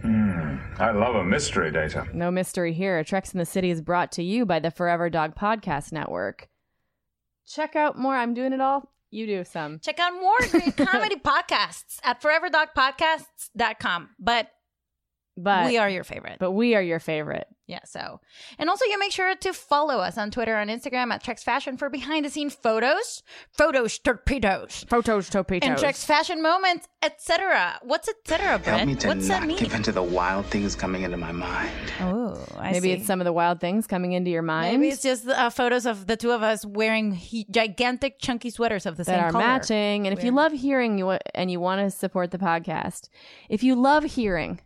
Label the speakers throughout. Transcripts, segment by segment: Speaker 1: Hmm. I love a mystery, Data.
Speaker 2: No mystery here. Treks in the City is brought to you by the Forever Dog Podcast Network. Check out more. I'm doing it all. You do some.
Speaker 3: Check out more great comedy podcasts at foreverdogpodcasts.com. But,
Speaker 2: But
Speaker 3: we are your favorite.
Speaker 2: But we are your favorite.
Speaker 3: yeah, so. And also, you make sure to follow us on Twitter and Instagram at Trex Fashion for behind the scene photos, photos, torpedoes,
Speaker 2: Photos, topitos.
Speaker 3: and Trex Fashion moments, etc. What's etc., Brett?
Speaker 4: Help me to
Speaker 3: What's
Speaker 4: not
Speaker 3: that mean?
Speaker 4: give in to the wild things coming into my mind.
Speaker 3: oh, I
Speaker 2: Maybe
Speaker 3: see.
Speaker 2: it's some of the wild things coming into your mind
Speaker 3: Maybe it's just uh, photos of the two of us wearing he- gigantic, chunky sweaters of the
Speaker 2: that
Speaker 3: same
Speaker 2: are
Speaker 3: color.
Speaker 2: matching. And if you
Speaker 3: Weird.
Speaker 2: love hearing you and you want to support the podcast, if you love hearing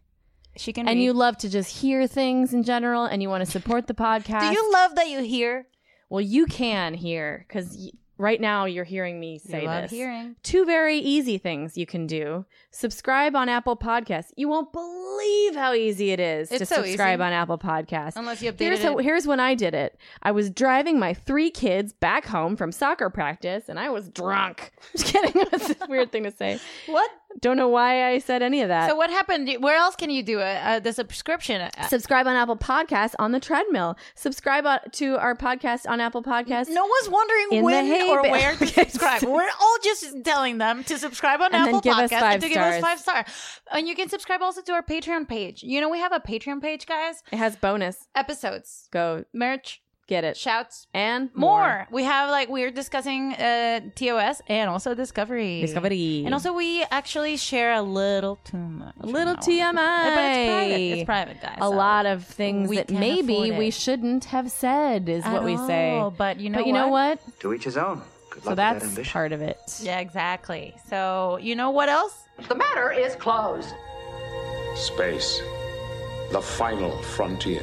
Speaker 3: She can.
Speaker 2: and
Speaker 3: read.
Speaker 2: you love to just hear things in general and you want to support the podcast,
Speaker 3: do you love that you hear?
Speaker 2: well, you can hear because y- right now you're hearing me say
Speaker 3: you love
Speaker 2: this.
Speaker 3: hearing.
Speaker 2: Two very easy things you can do. Subscribe on Apple Podcasts. You won't believe how easy it is to
Speaker 3: It's so
Speaker 2: subscribe
Speaker 3: easy.
Speaker 2: on Apple Podcasts.
Speaker 3: Unless you updated
Speaker 2: Here's, how,
Speaker 3: it.
Speaker 2: here's when I did it. I was driving my three kids back home from soccer practice and I was drunk. Just kidding. That's a weird thing to say.
Speaker 3: What?
Speaker 2: Don't know why I said any of that.
Speaker 3: So what happened? Where else can you do it? Uh, the subscription. Uh,
Speaker 2: subscribe on Apple Podcasts on the treadmill. Subscribe uh, to our podcast on Apple Podcasts.
Speaker 3: no one's wondering
Speaker 2: In the
Speaker 3: when
Speaker 2: hay
Speaker 3: or
Speaker 2: bale.
Speaker 3: where to subscribe. We're all just telling them to subscribe on
Speaker 2: And then
Speaker 3: Apple
Speaker 2: give us
Speaker 3: Podcasts
Speaker 2: five
Speaker 3: and to give
Speaker 2: stars.
Speaker 3: us five star. And you can subscribe also to our Patreon page. You know we have a Patreon page, guys.
Speaker 2: It has bonus.
Speaker 3: Episodes,
Speaker 2: Go
Speaker 3: merch,
Speaker 2: get it.
Speaker 3: shouts,
Speaker 2: and
Speaker 3: more. We have like we're discussing uh, TOS and also Discovery.
Speaker 2: Discovery.
Speaker 3: And also we actually share a little too much.
Speaker 2: A little
Speaker 3: on that one.
Speaker 2: TMI.
Speaker 3: But it's private. It's private, guys.
Speaker 2: a lot of things
Speaker 3: we
Speaker 2: that
Speaker 3: can
Speaker 2: maybe
Speaker 3: afford
Speaker 2: we
Speaker 3: it.
Speaker 2: shouldn't have said is what we say.
Speaker 3: But you know
Speaker 2: but you know what?
Speaker 4: To each his own. Good luck
Speaker 2: So
Speaker 4: with that
Speaker 2: that's
Speaker 4: ambition.
Speaker 2: part of it.
Speaker 3: Yeah, exactly. So you know what else?
Speaker 5: The matter is closed.
Speaker 6: Space, the final frontier.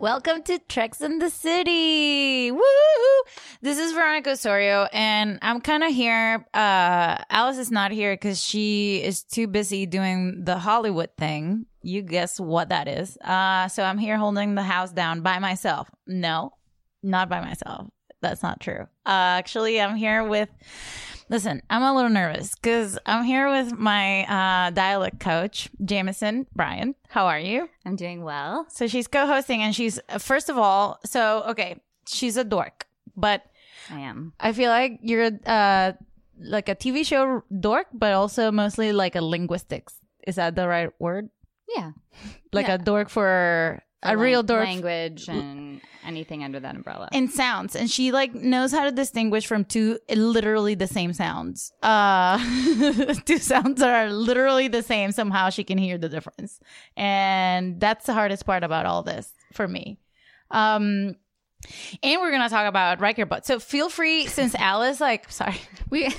Speaker 3: Welcome to Treks in the City. Woo! This is Veronica Osorio, and I'm kind of here. Uh, Alice is not here because she is too busy doing the Hollywood thing. You guess what that is. Uh, so I'm here holding the house down by myself. No, not by myself. That's not true. Uh, actually, I'm here with. Listen, I'm a little nervous because I'm here with my uh, dialect coach, Jamison Brian. How are you?
Speaker 7: I'm doing well.
Speaker 3: So she's co-hosting, and she's first of all, so okay, she's a dork, but
Speaker 7: I am.
Speaker 3: I feel like you're uh like a TV show dork, but also mostly like a linguistics. Is that the right word?
Speaker 7: Yeah.
Speaker 3: Like
Speaker 7: Yeah.
Speaker 3: a dork for a,
Speaker 7: The
Speaker 3: real
Speaker 7: lang-
Speaker 3: dork
Speaker 7: Language and anything under that umbrella.
Speaker 3: in sounds, and she like knows how to distinguish from two literally the same sounds. Uh, two sounds that are literally the same. Somehow she can hear the difference, and that's the hardest part about all this for me. Um, and we're gonna talk about Riker But So feel free, since Alice, like, sorry,
Speaker 7: we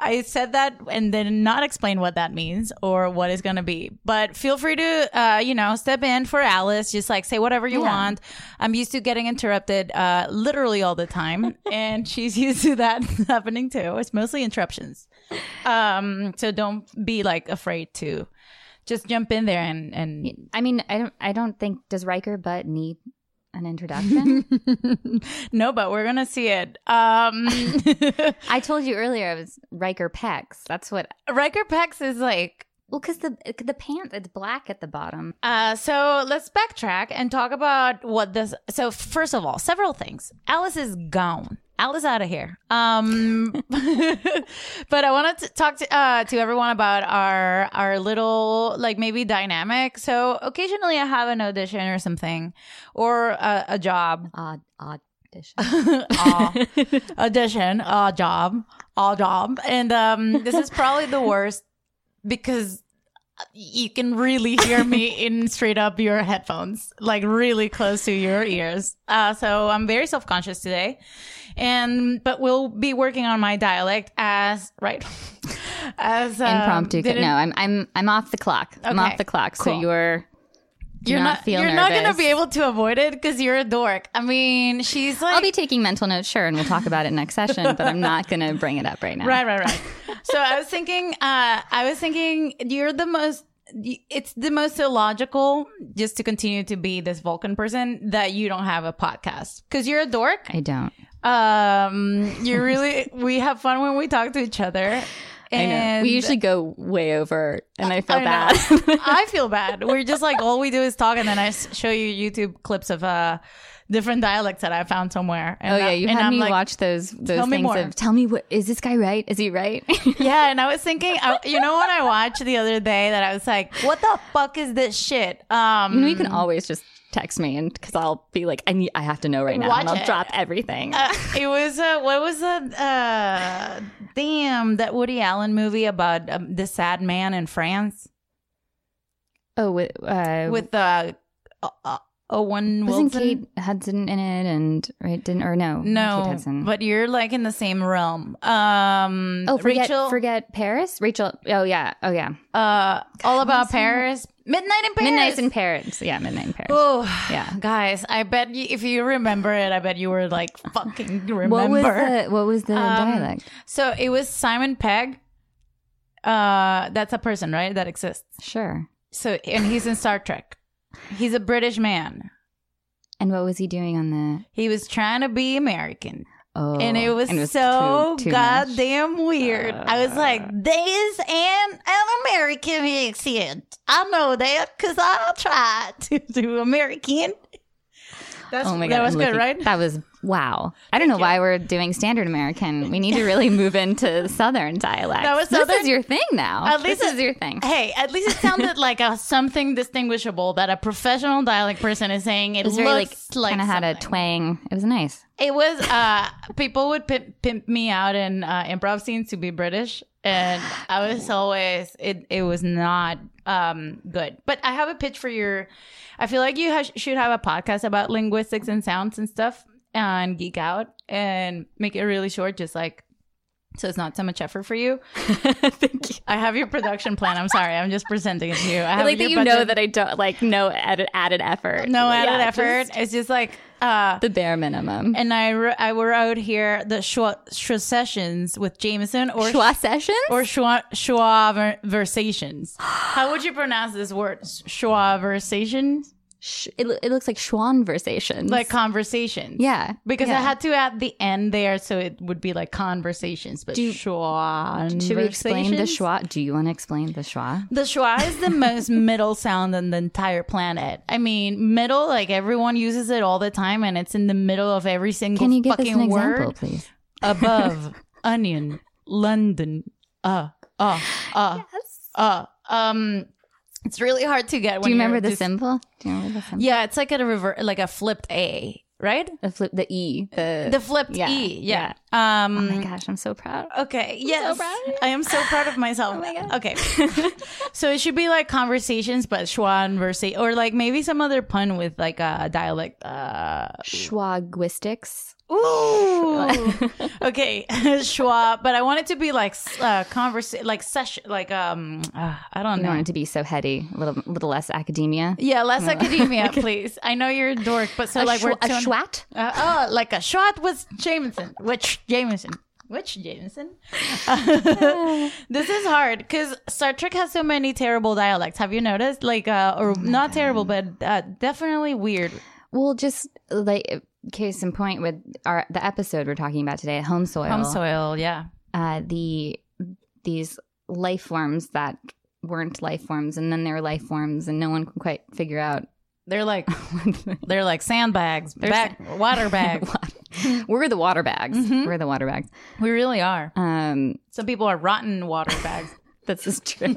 Speaker 3: I said that and then not explain what that means or what it's gonna be. But feel free to, uh, you know, step in for Alice. Just like say whatever you
Speaker 7: Yeah.
Speaker 3: want. I'm used to getting interrupted, uh, literally all the time, and she's used to that happening too. It's mostly interruptions. Um, so don't be like afraid to just jump in there and and
Speaker 7: I mean, I don't I don't think does Riker but need an introduction?
Speaker 3: no, but we're gonna see it. Um,
Speaker 7: I told you earlier I was Riker Pex. That's what
Speaker 3: Riker Pex is like
Speaker 7: Well, cuz the uh, the pants it's black at the bottom.
Speaker 3: Uh, so let's backtrack and talk about what this. So first of all, several things. Alice is gone. Alice out of here. Um, but I want to talk to uh, to everyone about our our little like maybe dynamic. So occasionally I have an audition or something, or a, a job,
Speaker 7: Odd, odd dish.
Speaker 3: Aw. audition, a job, a job, and um, this is probably the worst because you can really hear me in straight up your headphones, like really close to your ears. Uh, so I'm very self conscious today, and but we'll be working on my dialect as right as um,
Speaker 7: Impromptu.
Speaker 3: didn't-
Speaker 7: no, I'm I'm I'm off the clock. I'm
Speaker 3: Okay,
Speaker 7: off the clock. So
Speaker 3: cool.
Speaker 7: you're do
Speaker 3: You're
Speaker 7: not,
Speaker 3: not.
Speaker 7: feel
Speaker 3: you're
Speaker 7: nervous.
Speaker 3: not gonna be able to avoid it because you're a dork. I mean, she's like
Speaker 7: I'll be taking mental notes, sure, and we'll talk about it next session. But I'm not gonna bring it up right now.
Speaker 3: Right, right, right. so I was thinking, uh, I was thinking, you're the most. It's the most illogical just to continue to be this Vulcan person that you don't have a podcast because you're a dork.
Speaker 7: I don't.
Speaker 3: Um, you really we have fun when we talk to each other.
Speaker 7: I know.
Speaker 3: And
Speaker 7: We usually go way over, and I feel
Speaker 3: I know.
Speaker 7: bad.
Speaker 3: I feel bad. We're just like all we do is talk, and then I s- show you YouTube clips of uh different dialects that I found somewhere. And
Speaker 7: Oh
Speaker 3: I-
Speaker 7: yeah, you
Speaker 3: and
Speaker 7: had
Speaker 3: I'm
Speaker 7: me
Speaker 3: like,
Speaker 7: watch those those
Speaker 3: "Tell me
Speaker 7: things
Speaker 3: more."
Speaker 7: of tell me what is this guy right? Is he right?
Speaker 3: Yeah, and I was thinking, I, you know, what I watched the other day that I was like, "What the fuck is this shit?"
Speaker 7: you know,
Speaker 3: Um,
Speaker 7: you can always just text me, and because I'll be like, I need, I have to know right now,
Speaker 3: Watch
Speaker 7: and I'll
Speaker 3: it.
Speaker 7: drop everything.
Speaker 3: uh, it was uh, what was the uh, damn that Woody Allen movie about um, the sad man in France
Speaker 7: oh, with uh,
Speaker 3: with uh, uh, uh, Owen
Speaker 7: wasn't
Speaker 3: Wilson?
Speaker 7: Kate Hudson in it, and right didn't or no,
Speaker 3: no,
Speaker 7: Kate Hudson.
Speaker 3: but you're like in the same realm. Um,
Speaker 7: oh, forget
Speaker 3: Rachel,
Speaker 7: forget Paris, Rachel. Oh yeah, oh yeah,
Speaker 3: uh, all about Paris, Midnight in Paris,
Speaker 7: Midnight in Paris. Yeah, Midnight in Paris.
Speaker 3: Oh
Speaker 7: Yeah.
Speaker 3: guys! I bet you, if you remember it, I bet you were like fucking remember.
Speaker 7: What
Speaker 3: Um,
Speaker 7: was the what was the dialect?
Speaker 3: So it was Simon Pegg. Uh, that's a person, right? That exists.
Speaker 7: Sure.
Speaker 3: So and he's in Star Trek. He's a British man.
Speaker 7: And what was he doing on the?
Speaker 3: He was trying to be American,
Speaker 7: Oh,
Speaker 3: and it was,
Speaker 7: too-
Speaker 3: so
Speaker 7: too much. Uh.
Speaker 3: goddamn weird. I was like, "This and an American accent. I know that because I tried to do American." That's,
Speaker 7: Oh my god,
Speaker 3: that was
Speaker 7: I'm
Speaker 3: good,
Speaker 7: looking-
Speaker 3: right?
Speaker 7: That was wow. I don't know why we're doing standard American. We need to really move into Southern dialect.
Speaker 3: That was
Speaker 7: This
Speaker 3: Southern-
Speaker 7: is your thing now.
Speaker 3: At least
Speaker 7: this
Speaker 3: it-
Speaker 7: is your thing.
Speaker 3: Hey, at least it sounded like a something distinguishable that a professional dialect person is saying. It,
Speaker 7: It was very like,
Speaker 3: looks like,
Speaker 7: kind of had a
Speaker 3: something.
Speaker 7: twang. It was nice.
Speaker 3: It was uh, people would pimp, pimp me out in uh, improv scenes to be British, and I was always it. It was not um, good. But I have a pitch for your. I feel like you ha- should have a podcast about linguistics and sounds and stuff, and geek out and make it really short, just like so it's not so much effort for you.
Speaker 7: Thank you.
Speaker 3: I have your production plan. I'm sorry, I'm just presenting it to you. I
Speaker 7: I
Speaker 3: have
Speaker 7: like
Speaker 3: your
Speaker 7: that you know
Speaker 3: budget-
Speaker 7: that I don't like no added, added effort.
Speaker 3: no
Speaker 7: Yeah,
Speaker 3: added
Speaker 7: just
Speaker 3: effort. it's just like uh,
Speaker 7: the bare minimum.
Speaker 3: and I wr- I wrote here the schwa, schwa sessions with Jameson or
Speaker 7: Schwa sessions?
Speaker 3: or schwa schwa ver- versations. How would you pronounce this word? Schwa versations,
Speaker 7: Sh- it, lo- it looks like Schwan versations.
Speaker 3: like conversations.
Speaker 7: yeah,
Speaker 3: Because I
Speaker 7: yeah.
Speaker 3: had to add the end there, so it would be like conversations, but
Speaker 7: Do-
Speaker 3: schwa.
Speaker 7: Should we explain the
Speaker 3: versations?
Speaker 7: schwa? Do you want to explain the schwa?
Speaker 3: The schwa is the most middle sound on the entire planet. I mean, middle, like everyone uses it all the time, and it's in the middle of every single
Speaker 7: Can you give us
Speaker 3: fucking
Speaker 7: an
Speaker 3: word.
Speaker 7: example, please?
Speaker 3: Above, onion, London, uh, uh, uh, uh. Um, it's really hard to get.
Speaker 7: Do
Speaker 3: when
Speaker 7: you remember
Speaker 3: you're
Speaker 7: the
Speaker 3: just-
Speaker 7: symbol? Do you remember the symbol?
Speaker 3: Yeah, it's like a rever- like a flipped A, right?
Speaker 7: The flip, the E, the,
Speaker 3: The flipped
Speaker 7: Yeah,
Speaker 3: E, yeah.
Speaker 7: Oh
Speaker 3: Um,
Speaker 7: my gosh, I'm so proud.
Speaker 3: Okay. Yes.
Speaker 7: proud of you.
Speaker 3: I am so proud of myself. oh my god. Okay. so it should be like conversations, but schwan versus, or like maybe some other pun with like a dialect. Uh,
Speaker 7: Schwaguistics.
Speaker 3: ooh. okay, schwa. But I want it to be like s- uh, conversa- like session, like um, uh, I don't
Speaker 7: You
Speaker 3: know.
Speaker 7: want it to be so heady, a little, little less academia.
Speaker 3: yeah, less academia, please. I know you're a dork, but so
Speaker 7: a
Speaker 3: like
Speaker 7: schwa-
Speaker 3: we're
Speaker 7: a
Speaker 3: tuned-
Speaker 7: schwat.
Speaker 3: Uh, oh, like a shot with Jameson. Which Jameson? Which Jameson? this is hard because Star Trek has so many terrible dialects. Have you noticed? Like, uh,
Speaker 7: Oh
Speaker 3: or not terrible, but uh, definitely weird.
Speaker 7: Well, just like case in point with our the episode we're talking about today, home soil.
Speaker 3: Home soil, yeah.
Speaker 7: Uh, the these life forms that weren't life forms, and then they were life forms, and no one can quite figure out.
Speaker 3: They're like they're like sandbags,
Speaker 7: They're
Speaker 3: back, water bags,
Speaker 7: We're the water bags.
Speaker 3: Mhm.
Speaker 7: We're the water bags.
Speaker 3: We really are.
Speaker 7: Um,
Speaker 3: Some people are rotten water bags.
Speaker 7: This is true.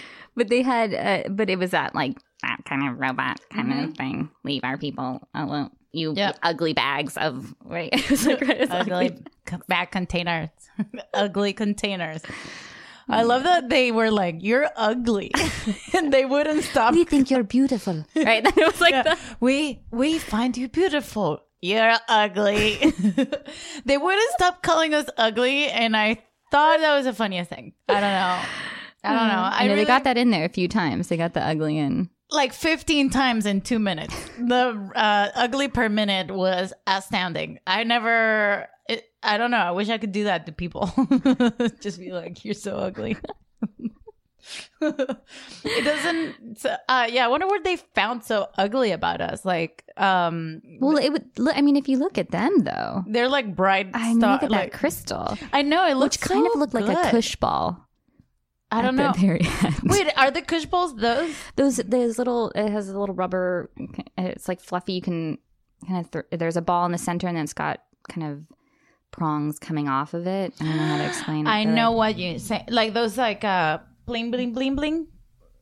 Speaker 7: But they had, uh, but it was that like that kind of robot kind of thing. Leave our people alone. You
Speaker 3: Mm-hmm. Yep.
Speaker 7: ugly bags of wait. It was like, right, it was
Speaker 3: ugly c- bag containers. ugly containers.
Speaker 7: Mm.
Speaker 3: I love that they were like, "You're ugly," and they wouldn't stop.
Speaker 7: think you're beautiful, right? It was like that.
Speaker 3: We we find you beautiful. You're ugly. they wouldn't stop calling us ugly, and I thought that was the funniest thing. I don't know. I don't know. I
Speaker 7: I Mm. know
Speaker 3: really-
Speaker 7: they got that in there a few times. They got the ugly in.
Speaker 3: like 15 times in two minutes. The uh, ugly per minute was astounding. I never, it, I don't know. I wish I could do that to people. Just be like, you're so ugly. it doesn't, so, uh, yeah, I wonder what they found so ugly about us. Like, um,
Speaker 7: Well, it would. Look, I mean, if you look at them though,
Speaker 3: they're like bright
Speaker 7: I mean,
Speaker 3: star.
Speaker 7: look at
Speaker 3: like,
Speaker 7: that crystal,
Speaker 3: I know it looks
Speaker 7: which kind of
Speaker 3: so
Speaker 7: looked like a
Speaker 3: good.
Speaker 7: cush ball.
Speaker 3: I don't know.
Speaker 7: at the very end.
Speaker 3: Wait, are the cush balls those?
Speaker 7: those those little it has a little rubber it's like fluffy you can kind of th- there's a ball in the center and then it's got kind of prongs coming off of it i don't know how to explain it
Speaker 3: I
Speaker 7: They're
Speaker 3: know what you say. Like those like uh bling bling bling bling.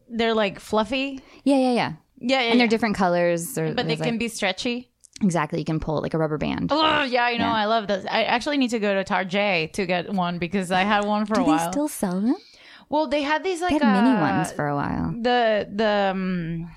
Speaker 3: They're like fluffy.
Speaker 7: like- yeah yeah yeah
Speaker 3: Yeah, yeah.
Speaker 7: and they're different colors they
Speaker 3: but they can be stretchy.
Speaker 7: exactly you can pull it like a rubber band
Speaker 3: Oh yeah, you know, I love those. I actually need to go to Tarjay to get one because I had one for a
Speaker 7: do they
Speaker 3: while.
Speaker 7: still sell them
Speaker 3: well, they had these
Speaker 7: they
Speaker 3: like
Speaker 7: had mini
Speaker 3: uh,
Speaker 7: ones for a while
Speaker 3: The the um,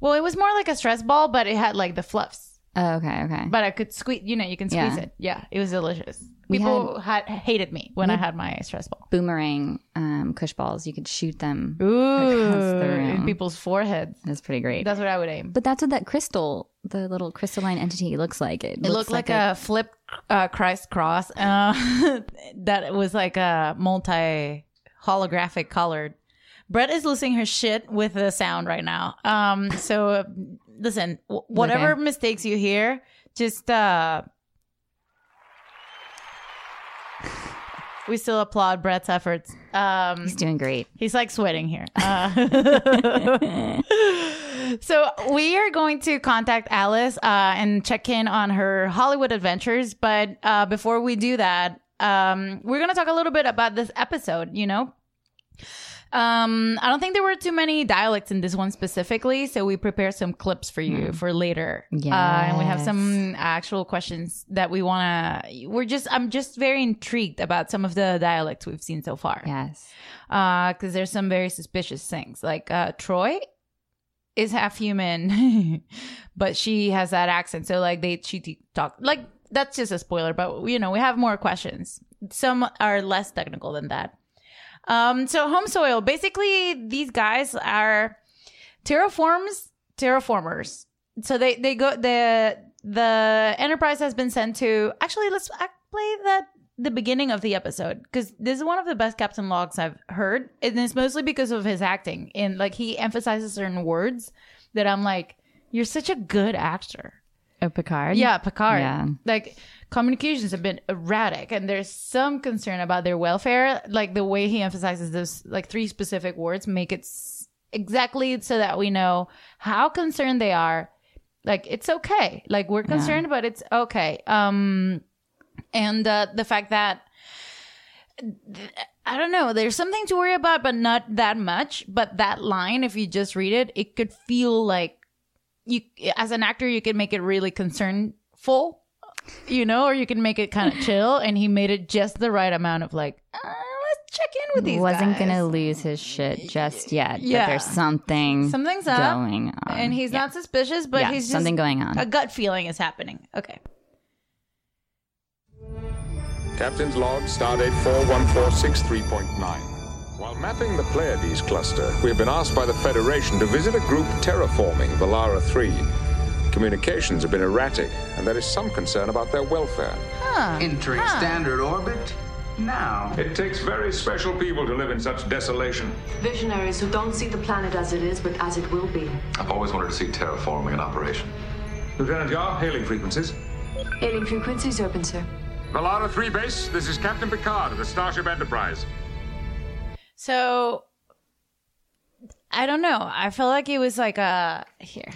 Speaker 3: well, it was more like a stress ball, but it had like the fluffs.
Speaker 7: oh, okay okay
Speaker 3: But I could squeeze, you know, you can
Speaker 7: Yeah.
Speaker 3: squeeze it. Yeah, it was delicious.
Speaker 7: We
Speaker 3: People had, hated me when I had my stress ball.
Speaker 7: boomerang um cush balls you could shoot them across
Speaker 3: Ooh,
Speaker 7: the
Speaker 3: in
Speaker 7: room
Speaker 3: people's foreheads.
Speaker 7: that's pretty great
Speaker 3: That's what I would aim.
Speaker 7: but that's what that crystal the little crystalline entity looks like it,
Speaker 3: It looked like, a, flipped uh, Christ cross uh, that was like a multi holographic colored. Brett is losing her shit with the sound right now. Um, so uh, listen, w- whatever
Speaker 7: Okay.
Speaker 3: mistakes you hear, just uh, we still applaud Brett's efforts. Um,
Speaker 7: he's doing great
Speaker 3: He's like sweating here. Uh, so we are going to contact Alice uh, and check in on her Hollywood adventures. But uh, before we do that, um, we're going to talk a little bit about this episode. You know, um, I don't think there were too many dialects in this one specifically, so we prepared some clips for you for later. Uh, and we have some actual questions that we want to. We're just, I'm just very intrigued about some of the dialects we've seen so far
Speaker 7: yes
Speaker 3: because there's some very suspicious things. Like uh, Troy is half human, but she has that accent. So like they she t- talk like that's just a spoiler, but you know we have more questions. Some are less technical than that. Um, so home soil. Basically, these guys are terraforms, terraformers. So they they go the the Enterprise has been sent to. Actually, let's uh, play that the beginning of the episode because this is one of the best Captain Logs I've heard, and it's mostly because of his acting and like he emphasizes certain words that I'm like, you're such a good actor.
Speaker 2: Oh, Picard.
Speaker 3: Yeah, Picard.
Speaker 7: Yeah.
Speaker 3: Like communications have been erratic, and there's some concern about their welfare. Like the way he emphasizes those, like three specific words, make it s- exactly so that we know how concerned they are. Like it's okay. Like we're concerned, but it's okay. Um, and uh, the fact that I don't know. There's something to worry about, but not that much. But that line, if you just read it, it could feel like you, as an actor, you can make it really concernful, you know, or you can make it kind of chill. And he made it just the right amount of like, uh, let's check in with these.
Speaker 7: wasn't
Speaker 3: guys.
Speaker 7: gonna lose his shit just yet. But
Speaker 3: Yeah.
Speaker 7: there's something
Speaker 3: Something's up,
Speaker 7: going on.
Speaker 3: and he's not suspicious, but
Speaker 7: yeah,
Speaker 3: he's just
Speaker 7: something going on.
Speaker 3: A gut feeling is happening. Okay.
Speaker 6: Captain's log, stardate 41463.9. While mapping the Pleiades cluster, we have been asked by the Federation to visit a group terraforming Valara 3. Communications have been erratic, and there is some concern about their welfare.
Speaker 4: Entering standard orbit now.
Speaker 6: It takes very special people to live in such desolation.
Speaker 5: Visionaries who don't see the planet as it is, but as it will be.
Speaker 8: I've always wanted to see terraforming in operation.
Speaker 6: Lieutenant Yar, hailing frequencies.
Speaker 5: Hailing frequencies open, sir.
Speaker 6: Valara 3 base, this is Captain Picard of the Starship Enterprise.
Speaker 3: So I don't know. I feel like it was like a here.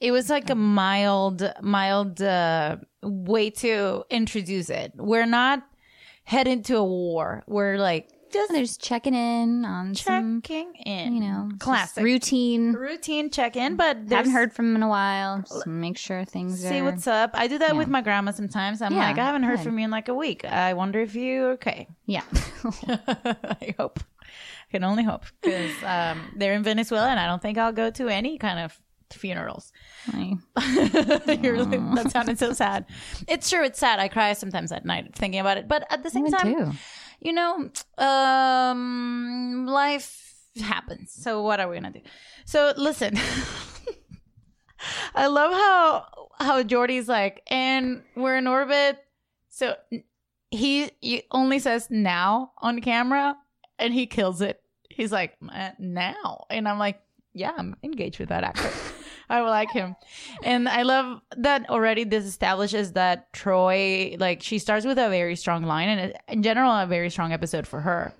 Speaker 3: It was like a mild, mild uh, way to introduce it. We're not headed to a war. We're like just
Speaker 7: They're just checking in on some,
Speaker 3: checking in.
Speaker 7: you know, just
Speaker 3: classic
Speaker 7: routine.
Speaker 3: routine check in. But there's-
Speaker 7: Haven't heard from them in a while. Just make sure things
Speaker 3: See
Speaker 7: are.
Speaker 3: what's up. I do that with my grandma sometimes. I'm
Speaker 7: Yeah,
Speaker 3: like, I haven't heard
Speaker 7: good.
Speaker 3: from you in like a week. I wonder if you okay.
Speaker 7: yeah.
Speaker 3: I hope. I can only hope because um, they're in Venezuela, and I don't think I'll go to any kind of funerals.
Speaker 7: I-
Speaker 3: You're really, that sounded so sad. It's true. It's sad. I cry sometimes at night thinking about it. But at the same
Speaker 7: would
Speaker 3: time,
Speaker 7: too.
Speaker 3: you know, um, life happens. So what are we gonna do? So listen, I love how how Jordy's like, and we're in orbit. So he, he only says now on camera, and he kills it. He's like "Uh, now, and I'm like, yeah, I'm engaged with that actor. I like him. And I love that already this establishes that Troy, like, she starts with a very strong line and it- in general, a very strong episode for her.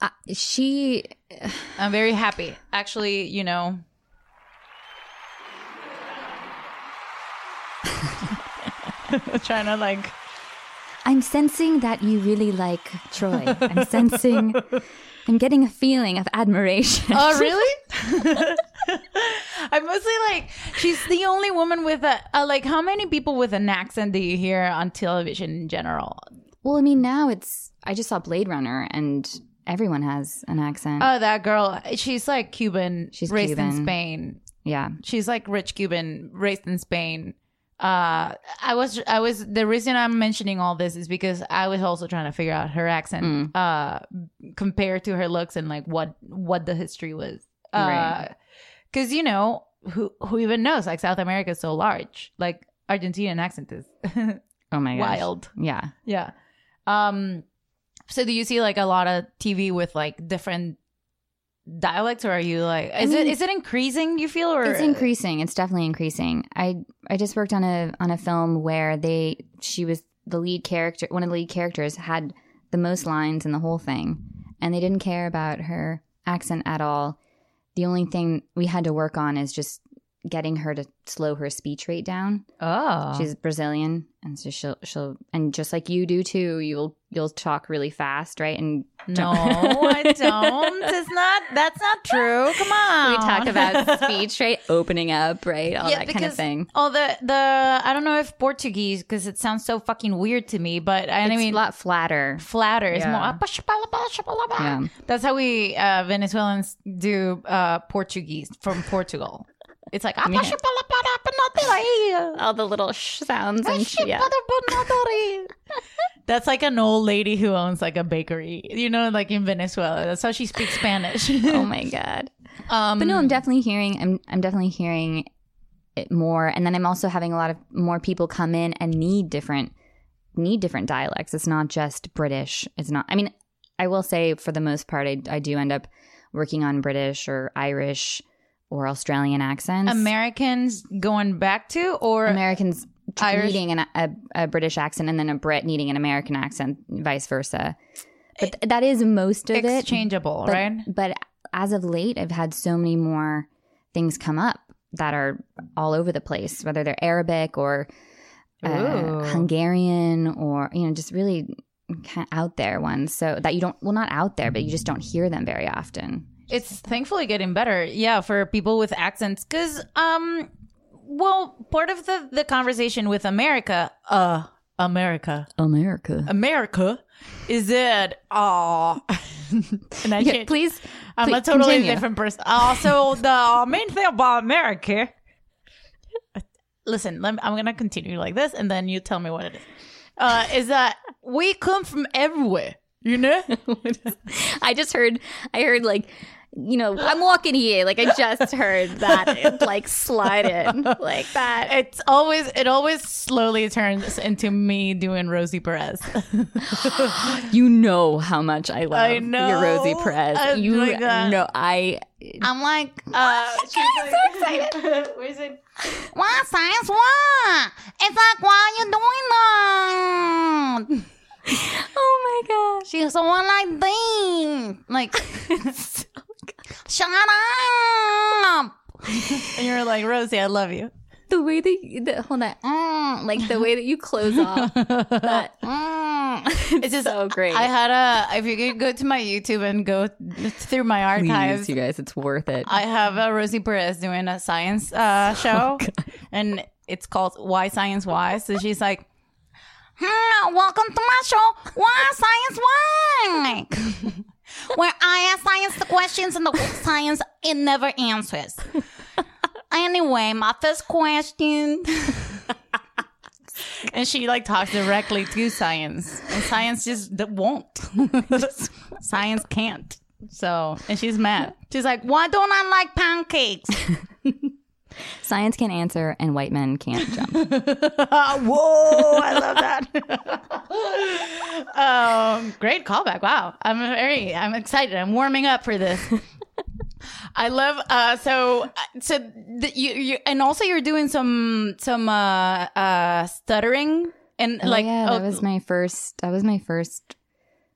Speaker 7: I- she
Speaker 3: I'm very happy. Actually, you know. trying to, like,
Speaker 7: I'm sensing that you really like Troy. I'm sensing, I'm getting a feeling of admiration.
Speaker 3: oh, really? I'm mostly like, she's the only woman with a, a, like, how many people with an accent do you hear on television in general?
Speaker 7: well, I mean, now it's, I just saw Blade Runner and everyone has an accent.
Speaker 3: Oh, that girl. She's like Cuban,
Speaker 7: She's
Speaker 3: raised in
Speaker 7: Cuban.
Speaker 3: Spain.
Speaker 7: yeah.
Speaker 3: she's like rich Cuban, raised in Spain. Uh, I was, I was. The reason I'm mentioning all this is because I was also trying to figure out her
Speaker 7: Mm.
Speaker 3: accent, uh, compared to her looks and like what what the history was. Uh,
Speaker 7: Right.
Speaker 3: because you know who who even knows? Like South America is so large. Like Argentinian accent is
Speaker 7: Oh my gosh.
Speaker 3: wild.
Speaker 7: Yeah.
Speaker 3: Yeah. Um. So do you see like a lot of TV with like different dialects, or are you like is it
Speaker 7: mean-
Speaker 3: is it increasing? You feel or
Speaker 7: It's increasing. It's definitely increasing. I I just worked on a on a film where they she was the lead character. One of the lead characters had the most lines in the whole thing, and they didn't care about her accent at all. The only thing we had to work on is just getting her to slow her speech rate down.
Speaker 3: Oh,
Speaker 7: She's Brazilian, and so she'll she'll and just like you do too. You'll you'll talk really fast, right? And
Speaker 3: No, I don't. It's not. That's not true. Come on.
Speaker 7: we talk about speech rate opening up, right? All that kind of thing.
Speaker 3: Oh, the the I don't know if Portuguese because it sounds so fucking weird to me. But I
Speaker 7: It's
Speaker 3: mean,
Speaker 7: a lot flatter.
Speaker 3: flatter. It's
Speaker 7: Yeah.
Speaker 3: more.
Speaker 7: Yeah.
Speaker 3: That's how we uh, Venezuelans do uh, Portuguese from Portugal. It's like
Speaker 7: all the little sh sounds and sh- yeah.
Speaker 3: That's like an old lady who owns like a bakery, you know, like in Venezuela. That's how she speaks Spanish.
Speaker 7: oh my god
Speaker 3: um,
Speaker 7: but no i'm definitely hearing i'm i'm definitely hearing it more and then i'm also having a lot of more people come in and need different need different dialects it's not just british it's not i mean i will say for the most part i, I do end up working on british or irish or australian accents
Speaker 3: Americans going back to or
Speaker 7: americans tr-
Speaker 3: Irish-
Speaker 7: needing an, a, a british accent and then a brit needing an american accent vice versa but th- that is most of it
Speaker 3: exchangeable,
Speaker 7: but,
Speaker 3: right?
Speaker 7: But as of late, I've had so many more things come up that are all over the place, whether they're Arabic or uh,
Speaker 3: Ooh.
Speaker 7: Hungarian or you know, just really kind of out there ones. So that you don't well, not out there, but you just don't hear them very often.
Speaker 3: It's thankfully getting better, yeah, for people with accents, because um, well, part of the the conversation with America, uh, America,
Speaker 7: America.
Speaker 3: America, is that ah, and I
Speaker 7: Yeah,
Speaker 3: can't-
Speaker 7: please,
Speaker 3: I'm a
Speaker 7: please
Speaker 3: totally
Speaker 7: continue.
Speaker 3: different person. Also, the uh, main thing about America. Listen, lem- I'm gonna continue like this, and then you tell me what it is. Uh, is that we come from everywhere, you know?
Speaker 7: I just heard. I heard like. You know, I'm walking here. Like I just heard that, like slide in like that.
Speaker 3: It's always it always slowly turns into me doing Rosie Perez.
Speaker 7: You know how much I love
Speaker 3: I know.
Speaker 7: your Rosie Perez.
Speaker 3: Oh
Speaker 7: you
Speaker 3: my God.
Speaker 7: know I
Speaker 3: I'm like, uh, she's like, Where's it? What science? What? It's like, why you doing that?
Speaker 7: Oh my gosh.
Speaker 3: She's the one like thing. Like, shut up. and you're like, Rosie, I love you.
Speaker 7: the way that you, the, hold on, mm, like the way that you close off that, mm, it's,
Speaker 3: It's just-
Speaker 7: so great.
Speaker 3: I had a. If you could go to my YouTube and go through my archives,
Speaker 7: Please, you guys, it's worth it.
Speaker 3: I have uh, Rosie Perez doing a science uh, show, and it's called "Why Science Why." So she's like, "Hmm, "Welcome to my show, Why Science Why," where I ask science the questions and the science it never answers. Anyway, my first question. And she like talks directly to science, and science just d- won't. science can't. So, and she's mad. She's like, "Why don't I like pancakes?"
Speaker 7: Science can answer, and white men can't jump.
Speaker 3: Whoa, I love that. um, great callback. Wow, I'm very, I'm excited. I'm warming up for this. I love uh so so the, you you and also you're doing some some uh uh stuttering and
Speaker 7: Oh,
Speaker 3: like
Speaker 7: yeah, that
Speaker 3: oh,
Speaker 7: was my first. That was my first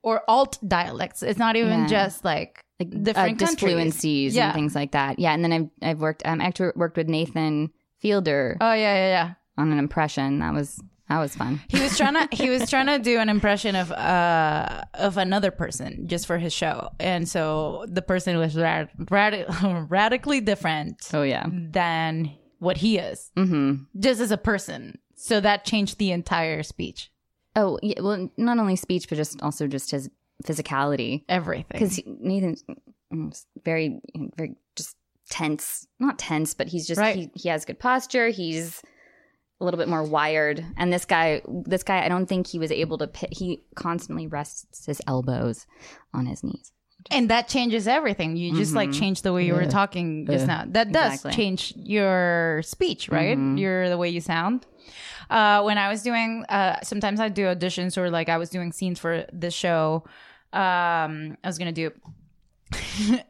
Speaker 3: or alt dialects. It's not even
Speaker 7: Yeah.
Speaker 3: just like
Speaker 7: like
Speaker 3: different
Speaker 7: uh,
Speaker 3: countries.
Speaker 7: disfluencies
Speaker 3: Yeah.
Speaker 7: and things like that. Yeah, and then I've I've worked. um, actually worked with Nathan Fielder
Speaker 3: oh yeah yeah yeah.
Speaker 7: on an impression. That was that was fun.
Speaker 3: He was trying to he was trying to do an impression of uh of another person just for his show, and so the person was rad- rad- radically different
Speaker 7: Oh yeah.
Speaker 3: than what he is,
Speaker 7: Mm-hmm.
Speaker 3: just as a person. So that changed the entire speech,
Speaker 7: Oh yeah. Well, not only speech, but just also just his physicality.
Speaker 3: everything.
Speaker 7: Because Nathan's mm, very very just tense. Not tense, but he's just
Speaker 3: Right.
Speaker 7: he, he has good posture. He's a little bit more wired. And this guy, this guy, I don't think he was able to. Pit, he constantly rests his elbows on his knees.
Speaker 3: And that changes everything. You just like change the way you were talking just now. That does
Speaker 7: Exactly.
Speaker 3: change your speech, right? Your the way you sound. Uh, when I was doing, uh, sometimes I do auditions or like I was doing scenes for this show. Um, I was gonna do,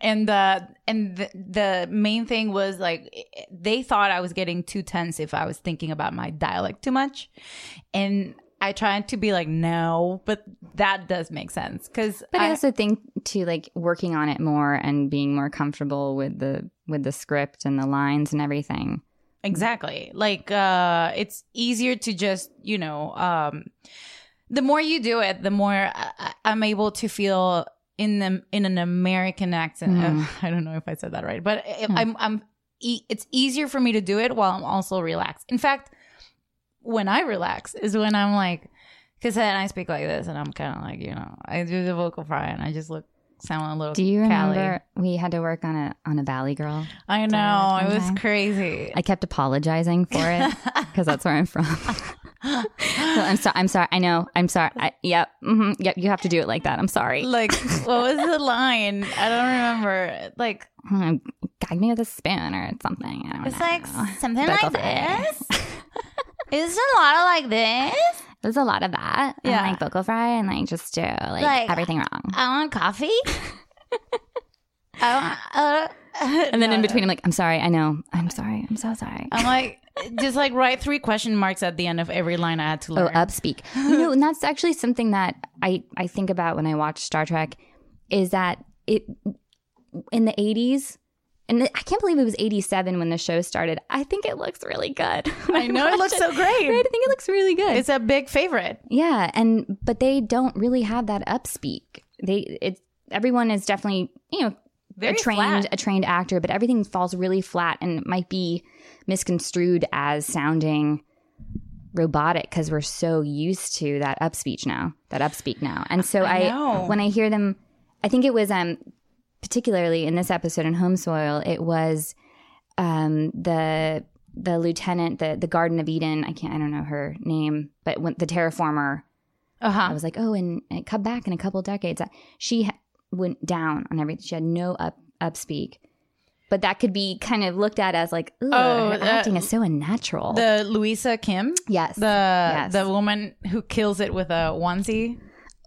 Speaker 3: and uh, and the, the main thing was like they thought I was getting too tense if I was thinking about my dialect too much, and I tried to be like no, but that does make sense because
Speaker 7: But I, also think too, like working on it more and being more comfortable with the with the script and the lines and everything.
Speaker 3: Exactly. Like uh it's easier to just, you know, um the more you do it, the more I- I- I'm able to feel in the, in an American accent.
Speaker 7: Hmm.
Speaker 3: Uh, I don't know if I said that right, but i I'm I'm e- it's easier for me to do it while I'm also relaxed. In fact, when I relax is when I'm like cuz then I speak like this and I'm kind of like, you know, I do the vocal fry and I just look sound a little
Speaker 7: Do you
Speaker 3: Cali.
Speaker 7: remember we had to work on a on a Valley Girl?
Speaker 3: I know, it was
Speaker 7: Okay.
Speaker 3: crazy.
Speaker 7: I kept apologizing for it because that's where I'm from. So I'm sorry. I'm sorry. I know. I'm sorry. I, yep. hmm yep. You have to do it like that. I'm sorry.
Speaker 3: like what was the line i don't remember like
Speaker 7: Um, Gag me with a spoon or something. I don't
Speaker 3: it's
Speaker 7: know.
Speaker 3: like something
Speaker 7: Vocal
Speaker 3: like
Speaker 7: fry.
Speaker 3: this is a lot of like this
Speaker 7: There's a lot of that.
Speaker 3: Yeah.
Speaker 7: And, like vocal fry and like just do like,
Speaker 3: Like,
Speaker 7: everything wrong.
Speaker 3: i want coffee I want, uh,
Speaker 7: And then in between, I'm like, I'm sorry. I know. I'm sorry. I'm so sorry.
Speaker 3: i'm like just like write three question marks at the end of every line i had to
Speaker 7: Oh,
Speaker 3: learn
Speaker 7: upspeak. no, and that's actually something that I, I think about when I watch Star Trek is that it in the 80s, and I can't believe it was 87 when the show started. I think it looks really good.
Speaker 3: i know it looks so
Speaker 7: Right?
Speaker 3: great
Speaker 7: I think it looks really good.
Speaker 3: it's a big favorite
Speaker 7: yeah, and but they don't really have that upspeak. They it's everyone is definitely, you know,
Speaker 3: very
Speaker 7: a trained
Speaker 3: flat.
Speaker 7: a trained actor, but everything falls really flat and it might be misconstrued as sounding robotic because we're so used to that upspeech now, that upspeak now. And so
Speaker 3: I
Speaker 7: I,
Speaker 3: know.
Speaker 7: when I hear them, I think it was um particularly in this episode in Home Soil, it was um the the lieutenant, the the Garden of Eden. I can't, I don't know her name, but when the terraformer I
Speaker 3: uh-huh
Speaker 7: was like, oh, and and come back in a couple decades. Uh, She ha- went down on everything. She had no up upspeak, but that could be kind of looked at as like, oh,
Speaker 3: Oh,
Speaker 7: her
Speaker 3: the-
Speaker 7: acting is so unnatural.
Speaker 3: the louisa kim
Speaker 7: uh, yes,
Speaker 3: the
Speaker 7: Yes.
Speaker 3: the woman who kills it with a onesie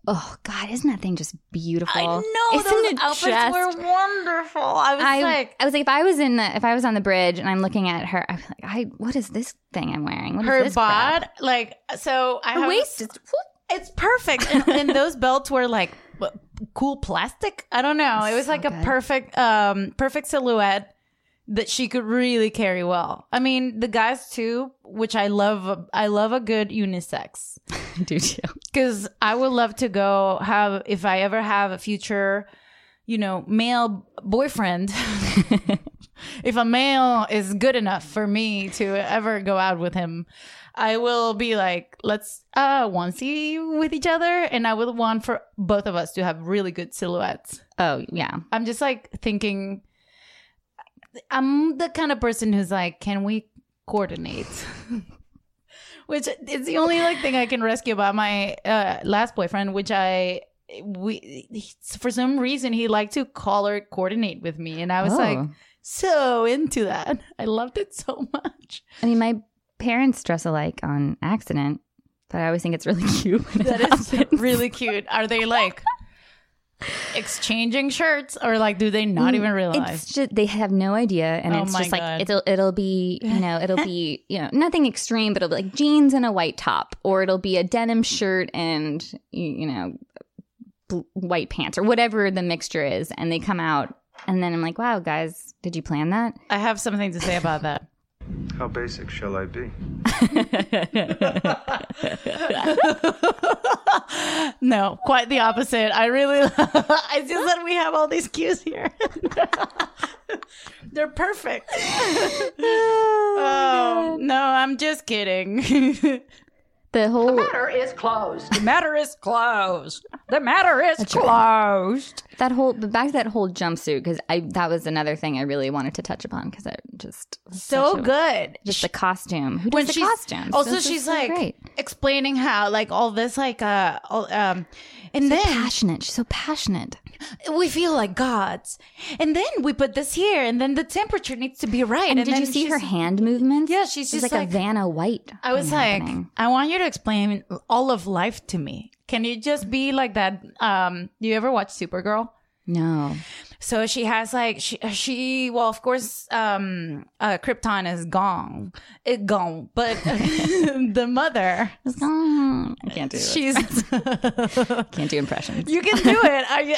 Speaker 7: oh God, isn't that thing just beautiful?
Speaker 3: I know
Speaker 7: Isn't
Speaker 3: those
Speaker 7: it
Speaker 3: outfits
Speaker 7: just-
Speaker 3: were wonderful. I was
Speaker 7: I,
Speaker 3: like,
Speaker 7: I was like, if I was in the, if I was on the bridge and I'm looking at her, I'm like, I, what is this thing I'm wearing? What is
Speaker 3: her
Speaker 7: this crap?
Speaker 3: bod, like so. I
Speaker 7: her
Speaker 3: have,
Speaker 7: waist is
Speaker 3: it's perfect, and, and those belts were like w- cool plastic. I don't know. It was like a perfect, um, perfect silhouette. that she could really carry well. I mean, the guys too, which I love. I love a good unisex
Speaker 7: do too.
Speaker 3: because I would love to go have if I ever have a future, you know, male boyfriend. if a male is good enough for me to ever go out with him, I will be like, let's uh onesie with each other, and I would want for both of us to have really good silhouettes.
Speaker 7: Oh yeah,
Speaker 3: I'm just like thinking. I'm the kind of person who's like, can we coordinate? which it's the only like thing I can rescue about my uh, last boyfriend, which I we he- for some reason he liked to call or coordinate with me, and I was
Speaker 7: Oh.
Speaker 3: like so into that. I loved it so much.
Speaker 7: I mean, my parents dress alike on accident, but I always think it's really cute. When it
Speaker 3: That is
Speaker 7: happens.
Speaker 3: really cute. Are they like exchanging shirts, or like do they not even realize?
Speaker 7: Mm, It's just, they have no idea, and
Speaker 3: Oh
Speaker 7: it's
Speaker 3: my
Speaker 7: just
Speaker 3: God.
Speaker 7: like it'll it'll be you know it'll be you know nothing extreme, but it'll be like jeans and a white top, or it'll be a denim shirt and you, you know bl- white pants, or whatever the mixture is, and they come out, and then I'm like, wow, guys, did you plan that?
Speaker 3: I have something to say about that.
Speaker 1: How basic shall I be?
Speaker 3: no, quite the opposite. I really, it's just that we have all these cues here. They're perfect. oh, no, I'm just kidding. the
Speaker 7: The whole
Speaker 5: is closed.
Speaker 3: matter is closed. The matter is closed.
Speaker 7: that whole but back to that whole jumpsuit because I that was another thing I really wanted to touch upon because I just
Speaker 3: So
Speaker 7: such a-
Speaker 3: good.
Speaker 7: just the costume. Who does
Speaker 3: when
Speaker 7: the
Speaker 3: she's
Speaker 7: costumes?
Speaker 3: also
Speaker 7: This is
Speaker 3: she's
Speaker 7: so
Speaker 3: like
Speaker 7: great.
Speaker 3: explaining how like all this like uh all, um and
Speaker 7: so
Speaker 3: then
Speaker 7: passionate. She's so passionate.
Speaker 3: we feel like gods. And then we put this here, and then the temperature needs to be right.
Speaker 7: And, did you
Speaker 3: then
Speaker 7: see her
Speaker 3: she's-
Speaker 7: hand movements?
Speaker 3: Yeah, she's
Speaker 7: It was
Speaker 3: just
Speaker 7: like,
Speaker 3: like-
Speaker 7: a Vanna White.
Speaker 3: I was
Speaker 7: thing
Speaker 3: like,
Speaker 7: happening.
Speaker 3: I want you to explain all of life to me. Can you just be like that? Um, you ever watch Supergirl?
Speaker 7: no,
Speaker 3: So she has like she, she well of course um uh Krypton is gone. It gone. But the mother
Speaker 7: Mm, I can't do. She
Speaker 3: she's
Speaker 7: can't do impressions.
Speaker 3: You can do it. I,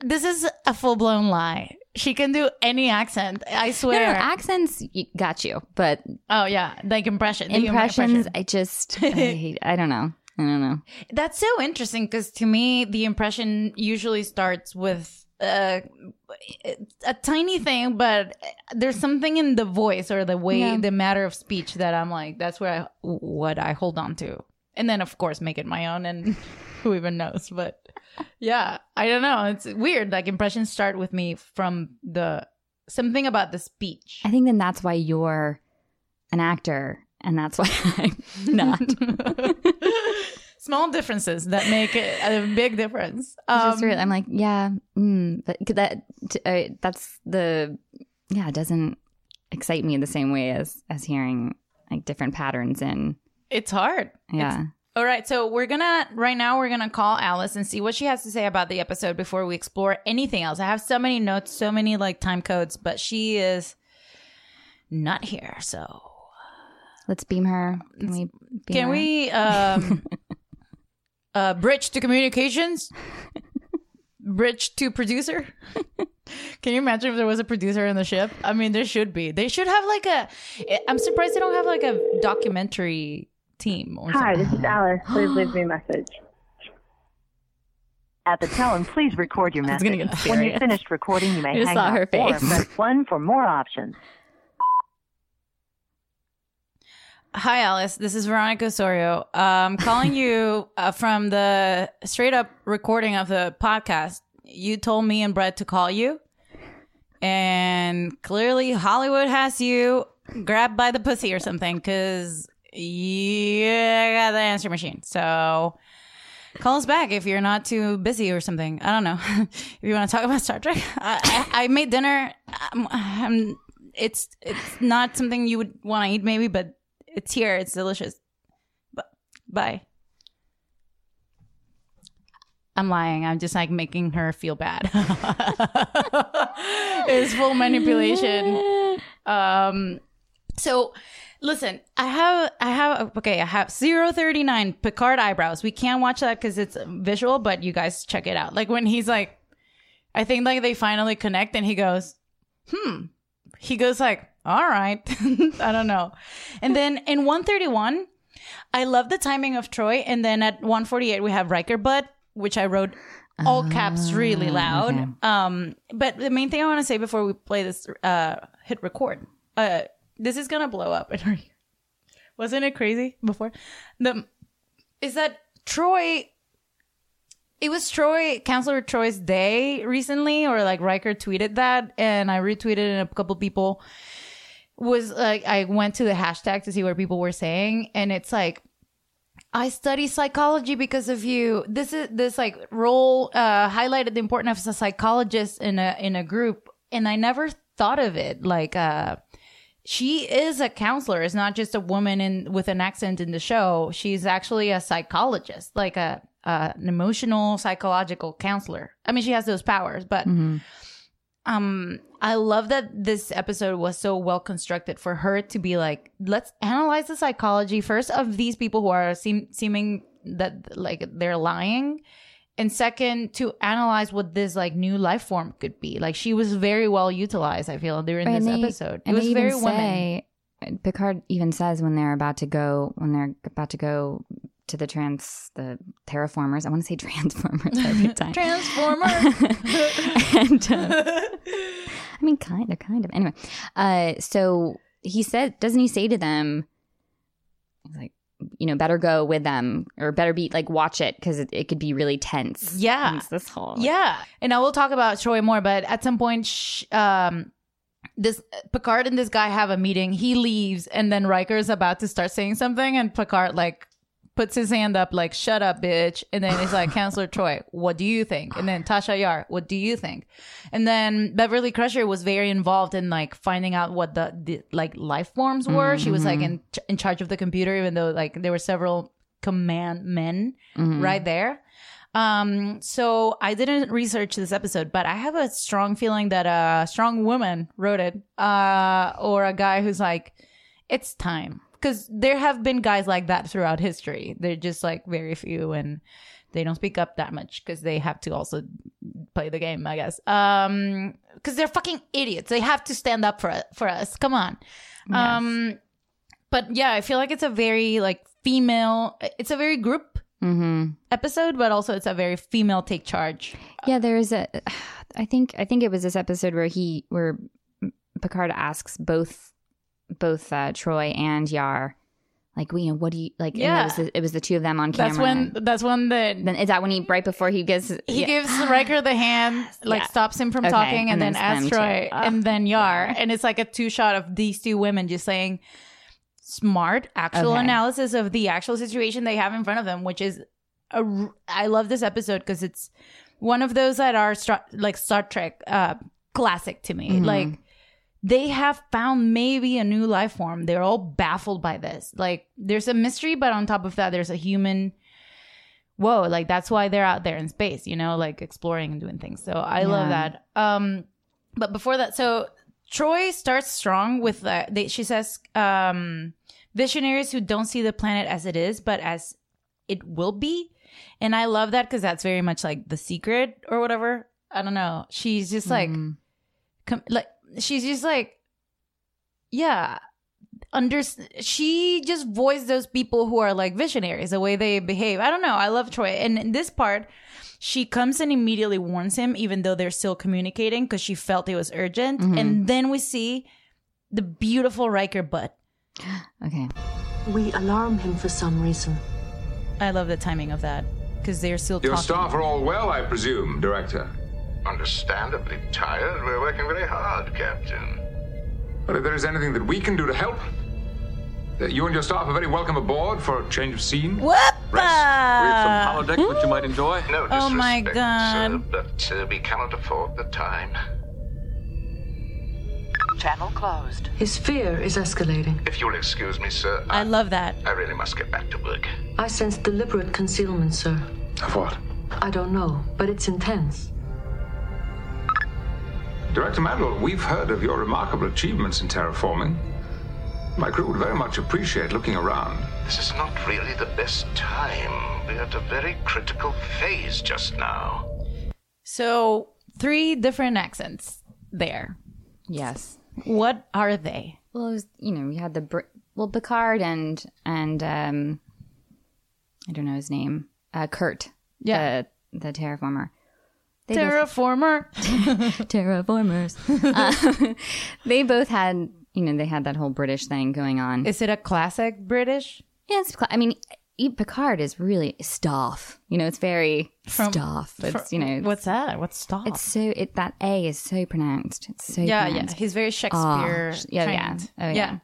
Speaker 3: this is a full blown lie. She can do any accent. I
Speaker 7: No, no,
Speaker 3: swear.
Speaker 7: accents y- got you, but
Speaker 3: oh yeah, like impression. the
Speaker 7: impressions,
Speaker 3: impression.
Speaker 7: I just, I, hate, I don't know, I don't know.
Speaker 3: That's so interesting because to me, the impression usually starts with uh, a tiny thing, but there's something in the voice or the way, the matter of speech that I'm like, that's where I, what I hold on to, and then of course make it my own, and who even knows? But yeah, I don't know. It's weird. Like impressions start with me from the something about the speech.
Speaker 7: I think then that's why you're an actor, and that's why I'm not.
Speaker 3: Small differences that make it a big difference.
Speaker 7: It's just
Speaker 3: Um,
Speaker 7: really, I'm like, yeah, mm, but could that t- uh, that's the yeah it doesn't excite me in the same way as as hearing like different patterns in
Speaker 3: It's hard.
Speaker 7: yeah.
Speaker 3: All right, so we're gonna right now we're gonna call Alice and see what she has to say about the episode before we explore anything else. I have so many notes, so many like time codes, but she is not here. So
Speaker 7: Let's beam her. Can we? Beam
Speaker 3: can
Speaker 7: her?
Speaker 3: we um uh bridge to communications? bridge to producer? can you imagine if there was a producer in the ship? I mean there should be. They should have like a I'm surprised they don't have like a documentary team or something.
Speaker 9: Hi, this is Alice. Please leave me a message. At the tone, please record your
Speaker 7: It's
Speaker 9: message.
Speaker 7: gonna get
Speaker 9: When you've
Speaker 7: serious.
Speaker 9: finished recording, you may
Speaker 7: I just
Speaker 9: hang
Speaker 7: saw
Speaker 9: up
Speaker 7: her
Speaker 9: or
Speaker 7: face.
Speaker 9: press one for more options.
Speaker 3: Hi, Alice. This is Veronica Osorio. Um, calling you uh, from the straight up recording of the podcast. You told me and Brett to call you, and clearly Hollywood has you grabbed by the pussy or something because you got the answer machine. So call us back if you're not too busy or something. I don't know if you want to talk about Star Trek. I, I, I made dinner. I'm, I'm, it's it's not something you would want to eat maybe, but it's here. It's delicious. But bye. I'm lying. I'm just like making her feel bad. it's full manipulation. Um, so listen, I have, I have, okay, I have 039 Picard eyebrows. We can't watch that because it's visual, but you guys check it out. Like when he's like, I think like they finally connect and he goes, hmm, he goes like, "All right, I don't know." And then in 131, I love the timing of Troy. And then at 148, we have Riker Butt, which I wrote all caps really loud.
Speaker 7: okay.
Speaker 3: Um, but the main thing I want to say before we play this, uh, hit record. Uh, this is gonna blow up. in our- Wasn't it crazy before? The is that Troy. It was Troy, Counselor Troy's day recently, or like Riker tweeted that, and I retweeted, and a couple people was like, I went to the hashtag to see what people were saying, and it's like, I study psychology because of you. This is this like role uh, highlighted the importance of a psychologist in a in a group, and I never thought of it like uh, she is a counselor. It's not just a woman in with an accent in the show. She's actually a psychologist, like a uh, an emotional psychological counselor. I mean, she has those powers, but
Speaker 7: Hmm.
Speaker 3: um I love that this episode was so well constructed for her to be like, let's analyze the psychology first of these people who are seem- seeming that like they're lying. And second, to analyze what this like new life form could be. Like she was very well utilized, I feel, during
Speaker 7: Right,
Speaker 3: this
Speaker 7: and they-
Speaker 3: episode. It
Speaker 7: and
Speaker 3: was
Speaker 7: they even
Speaker 3: very women.
Speaker 7: say- Picard even says when they're about to go when they're about to go to the trans the terraformers. I want to say transformers every time.
Speaker 3: Transformer.
Speaker 7: and, uh, I mean, kind of, kind of. Anyway, uh, so he said, doesn't he say to them, he's like, you know, better go with them or better be like watch it because it, it could be really tense.
Speaker 3: Yeah.
Speaker 7: And it's this whole
Speaker 3: Yeah, and I will talk about Troy more, but at some point, sh- um, this Picard and this guy have a meeting. He leaves, and then Riker's about to start saying something, and Picard like puts his hand up, like "Shut up, bitch!" And then he's like, "Counselor Troy, what do you think?" And then Tasha Yar, what do you think? And then Beverly Crusher was very involved in like finding out what the, the like life forms were. She was like in in charge of the computer, even though like there were several command men right there. Um, so I didn't research this episode, but I have a strong feeling that a strong woman wrote it, uh, or a guy who's like, it's time. Because there have been guys like that throughout history. They're just like very few and they don't speak up that much because they have to also play the game, I guess. Um, because they're fucking idiots. They have to stand up for for us. Come on. Um, but yeah, I feel like it's a very like female. It's a very group
Speaker 7: Mm-hmm.
Speaker 3: episode, but also it's a very female take charge.
Speaker 7: Yeah, there is a. I think I think it was this episode where he where Picard asks both both uh, Troy and Yar, like, you know, what do you like? and
Speaker 3: Yeah.
Speaker 7: it was the, it was the two of them on camera.
Speaker 3: That's when. That's when the
Speaker 7: Then is that when he right before he gives
Speaker 3: he
Speaker 7: yeah.
Speaker 3: gives Riker the hand, like
Speaker 7: Yeah.
Speaker 3: stops him from
Speaker 7: Okay,
Speaker 3: talking,
Speaker 7: and
Speaker 3: and, then,
Speaker 7: then them
Speaker 3: asks Troy,
Speaker 7: too.
Speaker 3: and then Yar, and it's like a two shot of these two women just saying smart actual
Speaker 7: Okay.
Speaker 3: analysis of the actual situation they have in front of them, which is a r- I love this episode because it's one of those that are stra- like Star Trek uh, classic to me, like. They have found maybe a new life form. They're all baffled by this. Like, there's a mystery, but on top of that, there's a human whoa like that's why they're out there in space you know like exploring and doing things so i love that um but before that so troy starts strong with uh, they, she says um visionaries who don't see the planet as it is but as it will be and i love that because that's very much like the secret or whatever i don't know she's just like com- like she's just like yeah under she just voiced those people who are like visionaries the way they behave i don't know i love troy and in this part she comes and immediately warns him even though they're still communicating because she felt it was urgent and then we see the beautiful riker butt
Speaker 7: Okay.
Speaker 5: We alarm him for some reason.
Speaker 3: i love the timing of that because they're still
Speaker 6: Your
Speaker 3: talking
Speaker 6: staff are all well, I presume, Director.
Speaker 8: Understandably tired. We're working very hard, Captain.
Speaker 6: But if there is anything that we can do to help, uh, you and your staff are very welcome aboard for a change of scene.
Speaker 3: Whoop!
Speaker 10: have some holodeck which you might enjoy.
Speaker 8: No
Speaker 3: Oh, my
Speaker 8: disrespect, sir,
Speaker 3: God.
Speaker 8: but uh, we cannot afford the time.
Speaker 9: Channel closed.
Speaker 5: His fear is escalating.
Speaker 8: If you'll excuse me, sir,
Speaker 3: i love that
Speaker 8: I really must get back to work.
Speaker 5: I sense deliberate concealment, sir.
Speaker 6: Of what?
Speaker 5: I don't know, but it's intense.
Speaker 6: Director Mandel, we've heard of your remarkable achievements in terraforming. My crew would very much appreciate looking around.
Speaker 8: This is not really the best time. We're at a very critical phase just now.
Speaker 3: so three different accents there
Speaker 7: Yes.
Speaker 3: What are they?
Speaker 7: Well, it was, you know, we had the Br- well Picard and and um, I don't know his name, uh, Kurt.
Speaker 3: Yeah.
Speaker 7: the, the terraformer. They both-
Speaker 3: Terraformer.
Speaker 7: terraformers. Uh, they both had, you know, they had that whole British thing going on.
Speaker 3: Is it a classic British?
Speaker 7: Yeah, it's. cla- I mean, E- Picard is really staff. You know, it's very staff. It's you know,
Speaker 3: what's that? What's staff?
Speaker 7: It's so it that A is so pronounced. It's so
Speaker 3: yeah, yeah.
Speaker 7: pronounced.
Speaker 3: He's very Shakespeare.
Speaker 7: Ah, sh- yeah, yeah.
Speaker 3: trained.
Speaker 7: Oh, yeah.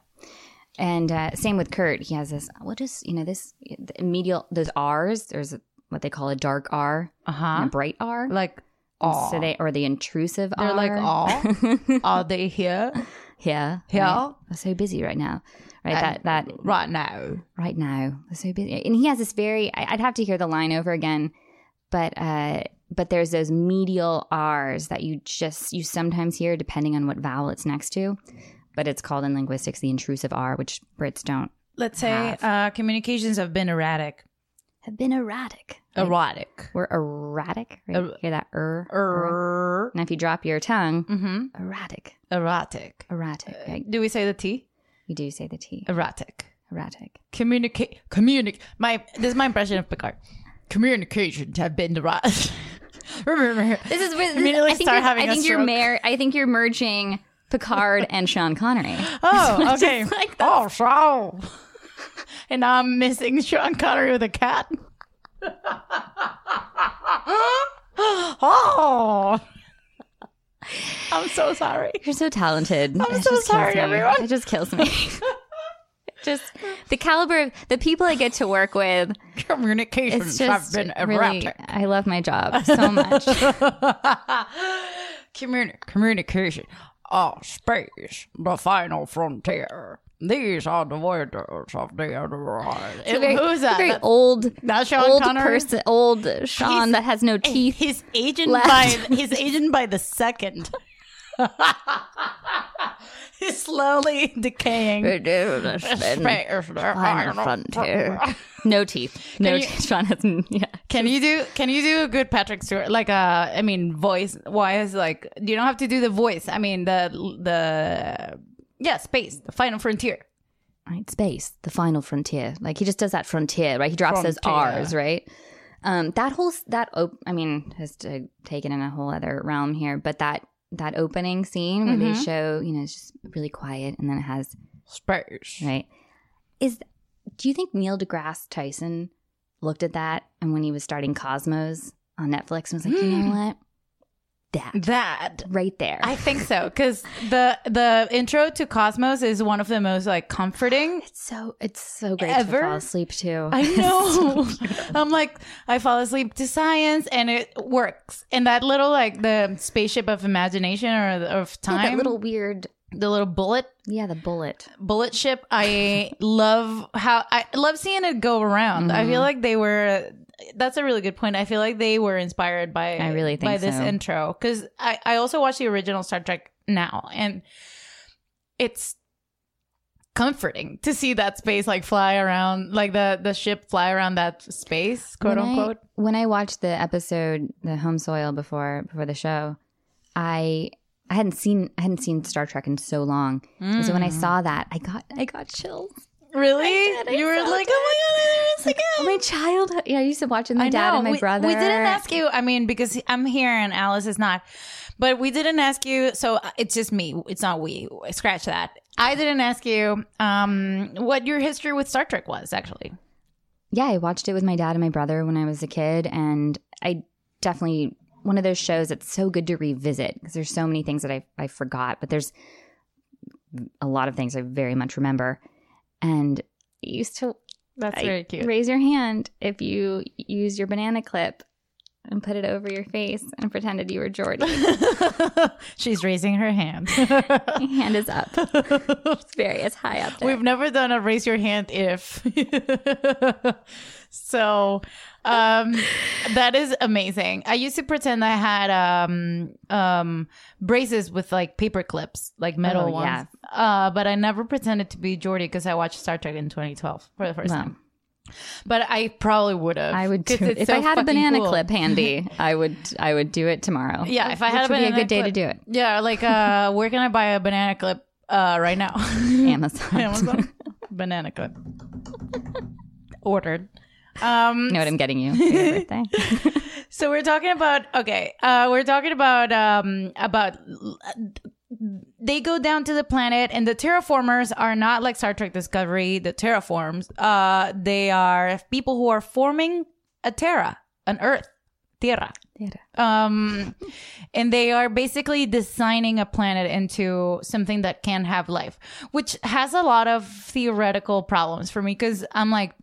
Speaker 7: And uh, same with Kurt. He has this. What is you know this the medial those R's? There's a, what they call a dark R,
Speaker 3: Uh-huh.
Speaker 7: and a bright R,
Speaker 3: Like
Speaker 7: And
Speaker 3: aw.
Speaker 7: so they or the intrusive.
Speaker 3: They're
Speaker 7: R.
Speaker 3: like all. Are they here?
Speaker 7: Yeah.
Speaker 3: Here?
Speaker 7: right. We're so busy right now. Right.
Speaker 3: And-
Speaker 7: that that
Speaker 3: Right now.
Speaker 7: right now. We're so busy. And he has this very I- I'd have to hear the line over again, but uh but there's those medial R's that you just you sometimes hear depending on what vowel it's next to. But it's called in linguistics the intrusive R, which Brits don't
Speaker 3: Let's say
Speaker 7: Have.
Speaker 3: uh, communications have been erratic.
Speaker 7: have been erratic.
Speaker 3: Erotic.
Speaker 7: We're erratic. Right?
Speaker 3: Er-
Speaker 7: hear that er,
Speaker 3: Er.
Speaker 7: And if you drop your tongue,
Speaker 3: Mm-hmm.
Speaker 7: erratic,
Speaker 3: Erotic. Uh,
Speaker 7: erratic. right?
Speaker 3: Do we say the T?
Speaker 7: You do say the T,
Speaker 3: Erotic.
Speaker 7: erratic.
Speaker 3: Communicate. Communicate. My. This is my impression of Picard. Communications have been erratic. Remember.
Speaker 7: This is with,
Speaker 3: Immediately
Speaker 7: I think
Speaker 3: start
Speaker 7: you're-
Speaker 3: having
Speaker 7: I
Speaker 3: a
Speaker 7: think you're
Speaker 3: stroke.
Speaker 7: mer- I think you're merging Picard and Sean Connery.
Speaker 3: Oh,
Speaker 7: Just
Speaker 3: okay.
Speaker 7: like that.
Speaker 3: oh, so. And now I'm missing Sean Connery with a cat. oh. I'm so sorry.
Speaker 7: You're so talented. I'm
Speaker 3: so sorry, everyone.
Speaker 7: It just kills me. just the caliber of the people I get to work with. It's
Speaker 3: Communications have
Speaker 7: just
Speaker 3: been erratic.
Speaker 7: really. I love my job so much.
Speaker 3: Communi- communication. Oh, space, the final frontier. These are the wonders of the other
Speaker 7: It's a very,
Speaker 3: Who's that?
Speaker 7: Very
Speaker 3: That-
Speaker 7: old.
Speaker 3: that's Sean
Speaker 7: old
Speaker 3: Connery?
Speaker 7: person. Old Sean that has no teeth.
Speaker 3: His agent
Speaker 7: left.
Speaker 3: by his agent by the second. He's slowly decaying.
Speaker 7: no teeth. No
Speaker 3: Can you-
Speaker 7: teeth. Sean has. Yeah.
Speaker 3: Can you do? Can you do a good Patrick Stewart? Like, uh, I mean, voice wise, like you don't have to do the voice. I mean, the the yeah, space, the final frontier.
Speaker 7: right? Space, the final frontier. Like he just does that frontier, right? He drops
Speaker 3: Frontier.
Speaker 7: those R's, right? Um, that whole s- that op- I mean, has to take it in a whole other realm here, but that that opening scene where
Speaker 3: Mm-hmm.
Speaker 7: they show, you know, it's just really quiet, and then it has
Speaker 3: Space.
Speaker 7: right. Is do you think Neil deGrasse Tyson looked at that and when he was starting Cosmos on Netflix and was like, you know what, that
Speaker 3: That
Speaker 7: right there,
Speaker 3: I think so because the the intro to Cosmos is one of the most like comforting
Speaker 7: it's so it's so great
Speaker 3: Ever?
Speaker 7: to fall asleep to.
Speaker 3: I know. I'm like, I fall asleep to science, and it works. And that little, like, the spaceship of imagination or the- of time,
Speaker 7: that little weird,
Speaker 3: the little bullet
Speaker 7: yeah, the bullet.
Speaker 3: bullet ship. I love how I love seeing it go around. I
Speaker 7: Mm-hmm.
Speaker 3: feel like they were. That's a really good point. I feel like they were inspired by
Speaker 7: I really think
Speaker 3: by this
Speaker 7: so.
Speaker 3: intro because I I also watched the original Star Trek now and it's comforting to see that space like fly around like the the ship fly around that space quote
Speaker 7: When I-
Speaker 3: unquote
Speaker 7: when I watched the episode, the home soil before before the show, I I hadn't seen I hadn't seen Star Trek in so long. And So when I
Speaker 3: Mm.
Speaker 7: saw that, I got I got chills.
Speaker 3: really you were like oh my god
Speaker 7: Oh, my childhood. Yeah, I used to watch it with my dad and my
Speaker 3: we,
Speaker 7: brother.
Speaker 3: We didn't ask you. I mean, because I'm here and Alice is not, but we didn't ask you. So uh, it's just me. It's not we. Scratch that. I didn't ask you um, what your history with Star Trek was. Actually,
Speaker 7: Yeah, I watched it with my dad and my brother when I was a kid, and I definitely one of those shows that's so good to revisit because there's so many things that I I forgot, but there's a lot of things I very much remember, and I used to
Speaker 3: that's
Speaker 7: I-
Speaker 3: very cute.
Speaker 7: Raise your hand if you use your banana clip and put it over your face and pretended you were Jordy.
Speaker 3: She's raising her hand.
Speaker 7: My hand is up. It's very it's high up there.
Speaker 3: We've never done a raise your hand if. so um that is amazing. I used to pretend I had um um braces with like paper clips, like metal
Speaker 7: Oh,
Speaker 3: ones.
Speaker 7: yeah.
Speaker 3: Uh but I never pretended to be Jordy because I watched Star Trek in 2012 for the first
Speaker 7: Well,
Speaker 3: time. But I probably would have.
Speaker 7: I would do
Speaker 3: 'Cause
Speaker 7: it.
Speaker 3: it's
Speaker 7: If
Speaker 3: so
Speaker 7: I had a
Speaker 3: fucking
Speaker 7: banana
Speaker 3: cool.
Speaker 7: clip handy, I would I would do it tomorrow.
Speaker 3: Yeah, if I
Speaker 7: Oh, Which
Speaker 3: had a
Speaker 7: would
Speaker 3: banana
Speaker 7: be a good day
Speaker 3: clip.
Speaker 7: to do it.
Speaker 3: Yeah, like uh, where can I buy a banana clip uh, right now?
Speaker 7: Amazon.
Speaker 3: Amazon banana clip ordered. Um,
Speaker 7: You know what I'm getting you for your birthday?
Speaker 3: so we're talking about okay, uh, we're talking about um, about they go down to the planet and the terraformers are not like Star Trek Discovery. The terraforms, uh, they are people who are forming a Terra, an Earth, Tierra. Um, and they are basically designing a planet into something that can have life, which has a lot of theoretical problems for me because I'm like,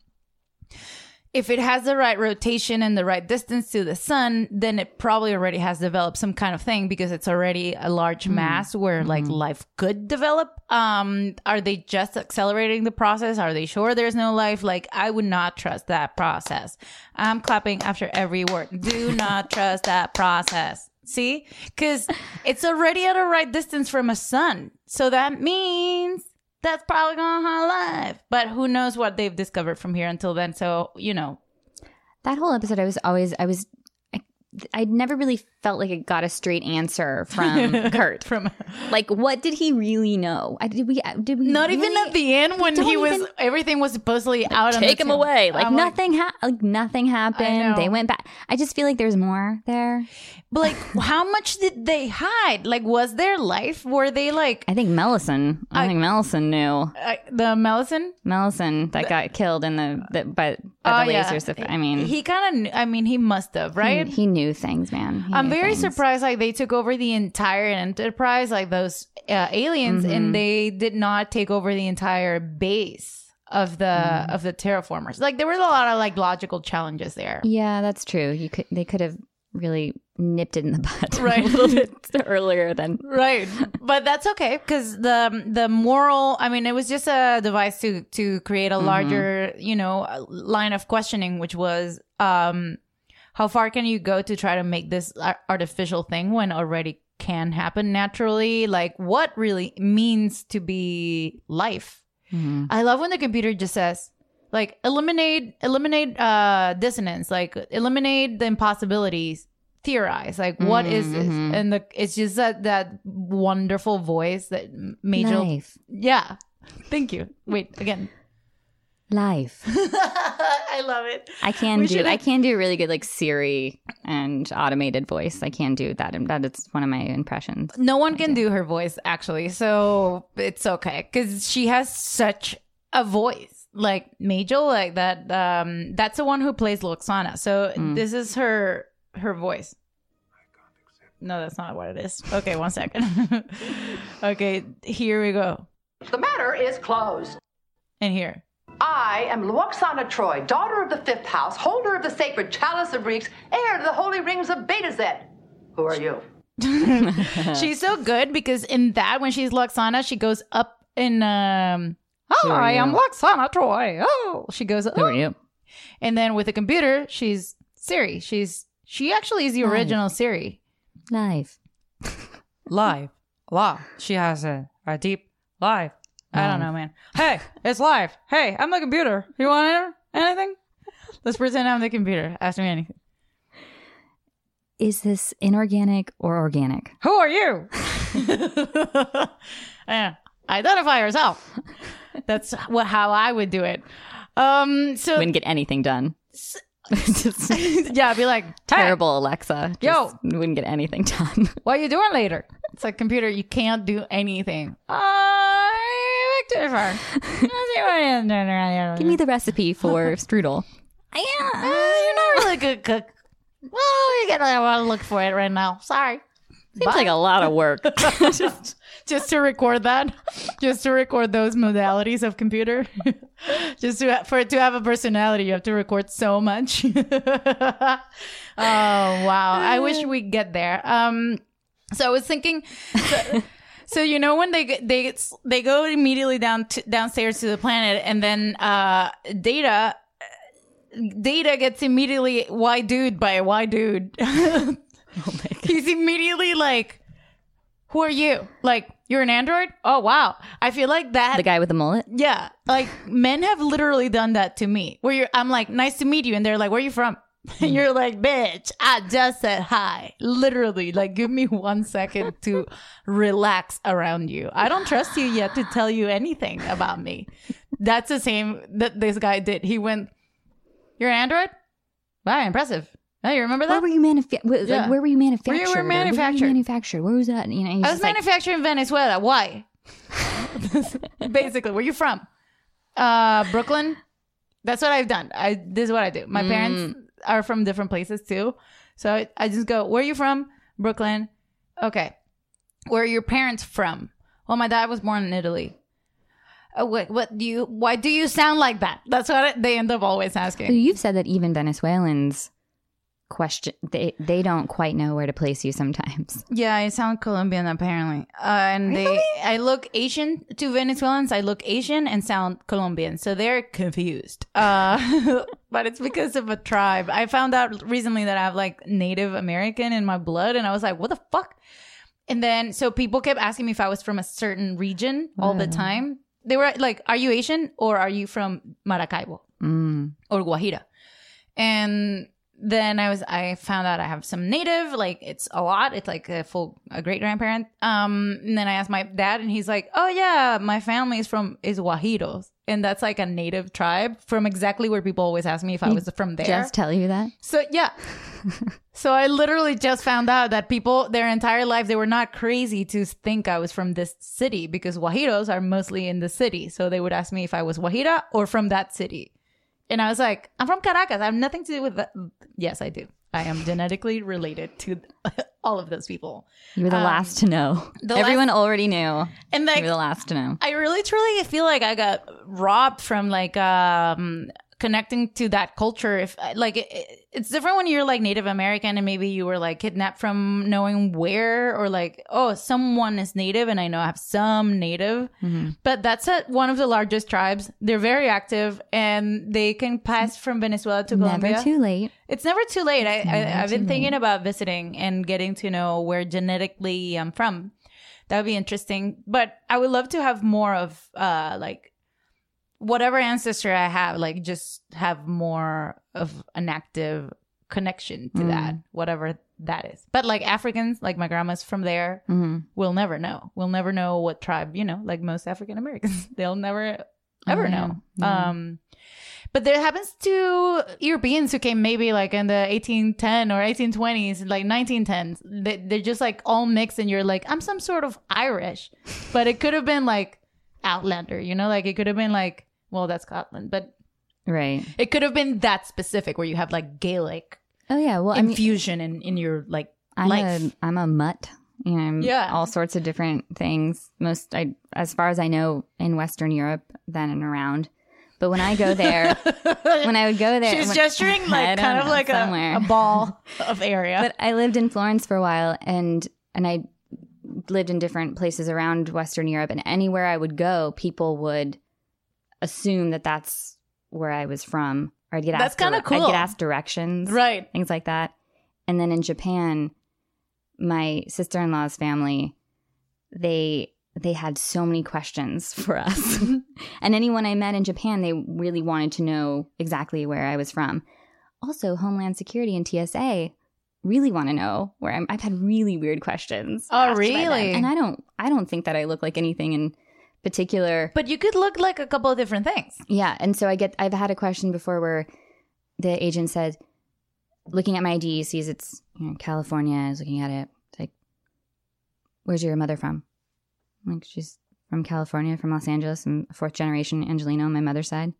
Speaker 3: if it has the right rotation and the right distance to the sun, then it probably already has developed some kind of thing because it's already a large mass where like
Speaker 7: Mm-hmm.
Speaker 3: life could develop. Um, are they just accelerating the process? Are they sure there's no life? Like, I would not trust that process. I'm clapping after every word. Do not trust that process. See, because it's already at a right distance from a sun, so that means that's probably gonna haunt life. But who knows what they've discovered from here until then? So you know,
Speaker 7: That whole episode, I was always I was I, I never really felt like I got a straight answer from Kurt.
Speaker 3: from
Speaker 7: like, what did he really know? I, did we did we
Speaker 3: not even
Speaker 7: really-
Speaker 3: at the end when
Speaker 7: Don't
Speaker 3: he was
Speaker 7: even-
Speaker 3: everything was supposedly out. on
Speaker 7: take
Speaker 3: the
Speaker 7: him
Speaker 3: town.
Speaker 7: away. Like
Speaker 3: I'm
Speaker 7: nothing, hap like nothing
Speaker 3: know.
Speaker 7: happened. They went back. I just feel like there's more there.
Speaker 3: But like, how much did they hide? Like, was there life? Were they like
Speaker 7: I think Mellison. I, think Mellison knew.
Speaker 3: uh, the Mellison?
Speaker 7: Mellison that got killed in the, the by, by the lasers. I mean,
Speaker 3: Oh, he kind of. I mean, he must have, right?
Speaker 7: He, he knew things, man. He
Speaker 3: I'm
Speaker 7: knew
Speaker 3: very
Speaker 7: things.
Speaker 3: surprised. Like they took over the entire Enterprise, like those uh, aliens, and
Speaker 7: Mm-hmm.
Speaker 3: they did not take over the entire base of the
Speaker 7: Mm.
Speaker 3: of the terraformers. Like there were a lot of like logical challenges there.
Speaker 7: Yeah, that's true. You could they could have really nipped it in the butt
Speaker 3: Right.
Speaker 7: a little bit earlier than
Speaker 3: Right, but that's okay because the the moral. I mean, it was just a device to to create
Speaker 7: Mm-hmm.
Speaker 3: a larger, you know, line of questioning, which was um, how far can you go to try to make this ar- artificial thing when already can happen naturally? Like, what really means to be life?
Speaker 7: Mm-hmm.
Speaker 3: I love when the computer just says, like, eliminate eliminate uh, dissonance, like eliminate the impossibilities, theorize, like, what is this? And the it's just that that wonderful voice that m- major,
Speaker 7: life.
Speaker 3: yeah. Thank you. Wait again.
Speaker 7: Life.
Speaker 3: I love it.
Speaker 7: I can
Speaker 3: We
Speaker 7: do.
Speaker 3: should
Speaker 7: I
Speaker 3: have-
Speaker 7: can do really good, like Siri and automated voice. I can do that, and that is one of my impressions.
Speaker 3: No one can do her voice actually, so it's okay because she has such a voice. Like Majel, like that. Um, that's the one who plays Loxana. So this is her her voice. No, that's not what it is. Okay, one second. okay, here we go.
Speaker 5: The matter is closed.
Speaker 3: And here.
Speaker 5: I am Luoxana Troy, daughter of the fifth house, holder of the sacred chalice of reeks, heir to the holy rings of Beta Zed. Who are you?
Speaker 3: she's so good because in that when she's Loxana, she goes up in um Oh, I am Loxana Troy. Oh, she goes up.
Speaker 7: Who are you?
Speaker 3: And then with the computer, she's Siri. She's she actually is the original Siri.
Speaker 7: Life.
Speaker 3: Live. Live. She has a, a deep live. I don't know, man. Hey, it's live. Hey, I'm the computer. You want anything? Let's pretend I'm the computer. Ask me anything.
Speaker 7: Is this inorganic or organic?
Speaker 3: Who are you? Yeah. Identify yourself. That's what, how I would do it. Um, so
Speaker 7: Wouldn't get anything done. Just
Speaker 3: yeah, be like, "Hey,
Speaker 7: terrible, Alexa. Just
Speaker 3: Yo.
Speaker 7: wouldn't get anything done.
Speaker 3: What are you doing later? It's like computer, you can't do anything. I Give
Speaker 7: Give me the recipe for strudel.
Speaker 3: uh, You're not really a good cook. Well, you gotta want to look for it right now. Sorry.
Speaker 7: Seems like a lot of work.
Speaker 3: just, just to record that, just to record those modalities of computer, just to, for it to have a personality, you have to record so much. oh wow! I wish we could get there. Um, so I was thinking. So, so you know when they g- they they go immediately down to, downstairs to the planet, and then uh, Data Data gets immediately why dude by why dude. He's immediately like, who are you? Like, you're an android? Oh, wow. I feel like that.
Speaker 7: The guy with the mullet?
Speaker 3: Yeah. Like, men have literally done that to me. Where you're, I'm like, nice to meet you. And they're like, where are you from? And you're like, bitch, I just said hi. Literally, like, give me one second to relax around you. I don't trust you yet to tell you anything about me. That's the same that this guy did. He went, You're an android? Wow, impressive. Oh, you remember that?
Speaker 7: Where were you manufactured?
Speaker 3: Yeah.
Speaker 7: Like, where were you manufactured?
Speaker 3: Where you were
Speaker 7: Or
Speaker 3: manufactured.
Speaker 7: manufactured? Where was that? And, You know, he's
Speaker 3: I
Speaker 7: just
Speaker 3: was
Speaker 7: like,
Speaker 3: manufactured in Venezuela. Why? Basically, where you from? Uh, Brooklyn. That's what I've done. I this is what I do.
Speaker 7: Mm.
Speaker 3: My parents are from different places too, so I, I just go. Where are you from? Brooklyn. Okay. Where are your parents from? Well, my dad was born in Italy. Uh, what? What do you? Why do you sound like that? That's what I, they end up always
Speaker 7: "Oh,
Speaker 3: asking.
Speaker 7: you've said that even Venezuelans question they they don't quite know where to place you sometimes.
Speaker 3: Yeah, I sound Colombian apparently. Uh, and they, I look Asian to Venezuelans. I look Asian and sound Colombian, so they're confused. Uh, but it's because of a tribe. I found out recently that I have like Native American in my blood, and I was like, "What the fuck?" And then so people kept asking me if I was from a certain region all the
Speaker 7: Wow.
Speaker 3: time. They were like, "Are you Asian or are you from Maracaibo?"
Speaker 7: Mm.
Speaker 3: or Guajira. And then I was I found out I have some native, like it's a lot. It's like a full a great grandparent. Um and then I asked my dad and he's like, "Oh yeah, my family is from is Guajiros." And that's like a native tribe from exactly where people always ask me if I was from there.
Speaker 7: Just tell you that.
Speaker 3: So yeah. so I literally just found out that people their entire life they were not crazy to think I was from this city because Guajiros are mostly in the city. So they would ask me if I was Guajira or from that city. And I was like, I'm from Caracas. I have nothing to do with that. Yes, I do. I am genetically related to all of those people.
Speaker 7: You were the
Speaker 3: Um,
Speaker 7: last to know.
Speaker 3: the
Speaker 7: Everyone already knew.
Speaker 3: And like
Speaker 7: you were the last to know.
Speaker 3: I really truly feel like I got robbed from like um connecting to that culture if like it, it- it's different when you're like Native American and maybe you were like kidnapped from knowing where or like oh someone is native and I know I have some native
Speaker 7: Mm-hmm.
Speaker 3: but that's a, one of the largest tribes they're very active and they can pass from Venezuela to Colombia
Speaker 7: Never too late.
Speaker 3: it's never too late. I, I I've been thinking about visiting and getting to know where genetically I'm from. That would be interesting. But I would love to have more of uh like whatever ancestor I have, like just have more of an active connection to that, whatever that is. But like Africans, like my grandma's from there,
Speaker 7: Mhm.
Speaker 3: we'll never know. We'll never know what tribe, you know, like most African Americans. They'll never ever
Speaker 7: yeah.
Speaker 3: know. Um but there happens to Europeans who came maybe like in the 1810 or 1820s, like 1910s. They, they're just like all mixed, and you're like, I'm some sort of Irish. But it could have been like Outlander, you know? Like it could have been like, well, that's Scotland, but
Speaker 7: Right.
Speaker 3: it could have been that specific where you have like Gaelic
Speaker 7: Oh yeah. Well, I mean,
Speaker 3: infusion in, in your like
Speaker 7: I'm
Speaker 3: life.
Speaker 7: a I'm a mutt. You know, I'm
Speaker 3: Yeah.
Speaker 7: all sorts of different things. Most I as far as I know in Western Europe, then and around. But when I go there, when I would go there,
Speaker 3: She's
Speaker 7: when-
Speaker 3: gesturing
Speaker 7: I
Speaker 3: like
Speaker 7: don't
Speaker 3: kind of
Speaker 7: know,
Speaker 3: like
Speaker 7: somewhere.
Speaker 3: a, a ball of area.
Speaker 7: But I lived in Florence for a while, and and I lived in different places around Western Europe, and anywhere I would go, people would assume that that's where I was from, or I'd get
Speaker 3: That's
Speaker 7: asked. dire-
Speaker 3: kinda cool.
Speaker 7: I'd get asked directions,
Speaker 3: right.
Speaker 7: things like that. And then in Japan, my sister in law's family, they they had so many questions for us.
Speaker 3: Mm-hmm.
Speaker 7: and anyone I met in Japan, they really wanted to know exactly where I was from. Also, Homeland Security and TSA really want to know where I'm. I've had really weird questions.
Speaker 3: Oh,
Speaker 7: asked by them.
Speaker 3: really?
Speaker 7: And I don't I don't think that I look like anything in particular.
Speaker 3: But you could look like a couple of different things.
Speaker 7: Yeah, and so I get I've had a question before where the agent said, looking at my ID, sees it's you know, California. I was looking at it, it's like, "Where's your mother from?" I'm like she's from California, from Los Angeles. I'm a fourth generation Angelino on my mother's side.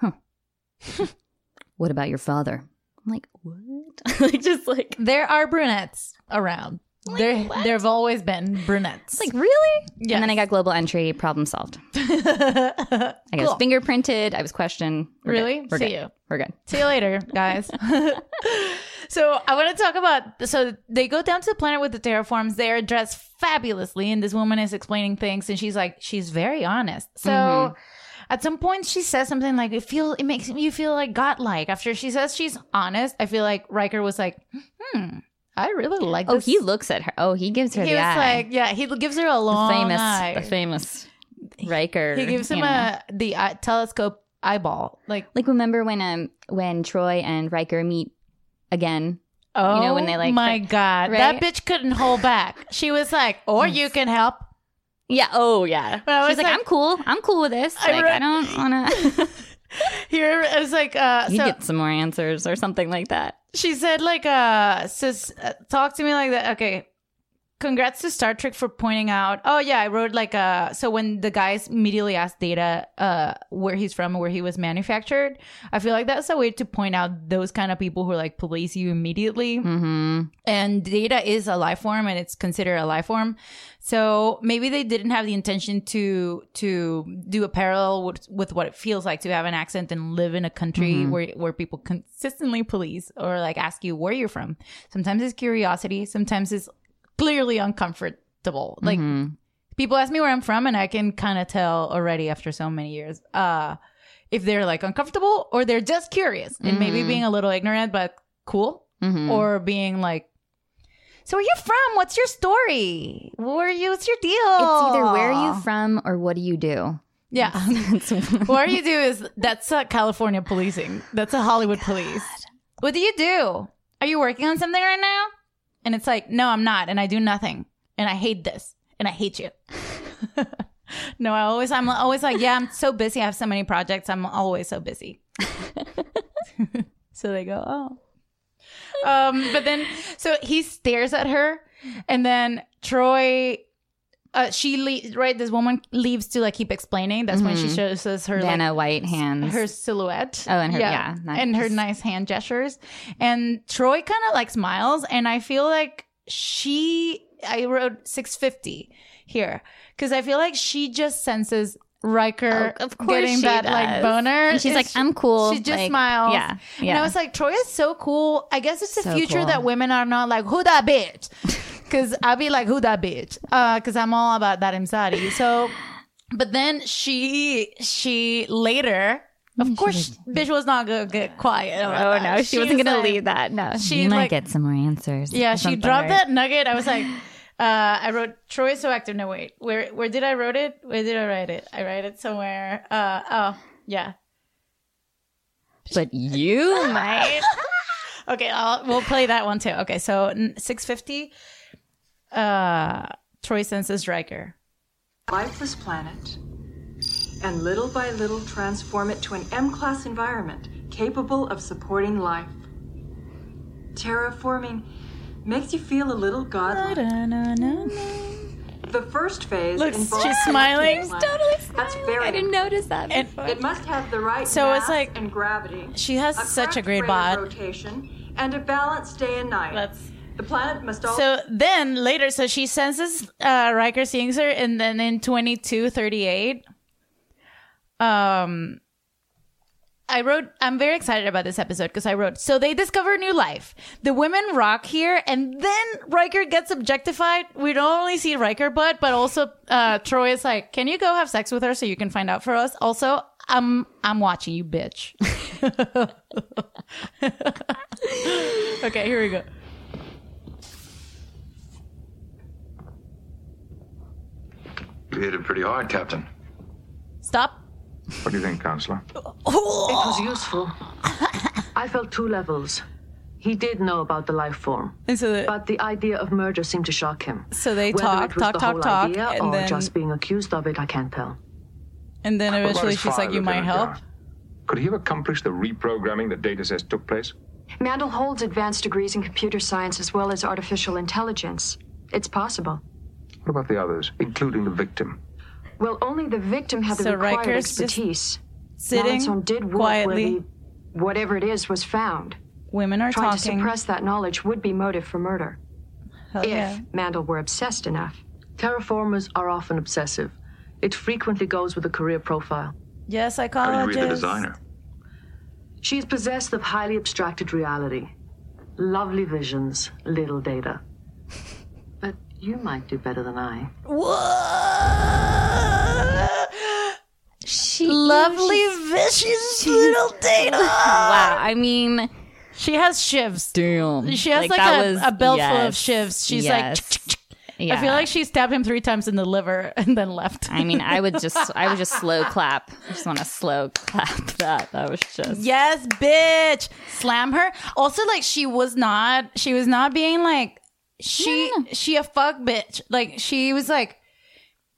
Speaker 7: Huh. what about your father? I'm like, what? like just like
Speaker 3: There are brunettes around. there, there have always been brunettes.
Speaker 7: it's like really?
Speaker 3: Yes.
Speaker 7: And then I got global entry, problem solved. I
Speaker 3: Cool.
Speaker 7: was fingerprinted. I was questioned. We're good.
Speaker 3: Really?
Speaker 7: We're
Speaker 3: See
Speaker 7: good.
Speaker 3: you.
Speaker 7: We're good.
Speaker 3: See you later, guys. so I want to talk about. So they go down to the planet with the terraforms. They are dressed fabulously, and this woman is explaining things, and she's like, she's very honest. So.
Speaker 7: Mm-hmm.
Speaker 3: At some point, she says something like, "It feel it makes you feel like godlike." After she says she's honest, I feel like Riker was like, "Hmm, I really like.
Speaker 7: Oh,
Speaker 3: this.
Speaker 7: he looks at her. Oh, he gives her
Speaker 3: He
Speaker 7: the
Speaker 3: was
Speaker 7: eye.
Speaker 3: like, yeah, he gives her a long
Speaker 7: the famous,
Speaker 3: eye.
Speaker 7: the famous Riker.
Speaker 3: He gives him
Speaker 7: you know.
Speaker 3: a the eye, telescope eyeball. Like,
Speaker 7: like remember when um when Troy and Riker meet again?
Speaker 3: oh
Speaker 7: you know when they like
Speaker 3: my god,
Speaker 7: Right?
Speaker 3: that bitch couldn't hold back. She was like, or you can help.
Speaker 7: Yeah. Oh, yeah.
Speaker 3: But I
Speaker 7: She's
Speaker 3: was
Speaker 7: like,
Speaker 3: like-
Speaker 7: I'm cool. I'm cool with this.
Speaker 3: I
Speaker 7: like,
Speaker 3: re-
Speaker 7: I don't want to.
Speaker 3: Here it was like, uh,
Speaker 7: you
Speaker 3: so
Speaker 7: get some more answers or something like that.
Speaker 3: she said like, uh, sis, uh, talk to me like that. Okay. Congrats to Star Trek for pointing out. Oh yeah, I wrote like uh so when the guys immediately asked Data uh where he's from, and where he was manufactured. I feel like that's a way to point out those kind of people who like police you immediately.
Speaker 7: Mm-hmm.
Speaker 3: and data is a life form and it's considered a life form so maybe they didn't have the intention to to do a parallel with, with what it feels like to have an accent and live in a country
Speaker 7: Mhm.
Speaker 3: where where people consistently police or like ask you where you're from sometimes it's curiosity sometimes it's clearly uncomfortable like
Speaker 7: Mhm.
Speaker 3: people ask me where i'm from and i can kind of tell already after so many years uh if they're like uncomfortable or they're just curious and maybe
Speaker 7: Mhm.
Speaker 3: being a little ignorant but cool
Speaker 7: Mhm.
Speaker 3: or being like, "So where you from? What's your story? Where you? What's your deal?"
Speaker 7: it's either where are you from or what do you do?
Speaker 3: Yeah,
Speaker 7: That's
Speaker 3: where you do is that's uh, California policing. That's a Hollywood police. What do you do? Are you working on something right now? And it's like, no, I'm not, and I do nothing, and I hate this, and I hate you. no, I always, I'm always like, yeah, I'm so busy. I have so many projects. I'm always so busy. so they go, oh. Um, but then, so he stares at her, and then Troy. Uh, she le- right. This woman leaves to like keep explaining. That's when she
Speaker 7: Mhm.
Speaker 3: shows us her like,
Speaker 7: Vanna White hands.
Speaker 3: her silhouette.
Speaker 7: Oh, and her- yeah, not
Speaker 3: and her
Speaker 7: just-
Speaker 3: nice hand gestures. And Troy kind of like smiles, and I feel like she. I wrote six fifty here because I feel like she just senses Riker
Speaker 7: Oh, of course
Speaker 3: getting
Speaker 7: she
Speaker 3: that like
Speaker 7: does.
Speaker 3: boner.
Speaker 7: And she's
Speaker 3: It's-
Speaker 7: like, I'm cool.
Speaker 3: She just
Speaker 7: Like,
Speaker 3: smiles.
Speaker 7: yeah,
Speaker 3: And
Speaker 7: yeah.
Speaker 3: I was like, Troy is so cool. I guess it's the
Speaker 7: So
Speaker 3: future
Speaker 7: cool.
Speaker 3: that women are not like who that bitch. Cause I'll be like, who that bitch? Uh, cause I'm all about that anxiety. So but then she she later, of course, bitch was not gonna get quiet. about
Speaker 7: Oh
Speaker 3: that.
Speaker 7: no, she, wasn't
Speaker 3: was
Speaker 7: gonna
Speaker 3: like-
Speaker 7: leave that. No,
Speaker 3: she,
Speaker 7: she might
Speaker 3: like-
Speaker 7: get some more answers.
Speaker 3: Yeah,
Speaker 7: or
Speaker 3: she
Speaker 7: something,
Speaker 3: dropped
Speaker 7: right?
Speaker 3: that nugget. I was like, uh, I wrote Troy is so active. No wait, where where did I wrote it? Where did I write it? I write it somewhere. Uh, oh yeah.
Speaker 7: But you might.
Speaker 3: Okay, I'll, we'll play that one too. Okay, so six fifty. Uh, Troy senses Riker.
Speaker 11: Life this planet and little by little transform it to an M class environment capable of supporting life. Terraforming makes you feel a little godlike. The first phase
Speaker 3: Look, she's
Speaker 11: involves
Speaker 3: smiling.
Speaker 11: collecting
Speaker 3: She's
Speaker 11: life. That's very
Speaker 7: I didn't notice that.
Speaker 3: And-
Speaker 7: before.
Speaker 11: It must have the right
Speaker 3: So it's
Speaker 11: mass
Speaker 3: like-
Speaker 11: and gravity.
Speaker 3: She has such a
Speaker 11: correct
Speaker 3: great
Speaker 11: rate of
Speaker 3: bod.
Speaker 11: rotation and a balanced day and night.
Speaker 3: That's-
Speaker 11: the planet must also
Speaker 3: So then later, so she senses uh, Riker seeing her, and then in twenty two thirty eight, um, I wrote. I'm very excited about this episode because I wrote. So they discover new life. The women rock here, and then Riker gets objectified. We don't only see Riker butt, but also uh, Troy is like, "Can you go have sex with her so you can find out for us?" Also, I'm I'm watching you, bitch. okay, here we go.
Speaker 8: You hit it pretty hard, Captain.
Speaker 3: Stop.
Speaker 1: What do you think, Counselor?
Speaker 12: It was useful. I felt two levels. He did know about the life form,
Speaker 3: And so the,
Speaker 12: but the idea of murder seemed to shock him.
Speaker 3: So they
Speaker 12: Whether
Speaker 3: talk,
Speaker 12: it was
Speaker 3: talk,
Speaker 12: the
Speaker 3: talk,
Speaker 12: whole
Speaker 3: talk,
Speaker 12: idea
Speaker 3: and
Speaker 12: or
Speaker 3: then-
Speaker 12: just being accused of it, I can't tell.
Speaker 3: And then eventually
Speaker 1: Otherwise,
Speaker 3: she's like,
Speaker 1: fine,
Speaker 3: "You might help."
Speaker 1: Lieutenant Yar. Could he have accomplished the reprogramming that Data says took place?
Speaker 13: Mandel holds advanced degrees in computer science as well as artificial intelligence. It's possible.
Speaker 1: What about the others, including the victim?
Speaker 13: Well, only the victim had the
Speaker 3: So
Speaker 13: required
Speaker 3: Riker's just
Speaker 13: expertise.
Speaker 3: sitting
Speaker 13: Mallinson did work
Speaker 3: quietly.
Speaker 13: Where the, whatever it is was found.
Speaker 3: Women are
Speaker 13: Trying to
Speaker 3: talking.
Speaker 13: suppress that knowledge would be motive for murder.
Speaker 3: Hell
Speaker 13: if
Speaker 3: yeah.
Speaker 13: Mandel were obsessed enough.
Speaker 12: Terraformers are often obsessive. It frequently goes with a career profile.
Speaker 3: Yes, psychologist.
Speaker 12: She is possessed of highly abstracted reality. Lovely visions, little data. But you might do better than I.
Speaker 7: she
Speaker 3: Lovely,
Speaker 7: she's-
Speaker 3: vicious
Speaker 7: she's-
Speaker 3: little data.
Speaker 7: wow. I mean,
Speaker 3: She has shivs.
Speaker 7: Damn.
Speaker 3: She has like,
Speaker 14: that
Speaker 3: a,
Speaker 14: was-
Speaker 3: a belt full of
Speaker 14: yes.
Speaker 3: shivs. She's
Speaker 7: Yes.
Speaker 3: like, I feel
Speaker 7: Yeah.
Speaker 3: like she stabbed him three times in the liver and then left.
Speaker 7: I mean, I would just, I would just slow clap. I just want to slow clap that. That was just.
Speaker 3: Yes, bitch. Slam her. Also, like she was not. She was not being like she. She a fuck bitch. Like she was like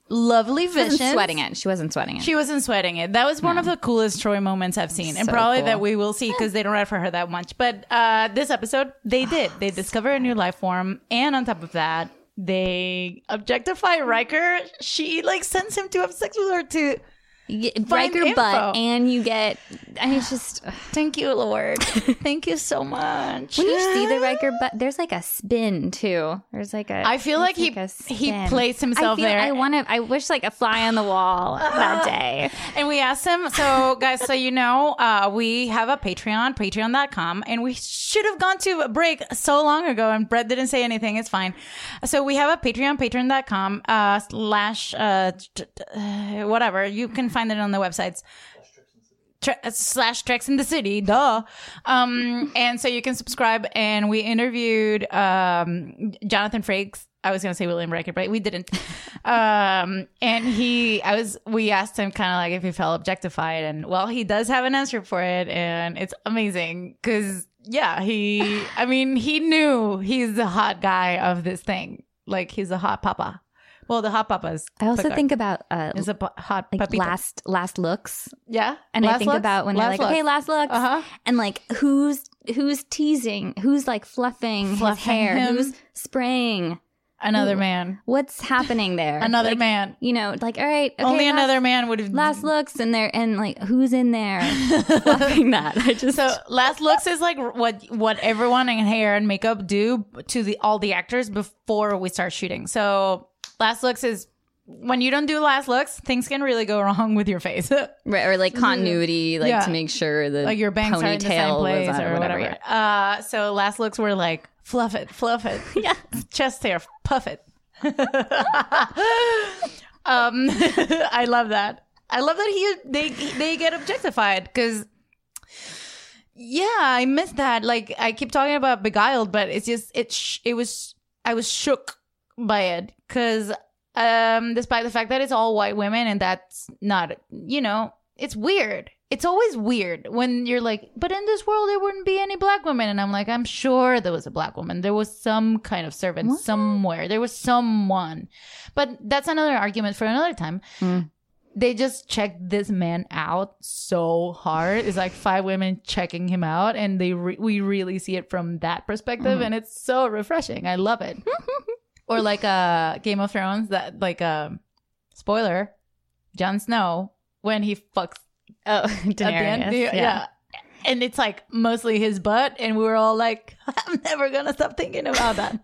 Speaker 3: lovely
Speaker 7: She wasn't
Speaker 3: vision.
Speaker 7: sweating it. She wasn't sweating it.
Speaker 3: She wasn't sweating it. That was one of the coolest Troy moments I've seen, and
Speaker 7: So
Speaker 3: probably
Speaker 7: cool.
Speaker 3: that we will see because they don't write for her that much. But uh, this episode, they did. They discover a new life form, and on top of that, they objectify Riker. She like sends him to have sex with her to find
Speaker 7: Riker
Speaker 3: info.
Speaker 7: butt, and you get. I mean, it's just.
Speaker 3: Thank you, Lord. Thank you so much.
Speaker 7: When you see the Riker butt, there's like a spin too. There's like a.
Speaker 3: I feel
Speaker 7: there's
Speaker 3: like he-
Speaker 7: a
Speaker 3: he
Speaker 7: spin.
Speaker 3: placed himself
Speaker 7: I feel-
Speaker 3: there.
Speaker 7: I want to. I wish like a fly on the wall that day.
Speaker 3: And we asked him, so guys, so you know, uh, we have a Patreon, patreon.com, and we should have gone to a break so long ago, and Brett didn't say anything. It's fine. So we have a Patreon, patreon.com, uh, slash, uh, t- t- uh, whatever. You can find it on the websites. Tre- uh, slash Treks in the City, duh. Um, and so you can subscribe. And we interviewed um, Jonathan Frakes. I was gonna say William Riker, but we didn't. Um, and he, I was, we asked him kind of like if he felt objectified, and well, he does have an answer for it, and it's amazing because yeah, he, I mean, he knew he's the hot guy of this thing, like he's a hot papa. Well, the hot papas.
Speaker 7: I also think about uh,
Speaker 3: is a pu- hot
Speaker 7: like
Speaker 3: papito.
Speaker 7: last last looks.
Speaker 3: yeah,
Speaker 7: And I
Speaker 3: Last
Speaker 7: think
Speaker 3: looks? Uh-huh.
Speaker 7: about when they're like, okay, last looks, and like who's who's teasing, who's like fluffing, his
Speaker 3: Fluffing
Speaker 7: hair,
Speaker 3: him.
Speaker 7: who's spraying
Speaker 3: Another
Speaker 7: Who-
Speaker 3: man.
Speaker 7: What's happening there?
Speaker 3: Another
Speaker 7: Like,
Speaker 3: man.
Speaker 7: You know, like all right, okay,
Speaker 3: Only
Speaker 7: last-
Speaker 3: another man would have
Speaker 7: last looks, and there and like who's in there fluffing that? I just
Speaker 3: So last looks is like what what everyone in hair and makeup do to the all the actors before we start shooting. So last looks is when you don't do last looks, things can really go wrong with your face. Mm-hmm.
Speaker 7: Right, or like continuity, like to make sure the
Speaker 3: like your bangs are in the same
Speaker 7: ponytail was
Speaker 3: place
Speaker 7: on
Speaker 3: or
Speaker 7: or whatever,
Speaker 3: whatever. Uh, so last looks were like fluff it, fluff it, yeah, chest hair, puff it. um, I love that. I love that he they they get objectified because. Yeah, I miss that. Like I keep talking about Beguiled, but it's just it. Sh- it was I was shook by it because um, despite the fact that it's all white women and that's not you know it's weird. It's always weird when you're like, but in this world there wouldn't be any black women, and I'm like, I'm sure there was a black woman. There was some kind of servant somewhere. There was someone, but that's another argument for another time they just checked this man out so hard. It's like five women checking him out, and they re- we really see it from that perspective,
Speaker 7: Mm-hmm.
Speaker 14: Mhm.
Speaker 3: and it's so refreshing. I love it. or like uh, Game of Thrones, that like um, spoiler, Jon Snow when he fucks uh,
Speaker 7: oh
Speaker 14: Daenerys, yeah.
Speaker 3: and it's like mostly his butt, and we were all like, I'm never gonna stop thinking about that.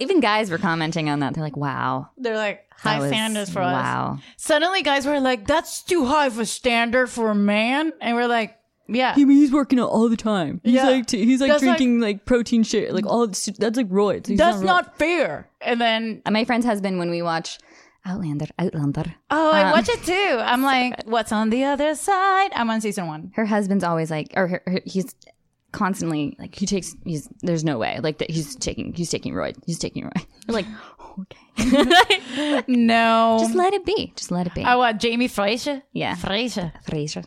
Speaker 7: Even guys were commenting on that. They're like, "Wow,
Speaker 3: They're like
Speaker 7: that
Speaker 3: high
Speaker 7: was-
Speaker 3: standards for us.
Speaker 7: Wow,
Speaker 3: Suddenly, guys were like, "That's too high of a standard for a man," and we're like, "Yeah,
Speaker 15: He, he's working out all the time. He's
Speaker 3: Yeah.
Speaker 15: like t- he's like
Speaker 3: That's like-
Speaker 15: drinking like, protein shit.
Speaker 16: Mm.
Speaker 15: Like all that's like roids. He's
Speaker 3: that's
Speaker 15: roids.
Speaker 3: not fair." And then
Speaker 7: my friend's husband, when we watch Outlander, Outlander,
Speaker 3: oh, I
Speaker 7: Um,
Speaker 3: watch it too. I'm like, "What's on the other side?" I'm on season one.
Speaker 7: her husband's always like, or her, her, he's constantly like, he takes, he's there's no way like that he's taking, he's taking roids, he's taking roids. We're like,
Speaker 3: no,
Speaker 7: just let it be, just let it be.
Speaker 3: I want Jamie Fraser.
Speaker 7: yeah,
Speaker 3: Fraser,
Speaker 7: Fraser,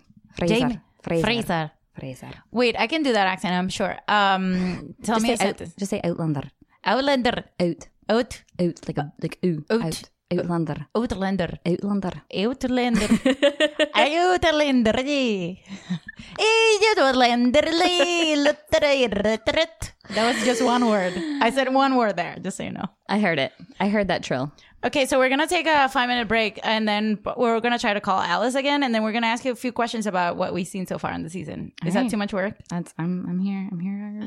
Speaker 3: Jamie
Speaker 7: Fraser, Fraser,
Speaker 3: Fraser.
Speaker 7: Fraser.
Speaker 3: Wait, I can do that accent. I'm sure. Um, tell
Speaker 7: just
Speaker 3: me a
Speaker 7: say out,
Speaker 3: sentence.
Speaker 7: just say Outlander,
Speaker 3: Outlander,
Speaker 7: out,
Speaker 3: out,
Speaker 7: out, like a like ooh,
Speaker 3: Out.
Speaker 7: out, Outlander,
Speaker 3: Outlander,
Speaker 7: Outlander.
Speaker 3: Outlander, Outlander, That was just one word. I said one word there, just so you know.
Speaker 7: I heard it. I heard that trill.
Speaker 3: Okay, so we're gonna take a five minute break, and then b- we're gonna try to call Alice again, and then we're gonna ask you a few questions about what we've seen so far in the season. Is that
Speaker 7: Alright.
Speaker 3: too much work?
Speaker 7: That's I'm I'm here. I'm here.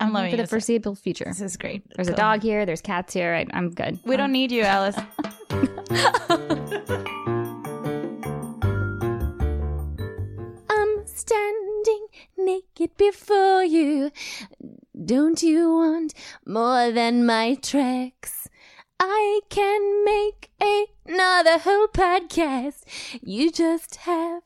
Speaker 3: I'm loving
Speaker 7: for the
Speaker 3: this.
Speaker 7: foreseeable future. This
Speaker 3: is great.
Speaker 7: There's a
Speaker 3: Cool.
Speaker 7: dog here. There's cats here. I, I'm good.
Speaker 3: We don't need you, Alice.
Speaker 16: I'm standing naked before you. Don't you want more than my tracks? I can make another whole podcast. You just have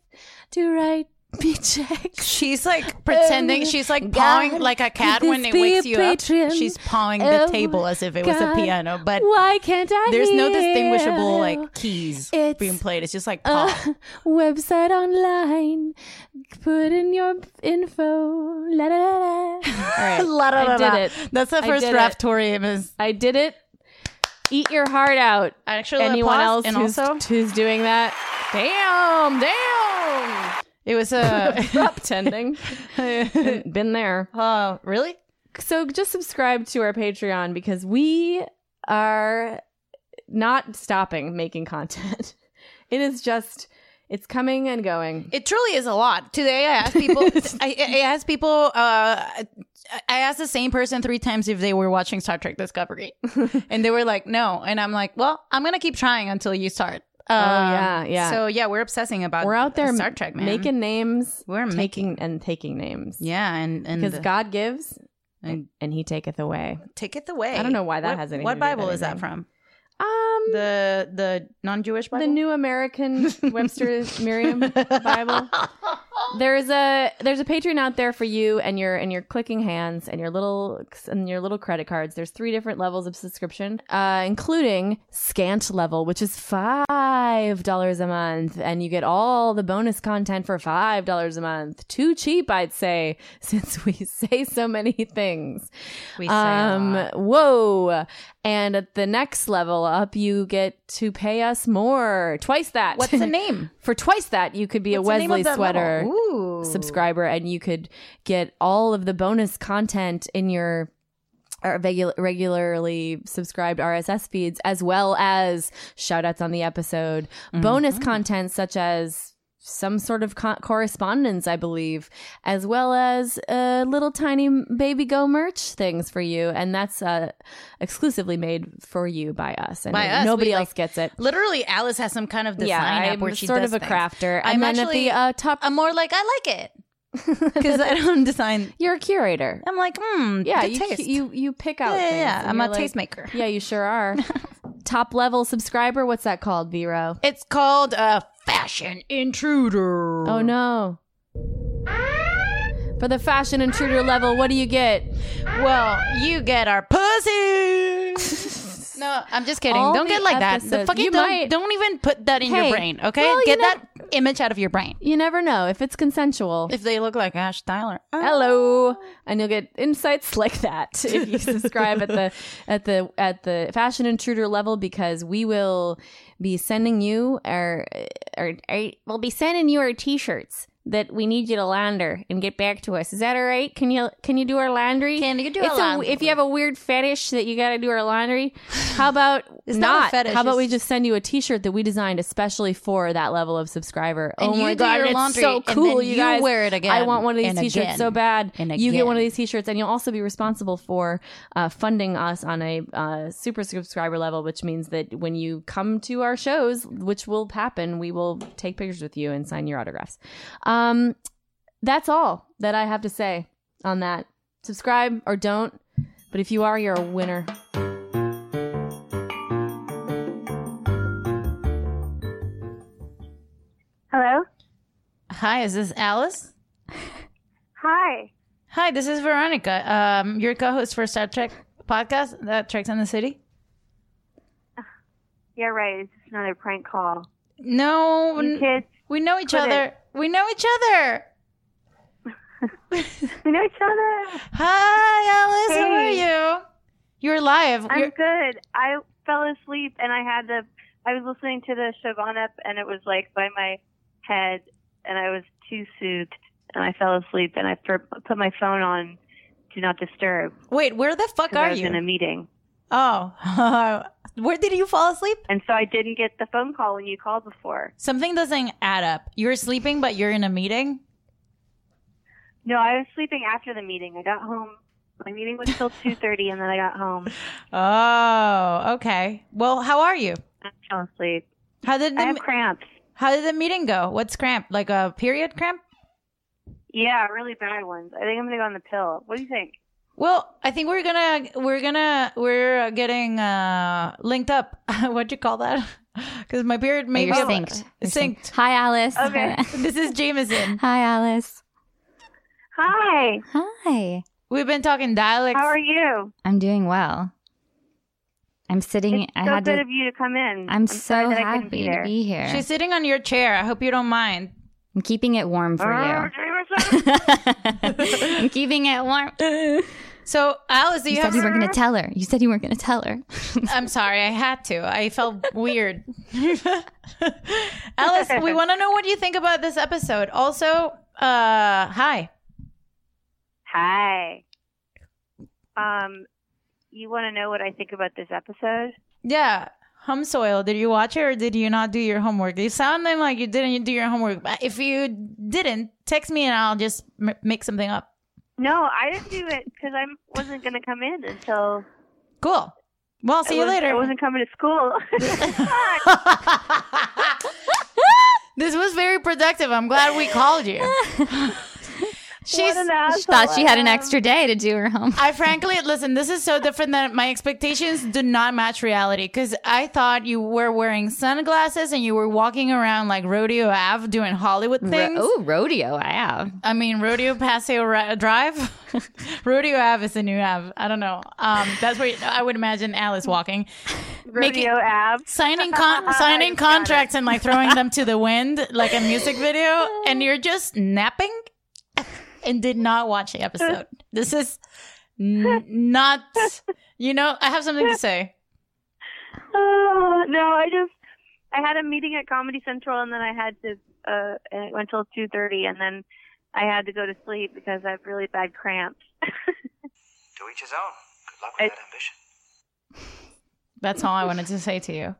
Speaker 16: to write be checked.
Speaker 3: She's like pretending she's like pawing like a cat when they wakes you up. She's pawing
Speaker 7: Oh
Speaker 3: the table as if it was a piano, but
Speaker 16: why can't I?
Speaker 3: there's no
Speaker 16: hear
Speaker 3: distinguishable
Speaker 16: you?
Speaker 3: like keys
Speaker 16: It's
Speaker 3: being played. It's just like paw.
Speaker 16: Uh, website online. Put in your info. La da da da.
Speaker 3: La da da
Speaker 2: I
Speaker 3: da.
Speaker 2: did it.
Speaker 3: That's the
Speaker 2: I
Speaker 3: first
Speaker 2: did
Speaker 3: draft
Speaker 2: it.
Speaker 3: Tori is.
Speaker 2: I did it. Eat your heart out.
Speaker 3: Actually,
Speaker 2: anyone
Speaker 3: applause,
Speaker 2: else
Speaker 3: and
Speaker 2: who's,
Speaker 3: also-
Speaker 2: who's doing that? Damn, damn.
Speaker 3: It was a
Speaker 2: abrupt ending. been, been there.
Speaker 3: Oh, really?
Speaker 2: So just subscribe to our Patreon because we are not stopping making content. It is just it's coming and going.
Speaker 3: It truly is a lot. Today I asked people. I, I asked people. Uh, I I asked the same person three times if they were watching Star Trek Discovery, and they were like, "No." And I'm like, "Well, I'm gonna keep trying until you start."
Speaker 2: Oh,
Speaker 3: Um,
Speaker 2: yeah, yeah.
Speaker 3: So yeah, we're obsessing about.
Speaker 2: We're out there
Speaker 3: Star Trek, man.
Speaker 2: making names.
Speaker 3: We're
Speaker 2: making and taking names.
Speaker 3: Yeah, and and
Speaker 2: because
Speaker 3: the-
Speaker 2: God gives
Speaker 3: and,
Speaker 2: and He taketh away.
Speaker 3: take it away.
Speaker 2: I don't know why that
Speaker 3: What-
Speaker 2: has anything.
Speaker 3: What
Speaker 2: to do with
Speaker 3: Bible is that
Speaker 2: anything.
Speaker 3: from?
Speaker 2: Um,
Speaker 3: the the non-Jewish Bible.
Speaker 2: the New American Webster's Merriam Bible. There's a there's a Patreon out there for you and your and your clicking hands and your little and your little credit cards. There's three different levels of subscription, uh, including scant level, which is five dollars a month, and you get all the bonus content for five dollars a month. Too cheap, I'd say, since we say so many things.
Speaker 3: We say a
Speaker 2: um,
Speaker 3: lot.
Speaker 2: whoa! And at the next level up, you get to pay us more, twice that.
Speaker 3: What's the name?
Speaker 2: For twice that, you could be
Speaker 3: What's
Speaker 2: a
Speaker 3: the name of
Speaker 2: Wesley
Speaker 3: that
Speaker 2: sweater
Speaker 3: level? Ooh.
Speaker 2: subscriber, and you could get all of the bonus content in your uh, regu- regularly subscribed RSS feeds, as well as shout outs on the episode,
Speaker 3: Mm-hmm.
Speaker 2: bonus content such as some sort of co- correspondence, I believe, as well as uh, little tiny baby go merch things for you. And that's uh, exclusively made for you by us. And
Speaker 3: By us,
Speaker 2: nobody
Speaker 3: we, like,
Speaker 2: else gets it.
Speaker 3: Literally, Alice has some kind of design
Speaker 2: Yeah,
Speaker 3: app
Speaker 2: I'm
Speaker 3: where she
Speaker 2: sort
Speaker 3: does
Speaker 2: of a
Speaker 3: things.
Speaker 2: crafter.
Speaker 3: I'm
Speaker 2: And then at
Speaker 3: actually
Speaker 2: the, uh, top,
Speaker 3: I'm more like I like it because I don't design.
Speaker 2: You're a curator.
Speaker 3: I'm like, hmm,
Speaker 2: Yeah,
Speaker 3: the
Speaker 2: you,
Speaker 3: taste.
Speaker 2: you you pick out.
Speaker 3: Yeah, yeah,
Speaker 2: things
Speaker 3: yeah.
Speaker 2: and
Speaker 3: I'm a
Speaker 2: you're like-
Speaker 3: tastemaker.
Speaker 2: Yeah, you sure are. Top level subscriber. What's that called, Vero?
Speaker 3: It's called a fashion intruder.
Speaker 2: Oh no. For the fashion intruder level, what do you get?
Speaker 3: Well, you get our pussy. no, I'm just kidding.
Speaker 2: All
Speaker 3: don't
Speaker 2: the
Speaker 3: get like that. The
Speaker 2: episodes-
Speaker 3: fucking
Speaker 2: you
Speaker 3: don't,
Speaker 2: might-
Speaker 3: don't even put that in
Speaker 2: Hey,
Speaker 3: your brain. Okay,
Speaker 2: well, you
Speaker 3: get
Speaker 2: know-
Speaker 3: that image out of your brain.
Speaker 2: You never know if it's consensual.
Speaker 3: If they look like Ash Tyler, Oh.
Speaker 2: Hello, and you'll get insights like that if you subscribe at the at the at the fashion intruder level because we will be sending you our, our, our we'll be sending you our t-shirts that we need you to launder and get back to us. Is that all right? Can you can you do our laundry?
Speaker 3: Can you do
Speaker 2: It's
Speaker 3: our
Speaker 2: a-
Speaker 3: laundry?
Speaker 2: If you have a weird fetish that you got to do our laundry, how about
Speaker 3: It's not a
Speaker 2: not?
Speaker 3: fetish,
Speaker 2: how about we
Speaker 3: it's-
Speaker 2: just send you a t-shirt that we designed especially for that level of subscriber?
Speaker 3: And
Speaker 2: oh
Speaker 3: you
Speaker 2: my
Speaker 3: do
Speaker 2: god,
Speaker 3: your
Speaker 2: it's
Speaker 3: laundry,
Speaker 2: so
Speaker 3: and then
Speaker 2: cool,
Speaker 3: you
Speaker 2: guys.
Speaker 3: wear it again,
Speaker 2: I want one of these
Speaker 3: and
Speaker 2: t-shirts
Speaker 3: again,
Speaker 2: so bad.
Speaker 3: and
Speaker 2: You get
Speaker 3: again.
Speaker 2: one of these t-shirts, and you'll also be responsible for uh, funding us on a uh, super subscriber level, which means that when you come to our shows, which will happen, we will take pictures with you and sign your autographs. Um, that's all that I have to say on that. Subscribe or don't, but if you are, you're a winner.
Speaker 9: Hello?
Speaker 3: Hi, is this Alice?
Speaker 9: Hi.
Speaker 3: Hi, this is Veronica. Um, your co-host for Star Trek podcast, uh, Treks in the City.
Speaker 9: Yeah, right. It's just another prank call.
Speaker 3: No,
Speaker 9: You
Speaker 3: n-
Speaker 9: kids,
Speaker 3: we know each
Speaker 9: quit
Speaker 3: other.
Speaker 9: it.
Speaker 3: We know each other.
Speaker 9: we know each other.
Speaker 3: Hi, Alice. How
Speaker 9: Hey.
Speaker 3: are you? You're live.
Speaker 9: I'm
Speaker 3: You're-
Speaker 9: good. I fell asleep and I had the, I was listening to the Siobhan up and it was like by my head and I was too soothed and I fell asleep and I per- put my phone on do not disturb.
Speaker 3: Wait, where the fuck
Speaker 9: 'cause I
Speaker 3: are
Speaker 9: was in a
Speaker 3: you?
Speaker 9: meeting.
Speaker 3: Oh, where did you fall asleep?
Speaker 9: And so I didn't get the phone call when you called before.
Speaker 3: Something doesn't add up. You're sleeping, but you're in a meeting.
Speaker 9: No, I was sleeping after the meeting. I got home. My meeting was till 2.30 and then I got home.
Speaker 3: Oh, okay. Well, how are you?
Speaker 9: I fell asleep.
Speaker 3: How did
Speaker 9: I
Speaker 3: the
Speaker 9: have cramps.
Speaker 3: how did the meeting go? What's cramp? Like a period cramp?
Speaker 9: Yeah, really bad ones. I think I'm gonna go on the pill. What do you think?
Speaker 3: Well, I think we're gonna we're gonna we're uh, getting uh, linked up. What'd you call that? Because my beard maybe
Speaker 7: you're synced. You're synced.
Speaker 3: synced.
Speaker 7: Hi, Alice.
Speaker 3: Okay. this is Jameson.
Speaker 7: Hi, Alice.
Speaker 9: Hi.
Speaker 7: Hi.
Speaker 3: We've been talking dialects.
Speaker 9: How are you?
Speaker 7: I'm doing well. I'm sitting. I
Speaker 9: so
Speaker 7: had
Speaker 9: good
Speaker 7: to.
Speaker 9: of you to come in.
Speaker 7: I'm, so
Speaker 9: sorry that I couldn't
Speaker 7: happy to be here.
Speaker 3: She's sitting on your chair. I hope you don't mind.
Speaker 7: I'm keeping it warm for
Speaker 9: Oh,
Speaker 7: you. I'm keeping it warm.
Speaker 3: So, Alice, do
Speaker 7: You,
Speaker 3: you,
Speaker 7: said
Speaker 3: have
Speaker 7: you weren't
Speaker 9: Uh-huh.
Speaker 7: going to tell her. You said you weren't going to tell her.
Speaker 3: I'm sorry, I had to. I felt weird. Alice, we want to know what you think about this episode. Also, uh, hi.
Speaker 9: Hi. Um, you want to know what I think about this episode?
Speaker 3: Yeah, Hum Soil, did you watch it or did you not do your homework? You sounded like you didn't do your homework. But if you didn't, text me and I'll just m- make something up.
Speaker 9: No, I didn't do it because I wasn't going to come in until.
Speaker 3: Cool. Well, see
Speaker 9: I
Speaker 3: you
Speaker 9: was-
Speaker 3: later.
Speaker 9: I wasn't coming to school.
Speaker 3: This was very productive. I'm glad we called you. She's,
Speaker 7: She thought she had an extra day to do her homework.
Speaker 3: I frankly listen. This is so different than my expectations. Do not match reality because I thought you were wearing sunglasses and you were walking around like rodeo Ave doing Hollywood things.
Speaker 7: oh, rodeo Ave.
Speaker 3: I mean, rodeo Paseo Ra- Drive. rodeo Ave is a new Ave. I don't know. Um, that's where you- I would imagine Alice walking. Rodeo
Speaker 9: Ave.
Speaker 3: Signing con- signing contracts and like throwing them to the wind like a music video, and you're just napping and did not watch the episode. This is n- not, you know, I have something to say.
Speaker 9: Oh, no, I just I had a meeting at Comedy Central and then I had to uh and it went till two thirty and then I had to go to sleep because I have really bad cramps.
Speaker 14: To each his own. Good luck with that ambition.
Speaker 3: That's all I wanted to say to you.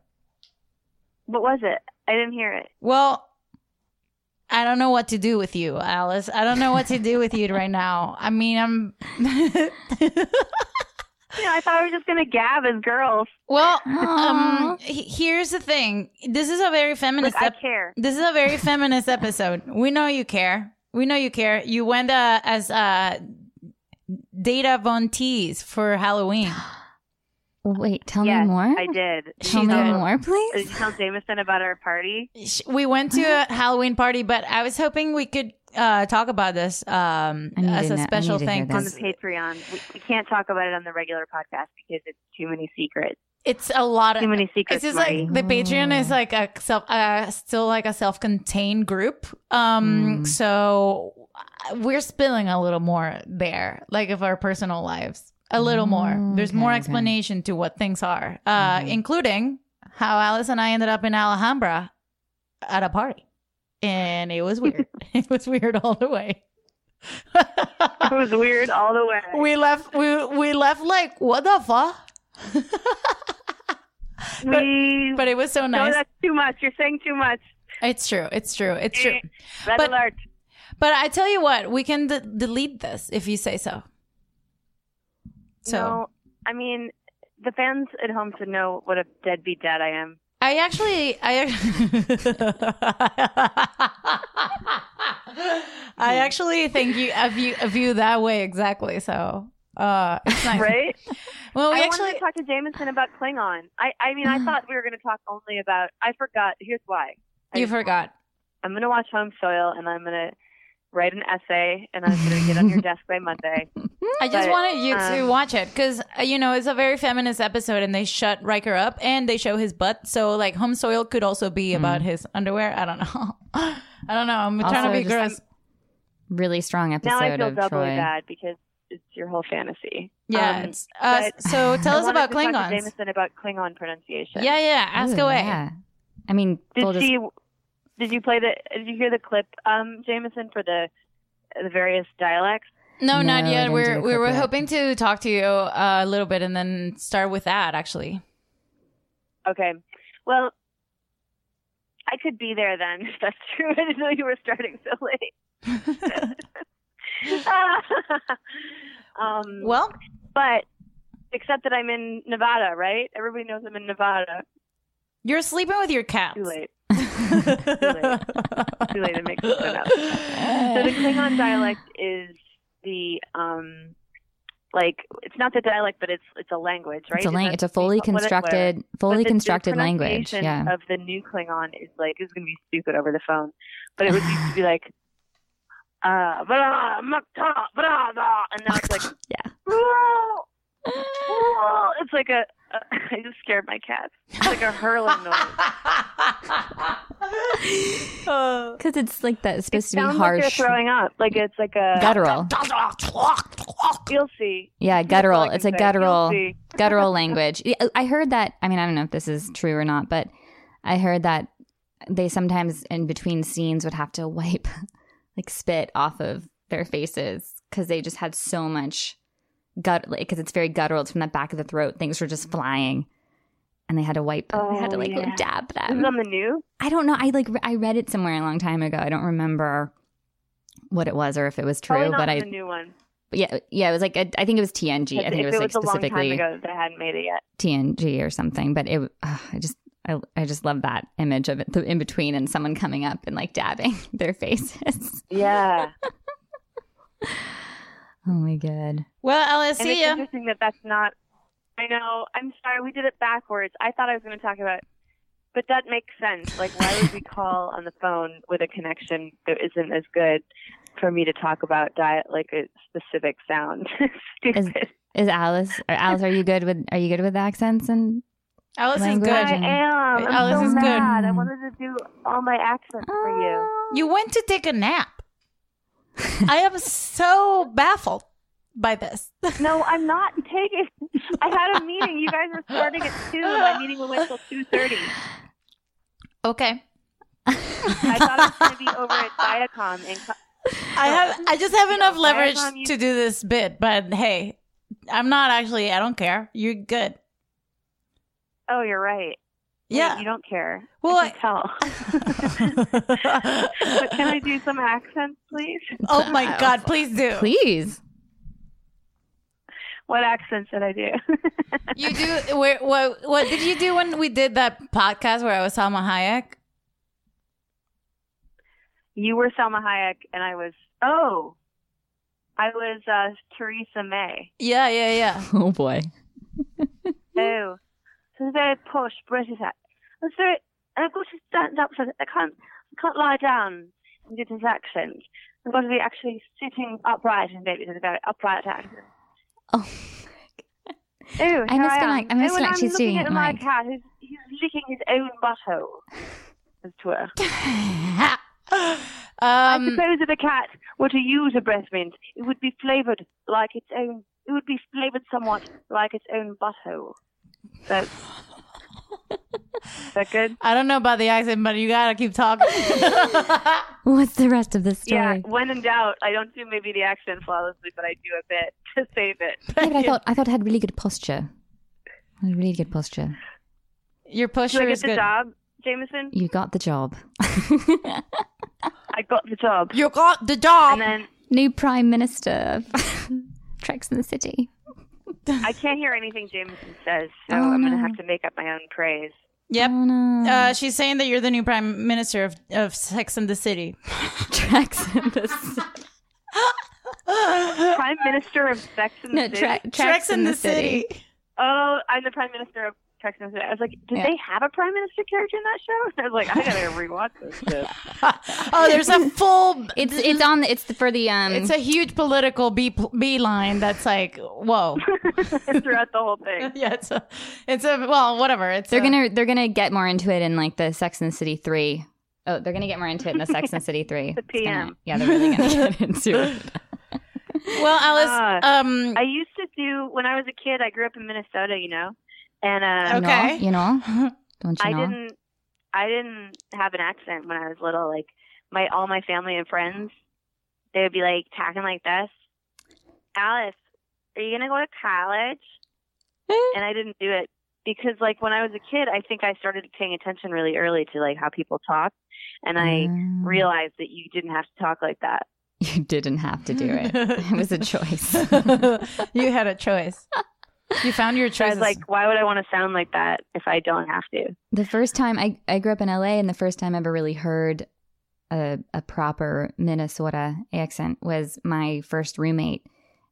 Speaker 9: What was it? I didn't hear it.
Speaker 3: Well, I don't know what to do with you, Alice. I don't know what to do with you right now. I mean, I'm.
Speaker 9: You know, I thought we were just gonna gab as girls.
Speaker 3: Well, um, he- here's the thing. This is a very feminist.
Speaker 9: Look, I
Speaker 3: ep-
Speaker 9: care.
Speaker 3: This is a very feminist episode. We know you care. We know you care. You went uh, as uh, Data Von Tees for Halloween.
Speaker 7: Wait, tell
Speaker 3: Yes,
Speaker 7: me more.
Speaker 3: I
Speaker 9: did.
Speaker 7: Tell
Speaker 3: She
Speaker 7: me
Speaker 3: did.
Speaker 7: more, please.
Speaker 9: Did you tell Jameson about our party?
Speaker 3: Sh- We went to a Halloween party, but I was hoping we could uh, talk about this um,
Speaker 7: I need
Speaker 3: as
Speaker 7: to
Speaker 3: a
Speaker 7: know- I
Speaker 3: special
Speaker 7: need to hear
Speaker 3: thing.
Speaker 9: on the Patreon. We, we can't talk about it on the regular podcast because it's too many secrets.
Speaker 3: It's a lot of
Speaker 9: Too many secrets,
Speaker 3: It's just
Speaker 9: Marty.
Speaker 3: like the Patreon is like a self, uh, still like a self-contained group. Um,
Speaker 9: Mm.
Speaker 3: so uh, we're spilling a little more there, like of our personal lives, a little
Speaker 9: Mm,
Speaker 3: more. There's more explanation to what things are, uh,
Speaker 9: Mm-hmm.
Speaker 3: including how Alice and I ended up in Alhambra at a party, and it was weird. it was weird all the way.
Speaker 9: it was weird all the way.
Speaker 3: We left. We we left like what the fuck.
Speaker 9: but,
Speaker 3: but it was so
Speaker 9: No,
Speaker 3: nice.
Speaker 9: that's too much. You're saying too much. Eh,
Speaker 3: It's true. It's true. It's true.
Speaker 9: Red
Speaker 3: But-
Speaker 9: alert.
Speaker 3: But I tell you what, we can d- delete this if you say so. So
Speaker 9: No, I mean, the fans at home should know what a deadbeat dad I am.
Speaker 3: I actually, I, I actually think you of you of you that way exactly. So uh, it's nice,
Speaker 9: Right?
Speaker 3: Well, we
Speaker 9: I
Speaker 3: actually
Speaker 9: wanted to talk to Jameson about Klingon. I, I mean, I thought we were going to talk only about. I forgot. Here's why. I,
Speaker 3: you forgot.
Speaker 9: I'm going to watch Home Soil and I'm going to write an essay and I'm going to get on your desk by Monday.
Speaker 3: I just
Speaker 9: But,
Speaker 3: wanted you to
Speaker 9: um,
Speaker 3: watch it because you know it's a very feminist episode, and they shut Riker up and they show his butt. So like, home soil could also be about his underwear. I don't know. I don't know. I'm trying
Speaker 7: Also,
Speaker 3: to be
Speaker 7: just
Speaker 3: gross.
Speaker 7: Really strong episode
Speaker 9: Now I feel
Speaker 7: of
Speaker 9: doubly
Speaker 7: Troy.
Speaker 9: bad because it's your whole fantasy.
Speaker 3: Yeah,
Speaker 9: Um,
Speaker 3: it's- uh,
Speaker 9: but
Speaker 3: so tell
Speaker 9: I
Speaker 3: us
Speaker 9: wanted
Speaker 3: about
Speaker 9: to talk to
Speaker 3: Klingons.
Speaker 9: Jameson about Klingon pronunciation.
Speaker 3: Yeah, yeah. Ask
Speaker 7: Ooh,
Speaker 3: away.
Speaker 7: yeah. I mean, full
Speaker 9: Did
Speaker 7: dis-
Speaker 9: she? Did you play the? Did you hear the clip, um, Jameson, for the the various dialects?
Speaker 3: No,
Speaker 7: No,
Speaker 3: not
Speaker 7: I
Speaker 3: yet.
Speaker 7: didn't
Speaker 3: We're
Speaker 7: do a
Speaker 3: we
Speaker 7: clip
Speaker 3: were
Speaker 7: yet.
Speaker 3: hoping to talk to you uh, a little bit and then start with that actually.
Speaker 9: Okay. Well, I could be there then. If that's true. I didn't know you were starting so late. um,
Speaker 3: well,
Speaker 9: but except that I'm in Nevada, right? Everybody knows I'm in Nevada.
Speaker 3: You're sleeping with your cat.
Speaker 9: Too late. Too late. Too late. It makes it up. So the Klingon dialect is the um, like it's not the dialect, but it's it's a language, right?
Speaker 7: It's a
Speaker 9: Is
Speaker 7: lang-
Speaker 9: that
Speaker 7: it's a fully
Speaker 9: what it- what-
Speaker 7: constructed- fully
Speaker 9: but the- the
Speaker 7: constructed language,
Speaker 9: pronunciation
Speaker 7: yeah.
Speaker 9: Of the new Klingon is like it's going to be stupid over the phone, but it would used to be like. Uh, blah, makta, blah, blah, and now it's like,
Speaker 7: yeah,
Speaker 9: it's like a, a. I just scared my cat. It's like a hurling noise. Uh,
Speaker 7: because it's like that. It's supposed to be
Speaker 9: sounds
Speaker 7: harsh.
Speaker 9: like you're throwing up. Like it's like a
Speaker 7: Guttural.
Speaker 9: You'll see.
Speaker 7: Yeah, guttural. It's a
Speaker 9: say.
Speaker 7: guttural,
Speaker 9: You'll see.
Speaker 7: guttural language. Yeah, I heard that. I mean, I don't know if this is true or not, but I heard that they sometimes in between scenes would have to wipe like spit off of their faces because they just had so much gut because it's very guttural. It's from the back of the throat. Things were just flying, and they had to wipe. they had to
Speaker 9: Oh,
Speaker 7: like
Speaker 9: yeah.
Speaker 7: dab
Speaker 9: This
Speaker 7: them.
Speaker 9: is on the new.
Speaker 7: I don't know. I like re- I read it somewhere a long time ago. I don't remember what it was or if it was
Speaker 9: Probably
Speaker 7: true,
Speaker 9: not
Speaker 7: but
Speaker 9: on
Speaker 7: I
Speaker 9: the new one.
Speaker 7: but yeah, yeah, it was like a, I think it was TNG. I think it
Speaker 9: if
Speaker 7: was like
Speaker 9: a long time
Speaker 7: specifically
Speaker 9: ago that they hadn't made it yet.
Speaker 7: TNG or something. But it, uh, I just, I, I just love that image of it, the in between and someone coming up and like dabbing their faces.
Speaker 9: Yeah.
Speaker 7: Oh my god.
Speaker 3: Well, Alice,
Speaker 9: and
Speaker 3: see
Speaker 9: it's
Speaker 3: ya.
Speaker 9: interesting that that's not. I know. I'm sorry. We did it backwards. I thought I was going to talk about, but that makes sense. Like, why would we call on the phone with a connection that isn't as good for me to talk about diet like a specific sound?
Speaker 7: Is, is Alice or Alice? Are you good with Are you good with accents and?
Speaker 3: Alice is
Speaker 7: language Hmm.
Speaker 3: good.
Speaker 7: and-
Speaker 9: I am. I'm
Speaker 3: Alice
Speaker 9: so
Speaker 3: is good.
Speaker 9: mad. I wanted to do all my accents for you.
Speaker 3: You went to take a nap. I am so baffled by this.
Speaker 9: No, I'm not taking. I had a meeting. You guys were starting at two. My meeting went until two thirty.
Speaker 3: Okay.
Speaker 9: I thought it was going to be over at Viacom. And
Speaker 3: I have I just have enough
Speaker 9: Viacom
Speaker 3: leverage
Speaker 9: used-
Speaker 3: to do this bit, but hey, I'm not actually I don't care. You're good.
Speaker 9: oh, you're right.
Speaker 3: Yeah.
Speaker 9: you don't care.
Speaker 3: Well,
Speaker 9: I can tell. but can I do some accents, please?
Speaker 3: Oh my god, please do.
Speaker 7: Please.
Speaker 9: What accents did I do?
Speaker 3: You do where what what did you do when we did that podcast where I was Salma Hayek?
Speaker 9: you were Selma Hayek, and I was. Oh, I was uh, Theresa May.
Speaker 3: Yeah, yeah, yeah.
Speaker 7: Oh boy.
Speaker 9: Oh, it's a very posh British accent. It's very, and I've got to stand up for it. I can't, I can't lie down and do this accent. I've got to be actually sitting upright and maybe with a very upright accent. Oh,
Speaker 7: I
Speaker 9: oh here
Speaker 7: must
Speaker 9: I
Speaker 7: feel
Speaker 9: am.
Speaker 7: like- I must feel
Speaker 9: oh, and
Speaker 7: like
Speaker 9: I'm
Speaker 7: she's
Speaker 9: looking
Speaker 7: doing
Speaker 9: at
Speaker 7: it
Speaker 9: my
Speaker 7: like-
Speaker 9: cat. He's, he's licking his own butthole, as it were.
Speaker 7: Um,
Speaker 9: I suppose that a cat were to use a breath mint, it would be flavoured like its own. It would be flavoured somewhat like its own butthole. That's Is that good?
Speaker 3: I don't know about the accent, but you gotta keep talking.
Speaker 7: What's the rest of the story?
Speaker 9: Yeah, when in doubt, I don't do maybe the accent flawlessly, but I do a bit to save it.
Speaker 7: Yeah, but I thought I thought it had really good posture. Had really good posture.
Speaker 3: Your
Speaker 9: Do I
Speaker 3: pusher
Speaker 9: get
Speaker 3: is
Speaker 9: the
Speaker 3: good.
Speaker 9: job, Jameson?
Speaker 7: You got the job.
Speaker 9: I got the job.
Speaker 3: You got the job.
Speaker 9: And then
Speaker 7: New prime minister. of Treks in the city.
Speaker 9: I can't hear anything Jameson says, so
Speaker 7: Oh,
Speaker 9: I'm going to
Speaker 7: no.
Speaker 9: have to make up my own praise.
Speaker 3: Yep.
Speaker 7: Oh,
Speaker 3: uh, she's saying that you're the new prime minister of, of Sex and the City.
Speaker 7: Treks in the city.
Speaker 9: Prime Minister of Sex and
Speaker 7: No,
Speaker 9: the
Speaker 7: Tre-
Speaker 9: City.
Speaker 7: Trex Trex in in the the City.
Speaker 9: Oh, I'm the Prime Minister of Trex and the City. I was like, did
Speaker 7: Yeah.
Speaker 9: they have a Prime Minister character in that show? I was like, I gotta rewatch this shit.
Speaker 3: Oh, there's a full.
Speaker 7: It's it's on the, it's the, for the um.
Speaker 3: It's a huge political bee, bee line that's like, whoa.
Speaker 9: Throughout the whole thing.
Speaker 3: yeah, it's a, it's a well, whatever. It's
Speaker 7: they're
Speaker 3: a-
Speaker 7: gonna they're gonna get more into it in like the Sex and the City three. Oh, they're gonna get more into it in the Sex and the City three. The
Speaker 9: PM.
Speaker 7: yeah, they're really gonna get into it.
Speaker 3: Well, Alice,
Speaker 9: Ah.
Speaker 3: um,
Speaker 9: I used to do when I was a kid. I grew up in Minnesota, you know, and uh,
Speaker 7: You know,
Speaker 3: Okay.
Speaker 7: You know, don't you
Speaker 9: I
Speaker 7: know?
Speaker 9: didn't, I didn't have an accent when I was little. Like my all my family and friends, they would be like talking like this. Alice, are you gonna go to college?
Speaker 7: Eh.
Speaker 9: and I didn't do it because, like, when I was a kid, I think I started paying attention really early to like how people talk, and I
Speaker 7: Mm.
Speaker 9: realized that you didn't have to talk like that.
Speaker 7: You didn't have to do it. It was a choice.
Speaker 3: you had a choice. You found your
Speaker 9: So I
Speaker 3: choice.
Speaker 9: was like, why would I want to sound like that if I don't have to?
Speaker 7: The first time I, I grew up in LA, and the first time I ever really heard a, a proper Minnesota accent was my first roommate.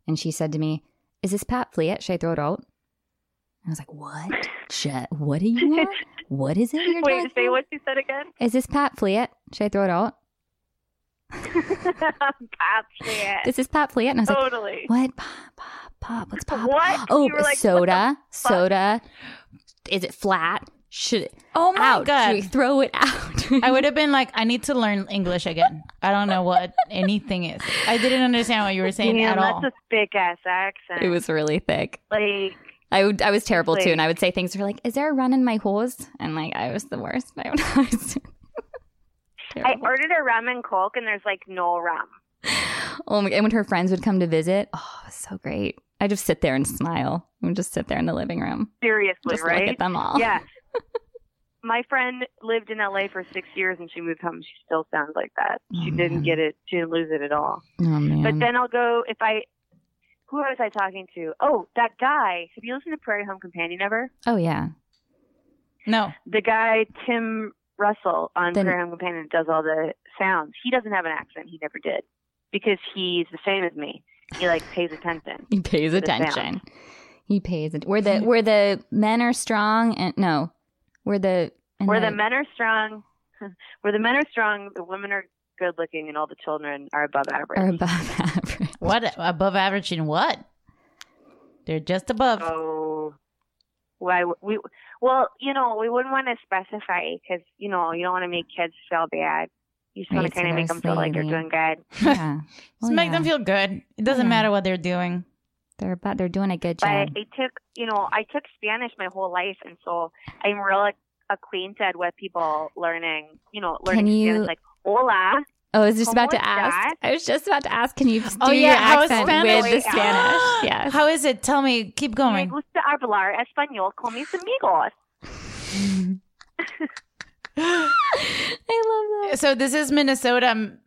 Speaker 7: And she said to me, is this Pat Fleet? Should I throw it out? And I was like, what? Shut, what do you want? What is it you're
Speaker 9: Wait,
Speaker 7: talking
Speaker 9: say what you said again?
Speaker 7: Is this Pat Fleet? Should I throw it out?
Speaker 9: Absolutely.
Speaker 7: This is Pat Fleet. And I was
Speaker 9: totally.
Speaker 7: like, what? Pop, pop, pop. What's pop?
Speaker 9: What?
Speaker 7: Oh,
Speaker 9: You were like,
Speaker 7: soda.
Speaker 9: fuck?
Speaker 7: Soda. Is it flat? Should it?
Speaker 3: Oh my
Speaker 7: out.
Speaker 3: god!
Speaker 7: Should we throw it out.
Speaker 3: I would have been like, I need to learn English again. I don't know what anything is. I didn't understand what you were saying at
Speaker 9: Damn,
Speaker 3: all.
Speaker 9: that's a big ass accent.
Speaker 7: It was really thick.
Speaker 9: like
Speaker 7: I, would, I was terrible too,
Speaker 9: Like-
Speaker 7: and I would say things that were like, "Is there a run in my hose?" And like, I was the worst. I don't know. I was-
Speaker 9: I ordered a rum and coke, and there's like no rum.
Speaker 7: oh my! And when her friends would come to visit, oh, it was so great. I just sit there and smile. I would just sit there in the living room.
Speaker 9: Seriously,
Speaker 7: Just look
Speaker 9: right?
Speaker 7: at them all.
Speaker 9: Yeah. My friend lived in LA for six years, and she moved home. She still sounds like that. She didn't get it. She didn't lose it at all.
Speaker 7: Oh man!
Speaker 9: But then I'll go if I. Who was I talking to? Oh, that guy. Have you listened to Prairie Home Companion ever?
Speaker 7: oh yeah.
Speaker 3: No.
Speaker 9: The guy Tim Russell on
Speaker 7: Then-
Speaker 9: Prairie Home Companion does all the sounds. He doesn't have an accent. He never did because he's the same as me. He like pays attention.
Speaker 7: He pays
Speaker 9: to the sound.
Speaker 7: attention. He pays it. Where the where the men are strong and no, where the and
Speaker 9: Where the men are strong, where the men are strong, the women are good looking, and all the children are above average.
Speaker 7: are above average.
Speaker 3: What above average in what? They're just above.
Speaker 9: Oh. So why w- we? Well, you know, we wouldn't want to specify because you know you don't want to make kids feel bad. You just want
Speaker 3: Right,
Speaker 9: to kind
Speaker 3: so
Speaker 9: of make
Speaker 3: they're
Speaker 9: them feel like they're
Speaker 3: slaving.
Speaker 9: doing good.
Speaker 7: Yeah.
Speaker 3: Just make them feel good. It doesn't
Speaker 7: Yeah.
Speaker 3: matter what they're doing.
Speaker 7: They're about they're doing a good
Speaker 9: But
Speaker 7: job.
Speaker 9: I took, you know, I took Spanish my whole life, and so I'm real acquainted with people learning, you know, learning
Speaker 7: Can you-
Speaker 9: Spanish like hola.
Speaker 7: Oh, I was just
Speaker 9: ¿Cómo
Speaker 7: about to
Speaker 9: estás?
Speaker 7: ask. I was just about to ask. Can you do
Speaker 3: Oh,
Speaker 7: your
Speaker 3: yeah, how is
Speaker 7: accent
Speaker 3: Spanish?
Speaker 7: with the Spanish? yes.
Speaker 3: How is it? Tell me. Keep
Speaker 9: Me
Speaker 3: going.
Speaker 9: gusta hablar español con mis amigos.
Speaker 7: I love that.
Speaker 3: So this is Minnesota m-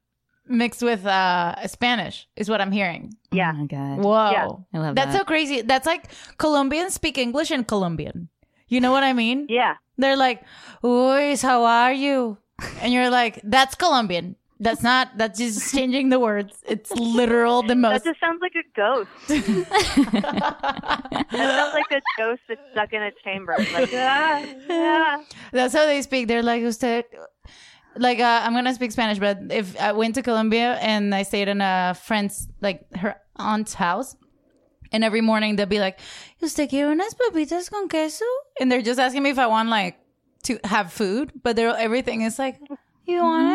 Speaker 3: mixed with uh, Spanish, is what I'm hearing.
Speaker 9: Yeah.
Speaker 7: Oh my god.
Speaker 3: Whoa.
Speaker 7: I love
Speaker 3: That's
Speaker 7: that.
Speaker 3: so crazy. That's like Colombians speak English and Colombian. You know what I mean?
Speaker 9: Yeah.
Speaker 3: They're like, Uys, how are you? And you're like, that's Colombian. That's not, that's just changing the words. It's literal the most.
Speaker 9: That just sounds like a ghost. that sounds like a ghost that's stuck in a chamber. Like, ah, ah.
Speaker 3: That's how they speak. They're like, usted. Like, uh, I'm going to speak Spanish, but if I went to Colombia and I stayed in a friend's, like her aunt's house, and every morning they'll be like, usted quiere unas papitas con queso? And they're just asking me if I want, like, to have food, but they're, everything is like, you want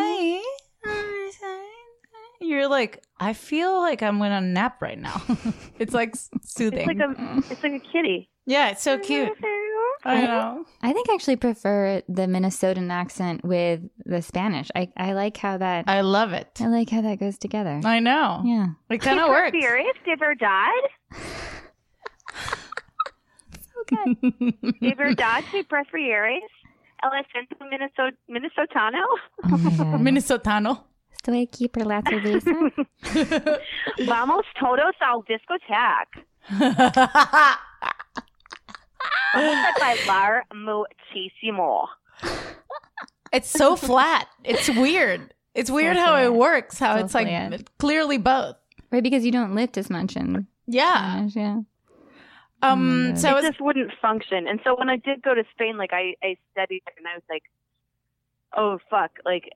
Speaker 9: Mm-hmm.
Speaker 11: Hmm?
Speaker 3: to eat? You're like, I feel like I'm going to nap right now. it's like s-
Speaker 9: It's
Speaker 3: soothing.
Speaker 9: like a it's like a kitty.
Speaker 3: yeah, it's so cute. I know.
Speaker 7: I think I actually prefer the Minnesotan accent with the Spanish. I, I like how that
Speaker 3: I love it.
Speaker 7: I like how that goes together.
Speaker 3: I know.
Speaker 7: Yeah.
Speaker 3: It kind of
Speaker 9: Super
Speaker 3: works.
Speaker 9: Furious, give or dodge. Give or dodge, super furious. El acento Minnesota, Minnesotano.
Speaker 3: Minnesotano.
Speaker 7: Do I keep her latter visa?
Speaker 9: Vamos todos al discotheque. Vamos a bailar muchísimo.
Speaker 3: It's so flat. It's weird. It's weird how it works, how
Speaker 7: So
Speaker 3: it's like
Speaker 7: flat.
Speaker 3: clearly both.
Speaker 7: right, because you don't lift as much in
Speaker 3: Yeah.
Speaker 7: Spanish, yeah.
Speaker 3: Um so
Speaker 9: it
Speaker 3: it's
Speaker 9: just wouldn't function. And so when I did go to Spain, like I, I studied it and I was like, oh fuck, like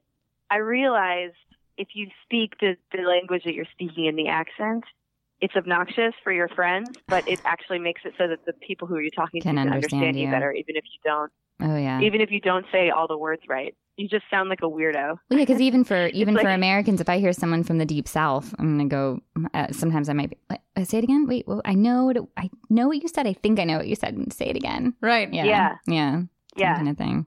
Speaker 9: I realized if you speak the, the language that you're speaking in the accent, it's obnoxious for your friends, but it actually makes it so that the people who you're talking
Speaker 7: Can
Speaker 9: to can
Speaker 7: understand
Speaker 9: understand,
Speaker 7: you.
Speaker 9: you better, even if you don't,
Speaker 7: Oh yeah.
Speaker 9: even if you don't say all the words right. You just sound like a weirdo.
Speaker 7: Well, yeah, because even for even
Speaker 9: like-
Speaker 7: for Americans, if I hear someone from the deep south, I'm gonna go. Uh, sometimes I might be, like, uh, say it again. Wait, well, I know what it, I know what you said. I think I know what you said. Say it again.
Speaker 3: right.
Speaker 7: Yeah,
Speaker 9: Yeah.
Speaker 7: yeah,
Speaker 9: Yeah.
Speaker 7: kind of thing.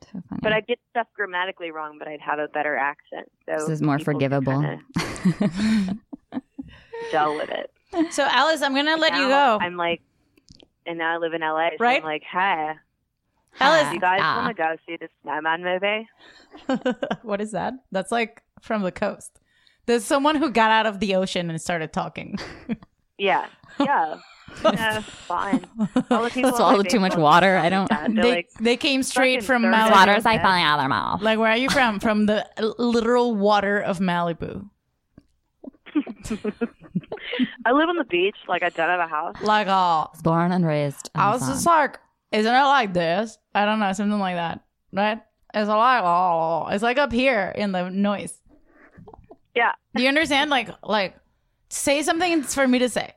Speaker 7: So funny.
Speaker 9: But I get stuff grammatically wrong, but I'd have a better accent. So
Speaker 7: this is more
Speaker 9: people
Speaker 7: forgivable.
Speaker 9: kinda Deal with it.
Speaker 3: So Alice, I'm gonna let you
Speaker 9: now
Speaker 3: go.
Speaker 9: I'm like, and now I live in LA. So
Speaker 3: Right?
Speaker 9: I'm like, hey,
Speaker 3: Alice
Speaker 9: you guys
Speaker 3: ah.
Speaker 9: want to go see the Snowman movie?
Speaker 3: what is that? That's like from the coast. There's someone who got out of the ocean and started talking.
Speaker 9: Yeah, yeah. yeah, fine. All the people at my
Speaker 7: Swallowed too much
Speaker 9: baseball
Speaker 7: water.
Speaker 9: team
Speaker 7: I don't.
Speaker 9: are like that. They're
Speaker 3: they,
Speaker 9: like,
Speaker 3: they came straight
Speaker 9: fucking
Speaker 3: from
Speaker 9: third
Speaker 3: Malibu.
Speaker 9: world
Speaker 7: Water's like
Speaker 9: man.
Speaker 7: falling out of their mouth.
Speaker 3: Like where are you from? From the literal water of Malibu.
Speaker 9: I live on the beach. Like I don't have a house.
Speaker 3: Like uh,
Speaker 7: was born and raised. on
Speaker 3: I
Speaker 7: a
Speaker 3: was
Speaker 7: farm.
Speaker 3: just like, isn't it like this? I don't know, something like that, right? It's like oh, it's like up here in the noise.
Speaker 9: Yeah.
Speaker 3: Do you understand? Like, like, say something for me to say.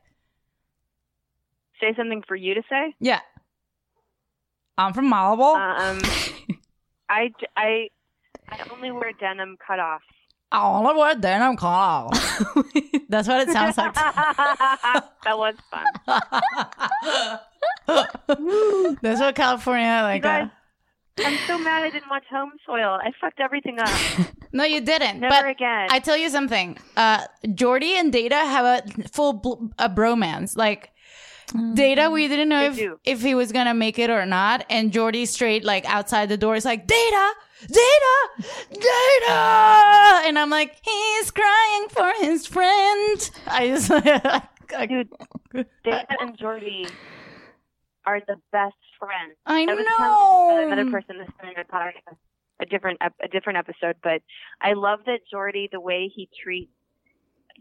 Speaker 9: Say something for you to say.
Speaker 3: Yeah. I'm from Malibu.
Speaker 9: Um, I, j- I, I only wear denim cutoffs.
Speaker 3: I only wear denim call. That's what it sounds like.
Speaker 9: that was fun.
Speaker 3: That's what California like.
Speaker 9: guys-
Speaker 3: uh,
Speaker 9: I'm so mad I didn't watch Home Soil. I fucked everything up.
Speaker 3: no, you didn't.
Speaker 9: Never
Speaker 3: but
Speaker 9: again.
Speaker 3: I tell you something. Uh, Jordy and Data have a full bl- a bromance. Like Data, we didn't know
Speaker 9: Mm-hmm. They
Speaker 3: if
Speaker 9: do.
Speaker 3: if he was gonna make it or not, and Jordy straight like outside the door is like Data, Data, Data, and I'm like he's crying for his friend. I just I,
Speaker 9: Dude, Dana and Jordy are the best friends.
Speaker 3: I
Speaker 9: I was
Speaker 3: know.
Speaker 9: telling another person this during the podcast, a different ep- a different episode, but I love that Jordy the way he treats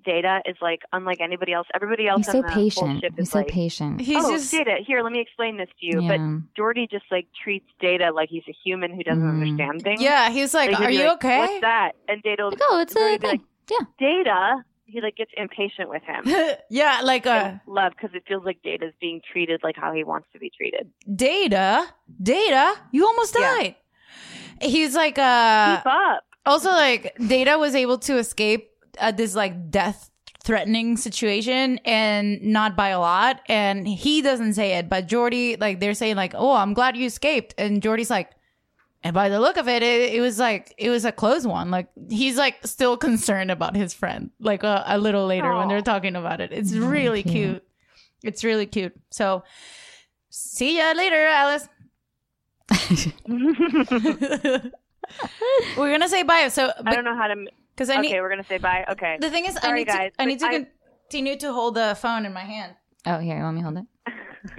Speaker 9: Data is like unlike anybody else. Everybody else
Speaker 7: He's
Speaker 9: on
Speaker 7: so
Speaker 9: the whole
Speaker 7: patient.
Speaker 9: ship
Speaker 7: He's
Speaker 9: is
Speaker 7: so
Speaker 9: like,
Speaker 7: patient.
Speaker 9: oh, Data. Here, let me explain this to you.
Speaker 7: Yeah.
Speaker 9: But Jordy just like treats Data like he's a human who doesn't
Speaker 7: Mm.
Speaker 9: understand things.
Speaker 3: Yeah, he's like,
Speaker 9: he'll
Speaker 3: "Are
Speaker 9: be
Speaker 3: you okay?"
Speaker 9: What's that? And Data will
Speaker 7: oh, it's
Speaker 9: Jordy
Speaker 7: a
Speaker 9: will be like, Data. He like gets impatient with him.
Speaker 3: yeah, like uh,
Speaker 9: I love because it feels like Data's being treated like how he wants to be treated.
Speaker 3: Data, Data, you almost died. He's like, uh,
Speaker 9: Keep up.
Speaker 3: also like Data was able to escape uh, this like death threatening situation and not by a lot. And he doesn't say it, but Jordy, like they're saying like, oh, I'm glad you escaped. And Jordy's like, and by the look of it, it, it was like, it was a close one. Like he's like still concerned about his friend, like uh, a little later when they're talking about it. It's really Oh, cute. It's really cute. So see ya later, Alice. We're gonna say bye. So
Speaker 9: I don't know how to.
Speaker 3: 'Cause I
Speaker 9: okay,
Speaker 3: need-
Speaker 9: we're gonna say bye. Okay.
Speaker 3: the thing is, I
Speaker 9: Sorry,
Speaker 3: need
Speaker 9: guys,
Speaker 3: to, I
Speaker 9: but
Speaker 3: need to continue to hold the phone in my hand.
Speaker 7: Oh, here, you want me to hold it?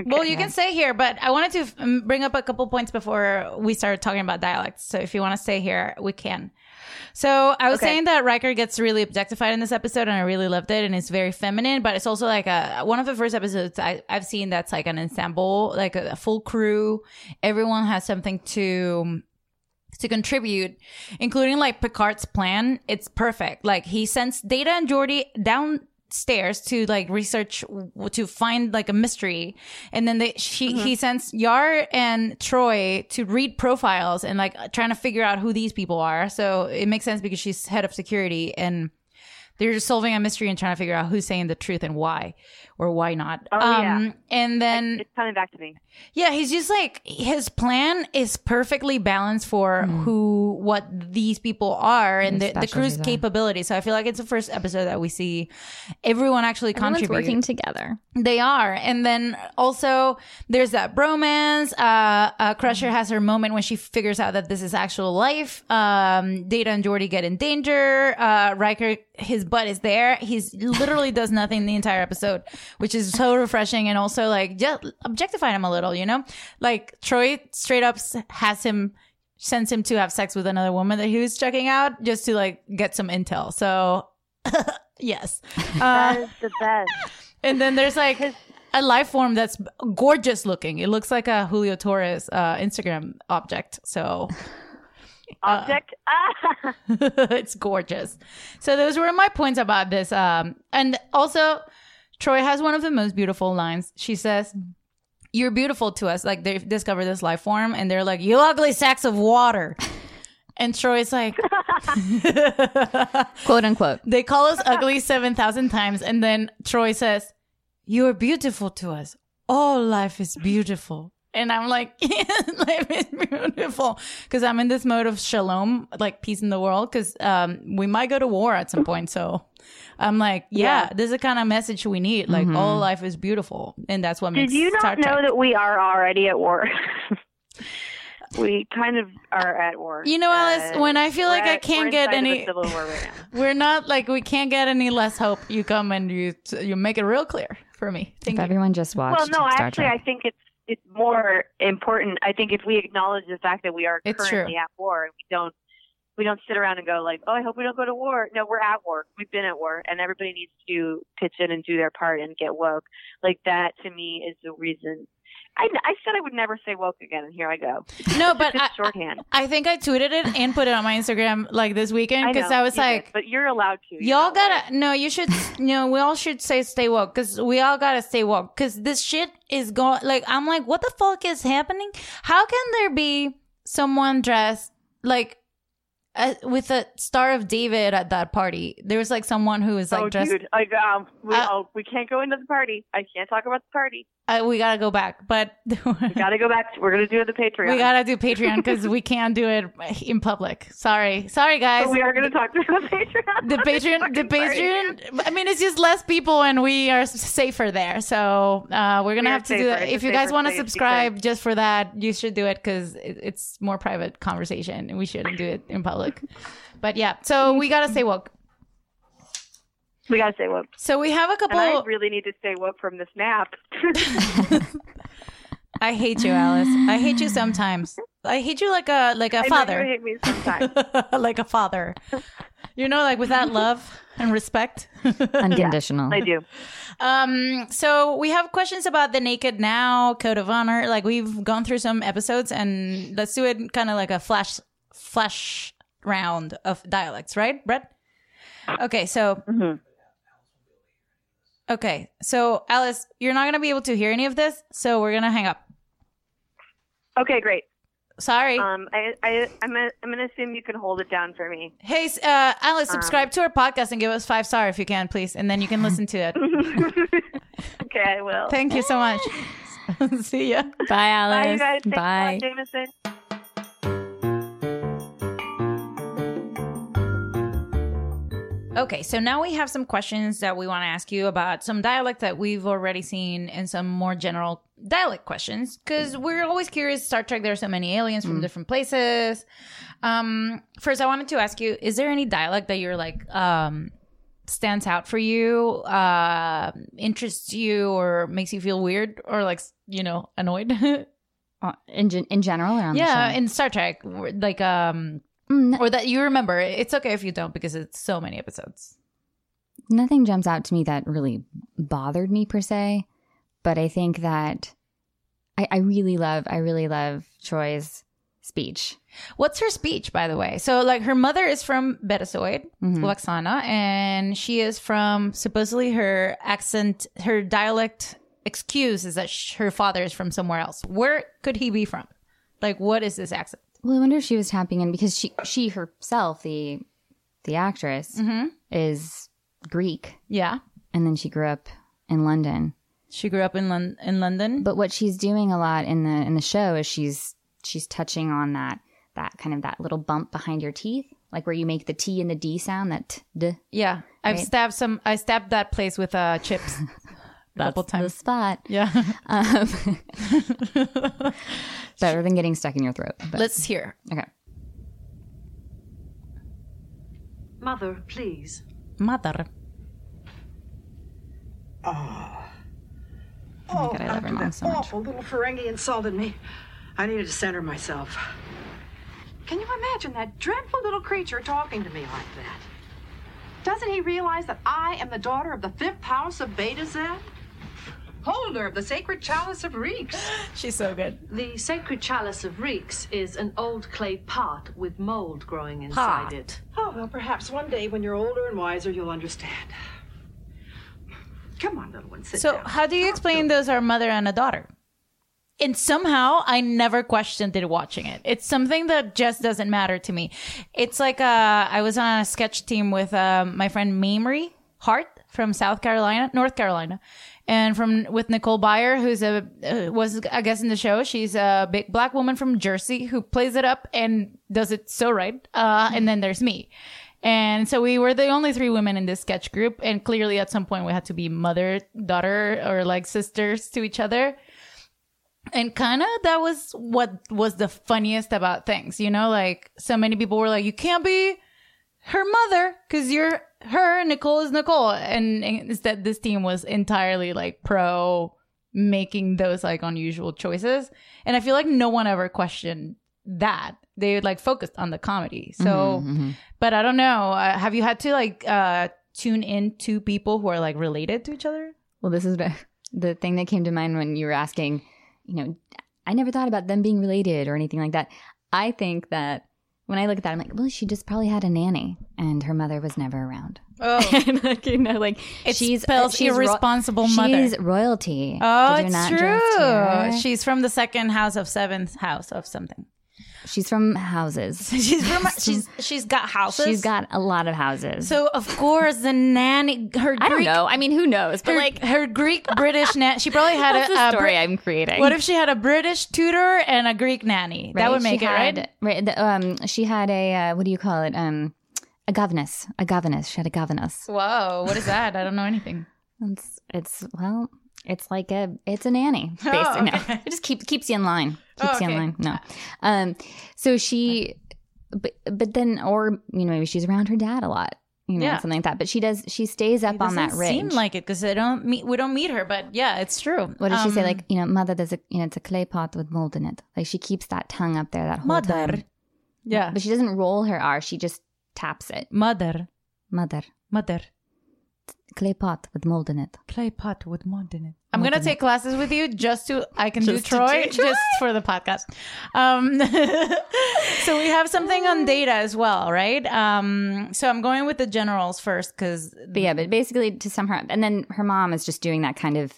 Speaker 3: Well, you can stay here, but I wanted to f- um, bring up a couple points before we started talking about dialects. So if you want to stay here, we can. So I was
Speaker 9: Okay.
Speaker 3: saying that Riker gets really objectified in this episode, and I really loved it, and it's very feminine. But it's also like a one of the first episodes I, I've seen that's like an ensemble, like a, a full crew. Everyone has something to um, to contribute, including like Picard's plan. It's perfect. Like he sends Data and Jordy downstairs to like research w- to find like a mystery, and then they she
Speaker 9: Mm-hmm.
Speaker 3: he sends Yar and Troy to read profiles and like trying to figure out who these people are. So it makes sense because she's head of security and. They're just solving a mystery and trying to figure out who's saying the truth and why, or why not. Um,
Speaker 9: Oh, yeah.
Speaker 3: And then
Speaker 9: It's coming back to me.
Speaker 3: yeah, he's just like his plan is perfectly balanced for who what these people are and the, the crew's
Speaker 7: specialties are.
Speaker 3: capability. So I feel like it's the first episode that we see everyone actually
Speaker 7: Everyone's
Speaker 3: contributing.
Speaker 7: working together.
Speaker 3: They are. And then also there's that bromance. Uh, uh, Crusher has her moment when she figures out that this is actual life. Um, Data and Jordy get in danger. Uh, Riker, his butt is there. He's literally does nothing the entire episode, which is so refreshing and also like just objectifying him a little, you know? Like Troy straight up s- has him sends him to have sex with another woman that he was checking out just to like get some intel. So yes. Uh,
Speaker 9: that is the best.
Speaker 3: and then there's like a life form that's gorgeous looking. It looks like a Julio Torres uh, Instagram object. So uh,
Speaker 9: Object. Ah,
Speaker 3: it's gorgeous. So those were my points about this. Um, and also, Troy has one of the most beautiful lines. She says, "You're beautiful to us." Like they've discovered this life form, and they're like, "You ugly sacks of water." And Troy's like,
Speaker 7: Quote unquote.
Speaker 3: they call us ugly 7,000 times. And then Troy says, You are beautiful to us. All life is beautiful. And I'm like, life is beautiful. Cause I'm in this mode of shalom, like peace in the world. Cause um, we might go to war at some point. So I'm like, yeah,
Speaker 9: Yeah.
Speaker 3: this is the kind of message we need. Like,
Speaker 7: Mm-hmm.
Speaker 3: all life is beautiful. And that's what
Speaker 9: did
Speaker 3: makes
Speaker 9: you
Speaker 3: Star
Speaker 9: not
Speaker 3: Trek.
Speaker 9: know that we are already at war? we kind of are at war. Uh,
Speaker 3: You know, Alice, when I feel
Speaker 9: we're
Speaker 3: like I
Speaker 9: at-
Speaker 3: can't
Speaker 9: we're
Speaker 3: get
Speaker 9: inside of a
Speaker 3: any-
Speaker 9: civil war right now.
Speaker 3: We're not like, we can't get any less hope. You come and you, you make it real clear for me. Thank
Speaker 7: If
Speaker 3: you.
Speaker 7: everyone just watched
Speaker 9: Well, no,
Speaker 7: Star
Speaker 9: actually,
Speaker 7: Trek.
Speaker 9: I think it's it's more important. I think if we acknowledge the fact that we are
Speaker 3: It's
Speaker 9: currently
Speaker 3: true.
Speaker 9: at war and we don't we don't sit around and go like, oh, I hope we don't go to war. No, we're at war. We've been at war, and everybody needs to pitch in and do their part and get woke. Like that to me is the reason. I, I said I would never say woke again, and here I go.
Speaker 3: No, but I,
Speaker 9: shorthand.
Speaker 3: I think I tweeted it and put it on my Instagram like this weekend because
Speaker 9: know,
Speaker 3: I, was
Speaker 9: you did,
Speaker 3: like,
Speaker 9: but you're allowed to. you
Speaker 3: y'all
Speaker 9: know,
Speaker 3: gotta no, you should no, we all should say stay woke because we all gotta stay woke because this shit is going like I'm like, what the fuck is happening? How can there be someone dressed like uh, with a Star of David at that party? There was like someone who was like Uh,
Speaker 9: oh,
Speaker 3: dressed.
Speaker 9: dude, I, um, we, oh, we can't go into the party. I can't talk about the party.
Speaker 3: Uh, we gotta go back, but we
Speaker 9: gotta go back. We're gonna do the Patreon.
Speaker 3: We gotta do Patreon because we can't do it in public. Sorry, sorry guys.
Speaker 9: But we are gonna talk to the Patreon.
Speaker 3: The Patreon, the Patreon. I mean, it's just less people, and we are s- safer there. So uh, we're gonna
Speaker 9: We are
Speaker 3: have to do
Speaker 9: safer.
Speaker 3: that.
Speaker 9: It's a
Speaker 3: If you guys
Speaker 9: safer
Speaker 3: want to
Speaker 9: space
Speaker 3: subscribe just for that, you should do it because it, it's more private conversation, and we shouldn't do it in public. but yeah, so we gotta stay woke.
Speaker 9: We gotta stay woke.
Speaker 3: So we have a couple.
Speaker 9: And I really need to stay woke from this nap.
Speaker 3: I hate you, Alice. I hate you sometimes. I hate you like a like a
Speaker 9: I know
Speaker 3: father.
Speaker 9: you hate me sometimes.
Speaker 3: like a father. You know, like without love and respect.
Speaker 7: Unconditional.
Speaker 9: I do.
Speaker 3: Um, so we have questions about the Naked Now Code of Honor. Like we've gone through some episodes, and let's do it kind of like a flash flash round of dialects, right, Brett? Okay, so.
Speaker 9: Mm-hmm.
Speaker 3: Okay, so Alice, you're not gonna be able to hear any of this, so we're gonna hang up.
Speaker 9: okay, great.
Speaker 3: Sorry.
Speaker 9: Um, I, I, I'm, gonna, I'm gonna assume you can hold it down for me.
Speaker 3: Hey, s- uh, Alice,
Speaker 9: Um,
Speaker 3: subscribe to our podcast and give us five star if you can, please, and then you can listen to it.
Speaker 9: Okay, I will.
Speaker 3: Thank you so much. See ya.
Speaker 7: Bye,
Speaker 9: Bye, you
Speaker 7: Alice.
Speaker 9: guys. Thanks a lot,
Speaker 7: Bye.
Speaker 9: Jameson.
Speaker 3: Okay, so now we have some questions that we want to ask you about some dialect that we've already seen and some more general dialect questions because we're always curious. Star Trek, there are so many aliens from different places. Um, first, I wanted to ask you: Is there any dialect that you're like um, stands out for you, uh, interests you, or makes you feel weird or like you know annoyed?
Speaker 7: Uh, in, gen- in general or on
Speaker 3: yeah,
Speaker 7: the show? Mm,
Speaker 3: in Star Trek, like um, or that you remember. It's okay if you don't because it's so many episodes.
Speaker 7: nothing jumps out to me that really bothered me per se, but I think that I, I really love I really love Troy's speech.
Speaker 3: What's her speech, by the way? So, like, her mother is from Betasoid,
Speaker 7: Mhm.
Speaker 3: Laxana, and she is from supposedly her accent, her dialect excuse is that sh- her father is from somewhere else. Where could he be from? Like, what is this accent?
Speaker 7: Well, I wonder if she was tapping in because she she herself the the actress
Speaker 3: Mhm.
Speaker 7: is Greek,
Speaker 3: Yeah.
Speaker 7: and then she grew up in London.
Speaker 3: She grew up in, Lon- in London.
Speaker 7: But what she's doing a lot in the in the show is she's she's touching on that that kind of that little bump behind your teeth, like where you make the T and the D sound. That t- d.
Speaker 3: yeah. I've
Speaker 7: Right.
Speaker 3: stabbed some, I stabbed that place with uh, chips. a couple
Speaker 7: That's the
Speaker 3: times.
Speaker 7: spot.
Speaker 3: Yeah.
Speaker 7: Um, better than getting stuck in your throat. But,
Speaker 3: Let's hear.
Speaker 7: okay.
Speaker 12: Mother, please.
Speaker 3: Mother.
Speaker 12: Ah, Oh,
Speaker 7: God, I love
Speaker 12: after
Speaker 7: her mom
Speaker 12: that
Speaker 7: so much.
Speaker 12: awful little Ferengi insulted me, I needed to center myself. Can you imagine that dreadful little creature talking to me like that?
Speaker 5: Doesn't he realize that I am the daughter of the fifth house of Beta Zed?
Speaker 12: Holder of the sacred chalice of reeks.
Speaker 3: She's so good.
Speaker 12: The sacred chalice of reeks is an old clay pot with mold growing inside
Speaker 3: Pot.
Speaker 12: it. Oh, well, perhaps one day when you're older and wiser, you'll understand. Come on, little one, sit
Speaker 3: so
Speaker 12: down.
Speaker 3: how do you explain those are a mother and a daughter and somehow i never questioned it watching it it's something that just doesn't matter to me it's like uh, i was on a sketch team with uh, my friend mamrie hart from south carolina north carolina and from with nicole Byer, who's a uh, was i guess in the show she's a big black woman from jersey who plays it up and does it so right uh, and then there's me and so we were the only three women in this sketch group. And clearly, at some point, we had to be mother, daughter, or like sisters to each other. And kind of that was what was the funniest about things, you know? Like, so many people were like, you can't be her mother because you're her, Nicole is Nicole. And, and instead, this team was entirely like pro making those like unusual choices. And I feel like no one ever questioned that. they like focused on the comedy. So,
Speaker 2: Mm-hmm,
Speaker 3: but I don't know. Uh, have you had to like uh, tune in to people who are like related to each other?
Speaker 7: Well, this is the- the thing that came to mind when you were asking, you know, I never thought about them being related or anything like that. I think that when I look at that, I'm like, well, she just probably had a nanny and her mother was never around.
Speaker 3: Oh,
Speaker 7: and like, you know, like
Speaker 3: It
Speaker 7: she's uh,
Speaker 3: spells
Speaker 7: she's ro-
Speaker 3: irresponsible mother.
Speaker 7: She's royalty.
Speaker 3: Oh,
Speaker 7: Did you
Speaker 3: it's
Speaker 7: not just hear?
Speaker 3: true. She's from the second house of seventh house of something.
Speaker 7: she's from houses.
Speaker 3: She's from she's she's got houses.
Speaker 7: she's got a lot of houses.
Speaker 3: So of course the nanny her
Speaker 7: I don't
Speaker 3: Greek,
Speaker 7: know. I mean, who knows? But
Speaker 3: her,
Speaker 7: like,
Speaker 3: her Greek British nanny. She probably had
Speaker 7: That's
Speaker 3: a,
Speaker 7: the
Speaker 3: a
Speaker 7: story
Speaker 3: Brit-
Speaker 7: I'm creating.
Speaker 3: What if she had a British tutor and a Greek nanny? That
Speaker 7: right?
Speaker 3: would make
Speaker 7: She
Speaker 3: it
Speaker 7: had-
Speaker 3: right.
Speaker 7: the, um, she had a uh, what do you call it? Um, a governess. A governess. She had a governess.
Speaker 3: Whoa, what is that? I don't know anything.
Speaker 7: It's it's well, it's like a it's a nanny.
Speaker 3: Oh,
Speaker 7: Basically, no, it just keeps keeps you in line.
Speaker 3: Oh,
Speaker 7: Keeps you in
Speaker 3: okay.
Speaker 7: line. No, um, so she, but but then or you know maybe she's around her dad a lot. You know,
Speaker 3: Yeah.
Speaker 7: something like that. But she does. She stays up on that
Speaker 3: Doesn't
Speaker 7: ridge.
Speaker 3: Seem like it because they don't meet. We don't meet her, but yeah, it's true.
Speaker 7: what did she say?
Speaker 3: Um,
Speaker 7: Like you know, mother. There's a you know, it's a clay pot with mold in it. Like she keeps that tongue up there that whole
Speaker 3: Mother.
Speaker 7: time.
Speaker 3: Yeah.
Speaker 7: but she doesn't roll her R. She just taps it.
Speaker 3: Mother,
Speaker 7: Mother,
Speaker 3: mother,
Speaker 7: clay pot with mold in it.
Speaker 3: clay pot with mold in it. I'm gonna take classes with you just to I can
Speaker 7: Just
Speaker 3: do
Speaker 7: to
Speaker 3: Troy
Speaker 7: do Troy?
Speaker 3: just for the podcast. Um, so we have something on data as well, right? Um, so I'm going with the generals first because
Speaker 7: But yeah, but basically to sum her up, and then her mom is just doing that kind of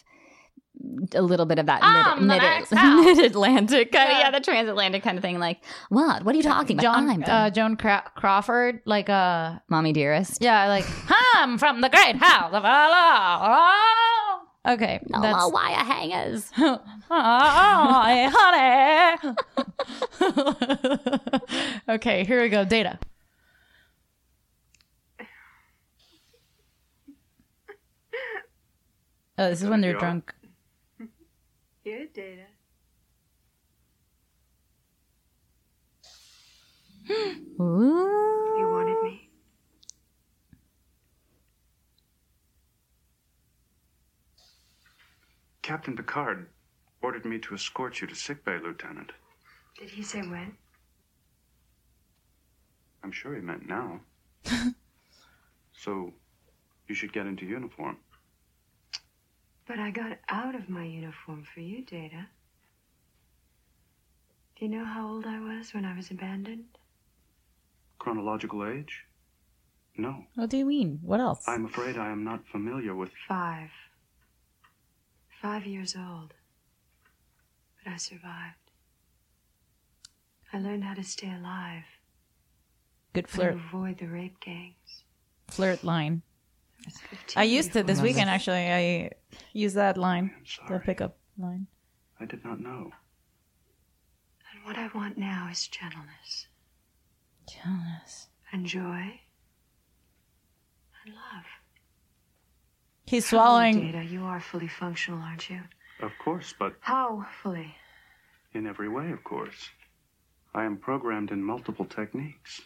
Speaker 7: a little bit of that
Speaker 3: I'm Um, the
Speaker 7: mid,
Speaker 3: next out.
Speaker 7: mid, Atlantic kind
Speaker 3: Yeah.
Speaker 7: of yeah, the transatlantic kind of thing. Like, what? What are you talking about?
Speaker 3: John
Speaker 7: I'm the
Speaker 3: uh, Joan Cra- Crawford, like uh,
Speaker 7: mommy dearest.
Speaker 3: yeah, like I'm from the great house of Allah. Okay,
Speaker 7: No, no, wire hangers.
Speaker 3: Hi, honey. okay, here we go. Data. Oh, this is when they're
Speaker 11: Yeah.
Speaker 3: drunk.
Speaker 11: Here, Data. You wanted me.
Speaker 17: Captain Picard ordered me to escort you to sickbay, Lieutenant.
Speaker 11: Did he say when?
Speaker 17: I'm sure he meant now. so, you should get into uniform.
Speaker 11: But I got out of my uniform for you, Data. Do you know how old I was when I was abandoned?
Speaker 17: Chronological age? No.
Speaker 3: What do you mean? What else?
Speaker 17: I'm afraid I am not familiar with.
Speaker 11: Five. Five years old. But I survived. I learned how to stay alive.
Speaker 3: Good
Speaker 11: How to
Speaker 3: flirt,
Speaker 11: avoid the rape gang.
Speaker 3: flirt line.
Speaker 11: It's 15
Speaker 3: I used to this
Speaker 11: before-
Speaker 3: weekend actually. I used that line, the pickup line.
Speaker 17: I did not know.
Speaker 11: And what I want now is gentleness
Speaker 3: Jealous.
Speaker 11: and joy and love.
Speaker 3: He's
Speaker 11: Tell me,
Speaker 3: swallowing.
Speaker 11: Data, you are fully functional, aren't you?
Speaker 17: Of course, but
Speaker 11: How fully?
Speaker 17: in every way, of course. I am programmed in multiple techniques.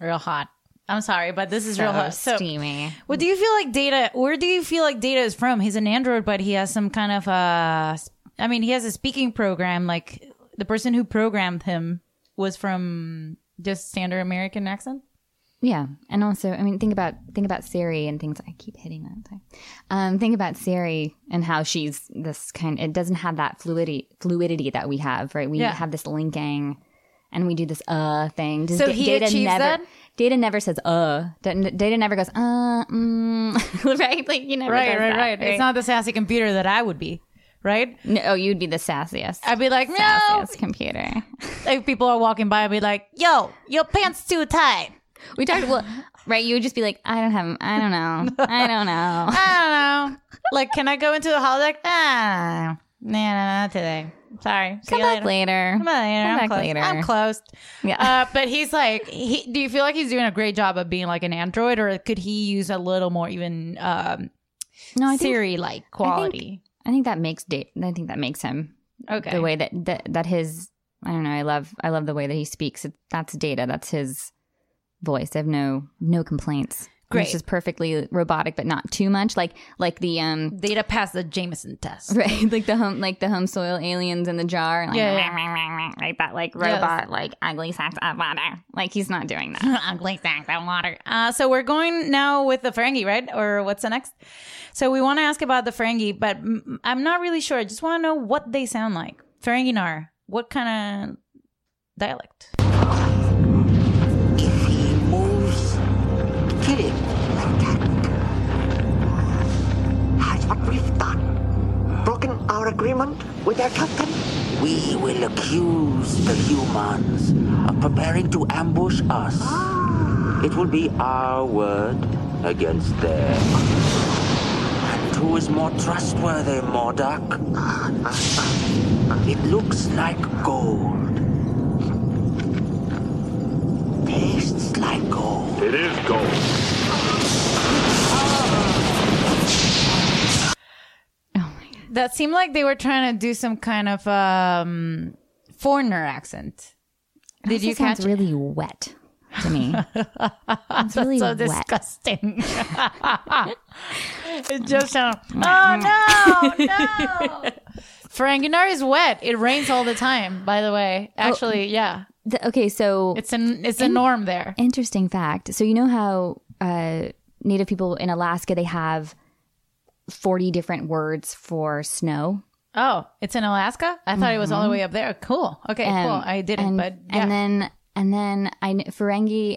Speaker 3: Real hot. I'm sorry, but this is real
Speaker 7: So
Speaker 3: hot. So,
Speaker 7: steamy.
Speaker 3: What do you feel like Data? Where do you feel like Data is from? He's an android, but he has some kind of uh I mean, he has a speaking program. Like the person who programmed him was from just standard American accent.
Speaker 7: Yeah, and also, I mean, think about think about Siri and things. I keep hitting that thing. Um, think about Siri and how she's this kind. It doesn't have that fluidity fluidity that we have, right? We
Speaker 3: Yeah.
Speaker 7: have this linking, and we do this uh thing. Does
Speaker 3: So
Speaker 7: Da-
Speaker 3: he
Speaker 7: Data
Speaker 3: achieves
Speaker 7: never,
Speaker 3: that?
Speaker 7: Data never says uh. Da- Data never goes uh. Mm. right, like you never. does that,
Speaker 3: It's not the sassy computer that I would be, right?
Speaker 7: No, oh, you'd be the sassiest.
Speaker 3: I'd be like, no.
Speaker 7: Sassiest computer.
Speaker 3: If people are walking by, I'd be like, yo, your pants too tight.
Speaker 7: We talked. Well, right, you would just be like, I don't have. I don't know. I don't know.
Speaker 3: I don't know. Like, can I go into the holodeck? Ah, nah, nah, not today. Sorry. See
Speaker 7: Come
Speaker 3: you
Speaker 7: back
Speaker 3: later.
Speaker 7: later.
Speaker 3: Come on, later.
Speaker 7: Come
Speaker 3: I'm
Speaker 7: back
Speaker 3: closed.
Speaker 7: later.
Speaker 3: I'm closed.
Speaker 7: Yeah.
Speaker 3: Uh, but he's like, he, do you feel like he's doing a great job of being like an android, or could he use a little more even um,
Speaker 7: No, I think-
Speaker 3: Siri like quality?
Speaker 7: I think that makes date. I think that makes him
Speaker 3: Okay.
Speaker 7: The way that that, that his I don't know. I love I love the way that he speaks. It, that's data. That's his voice. I have no no complaints. And It's just perfectly robotic, but not too much. Like like the um
Speaker 3: data passed the Jameson test,
Speaker 7: right? Like the home like the home soil aliens in the jar, like,
Speaker 3: Yeah, yeah.
Speaker 7: "Rang, rang, rang, rang," like that like
Speaker 3: Yes.
Speaker 7: robot like ugly sacks of water. Like he's not doing that.
Speaker 3: ugly sack of water. Uh, so we're going now with the Ferengi, right? Or what's the next? So we want to ask about the Ferengi, but mm, I'm not really sure. I just want to know what they sound like. Ferenginar, what kind of dialect?
Speaker 18: moves, kill it like that. That's what we've done. Broken our agreement with our captain. We will accuse the humans of preparing to ambush us. It will be our word against theirs. And who is more trustworthy, Mordock? It looks like gold. Tastes like gold.
Speaker 6: It is gold.
Speaker 3: That seemed like they were trying to do some kind of um, foreigner accent. Did
Speaker 7: Also
Speaker 3: you catch
Speaker 7: sounds really wet to me? it's
Speaker 3: That's
Speaker 7: really
Speaker 3: so
Speaker 7: wet.
Speaker 3: disgusting. it just sounded,
Speaker 7: Mm-hmm.
Speaker 3: oh no, no. Franginar is wet. It rains all the time, by the way. Actually, yeah.
Speaker 7: The- okay, so
Speaker 3: it's an it's a norm there.
Speaker 7: Interesting fact. So you know how uh, Native people in Alaska they have forty different words for snow.
Speaker 3: Oh, it's in Alaska? I thought it was all the
Speaker 7: Mhm.
Speaker 3: way up there. Cool. Okay,
Speaker 7: Um,
Speaker 3: cool. I didn't,
Speaker 7: and,
Speaker 3: but yeah.
Speaker 7: and then and then I kn- Ferengi,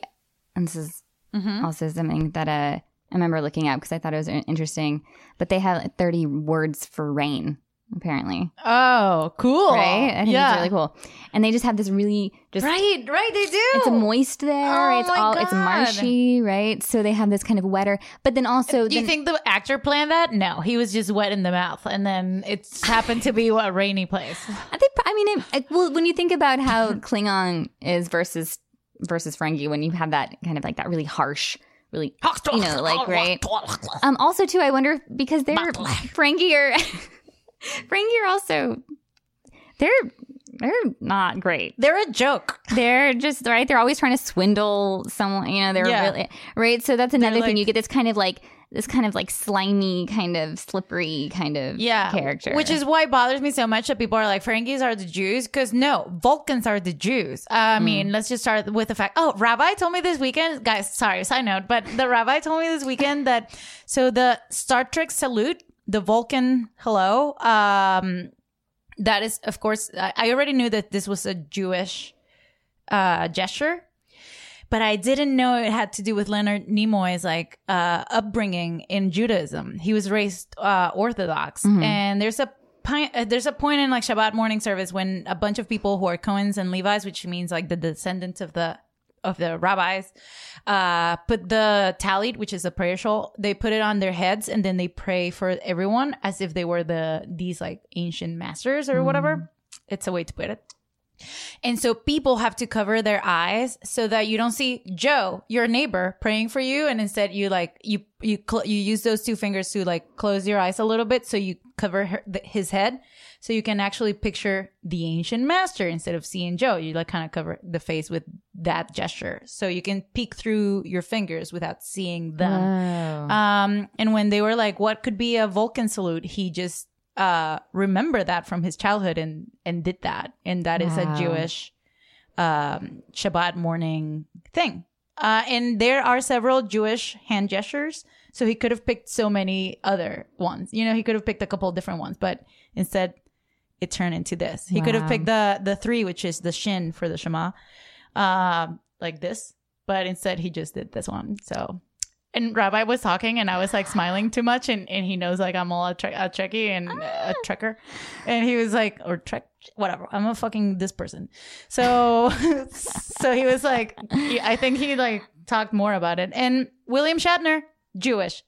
Speaker 7: and this is
Speaker 3: Mhm.
Speaker 7: also something that uh, I remember looking up because I thought it was in- interesting. But they have like, thirty words for rain apparently.
Speaker 3: Oh, cool.
Speaker 7: Right? I think
Speaker 3: yeah.
Speaker 7: it's really cool. And they just have this really just
Speaker 3: Right, right, they do.
Speaker 7: It's moist there.
Speaker 3: Oh
Speaker 7: it's
Speaker 3: my
Speaker 7: all it's
Speaker 3: God.
Speaker 7: marshy, right? So they have this kind of wetter. But then also
Speaker 3: Do you
Speaker 7: then-
Speaker 3: think the actor planned that? No, he was just wet in the mouth, and then it's happened to be a rainy place.
Speaker 7: I think I mean it, it- well when you think about how Klingon is versus versus Ferengi when you have that kind of like that really harsh really you know like right um also too I wonder if, because they're Ferengi are Ferengi are also they're they're not great
Speaker 3: they're a joke
Speaker 7: they're just right they're always trying to swindle someone you know they're
Speaker 3: Yeah.
Speaker 7: really right so that's another thing
Speaker 3: like-
Speaker 7: you get this kind of like this kind of like slimy kind of slippery kind of
Speaker 3: yeah
Speaker 7: character
Speaker 3: which is why it bothers me so much that people are like ferengis are the jews because no vulcans are the jews i mean let's just start with the fact oh rabbi told me this weekend guys sorry side note but the rabbi told me this weekend that so the star trek salute the vulcan hello um that is of course i, I already knew that this was a jewish uh gesture but I didn't know it had to do with Leonard Nimoy's like uh, upbringing in Judaism. He was raised uh, Orthodox,
Speaker 19: Mhm.
Speaker 3: and there's a pi- uh, there's a point in like Shabbat morning service when a bunch of people who are Cohen's and Levi's, which means like the descendants of the of the rabbis, uh, put the talit, which is a prayer shawl, they put it on their heads and then they pray for everyone as if they were the these like ancient masters or whatever. It's a way to put it. And so people have to cover their eyes so that you don't see Joe, your neighbor, praying for you. And instead, you like you you cl- you use those two fingers to like close your eyes a little bit so you cover her, th- his head, so you can actually picture the ancient master instead of seeing Joe. You like kind of cover the face with that gesture, so you can peek through your fingers without seeing them.
Speaker 7: Wow.
Speaker 3: Um, and when they were like, "What could be a Vulcan salute?" He just uh remembered that from his childhood and and did that, and that is
Speaker 19: Wow.
Speaker 3: a Jewish um Shabbat morning thing. Uh, and there are several Jewish hand gestures, so he could have picked so many other ones. You know, he could have picked a couple different ones, but instead, it turned into this. He could have
Speaker 19: Wow.
Speaker 3: picked the the three, which is the shin for the Shema, um, like this, but instead he just did this one. So and Rabbi was talking, and I was like smiling too much, and, and he knows like I'm all a, tre- a Trekkie and a Trekker, and he was like or Trek whatever. I'm a fucking this person. So so he was like, he- I think he like talked more about it. And William Shatner, Jewish,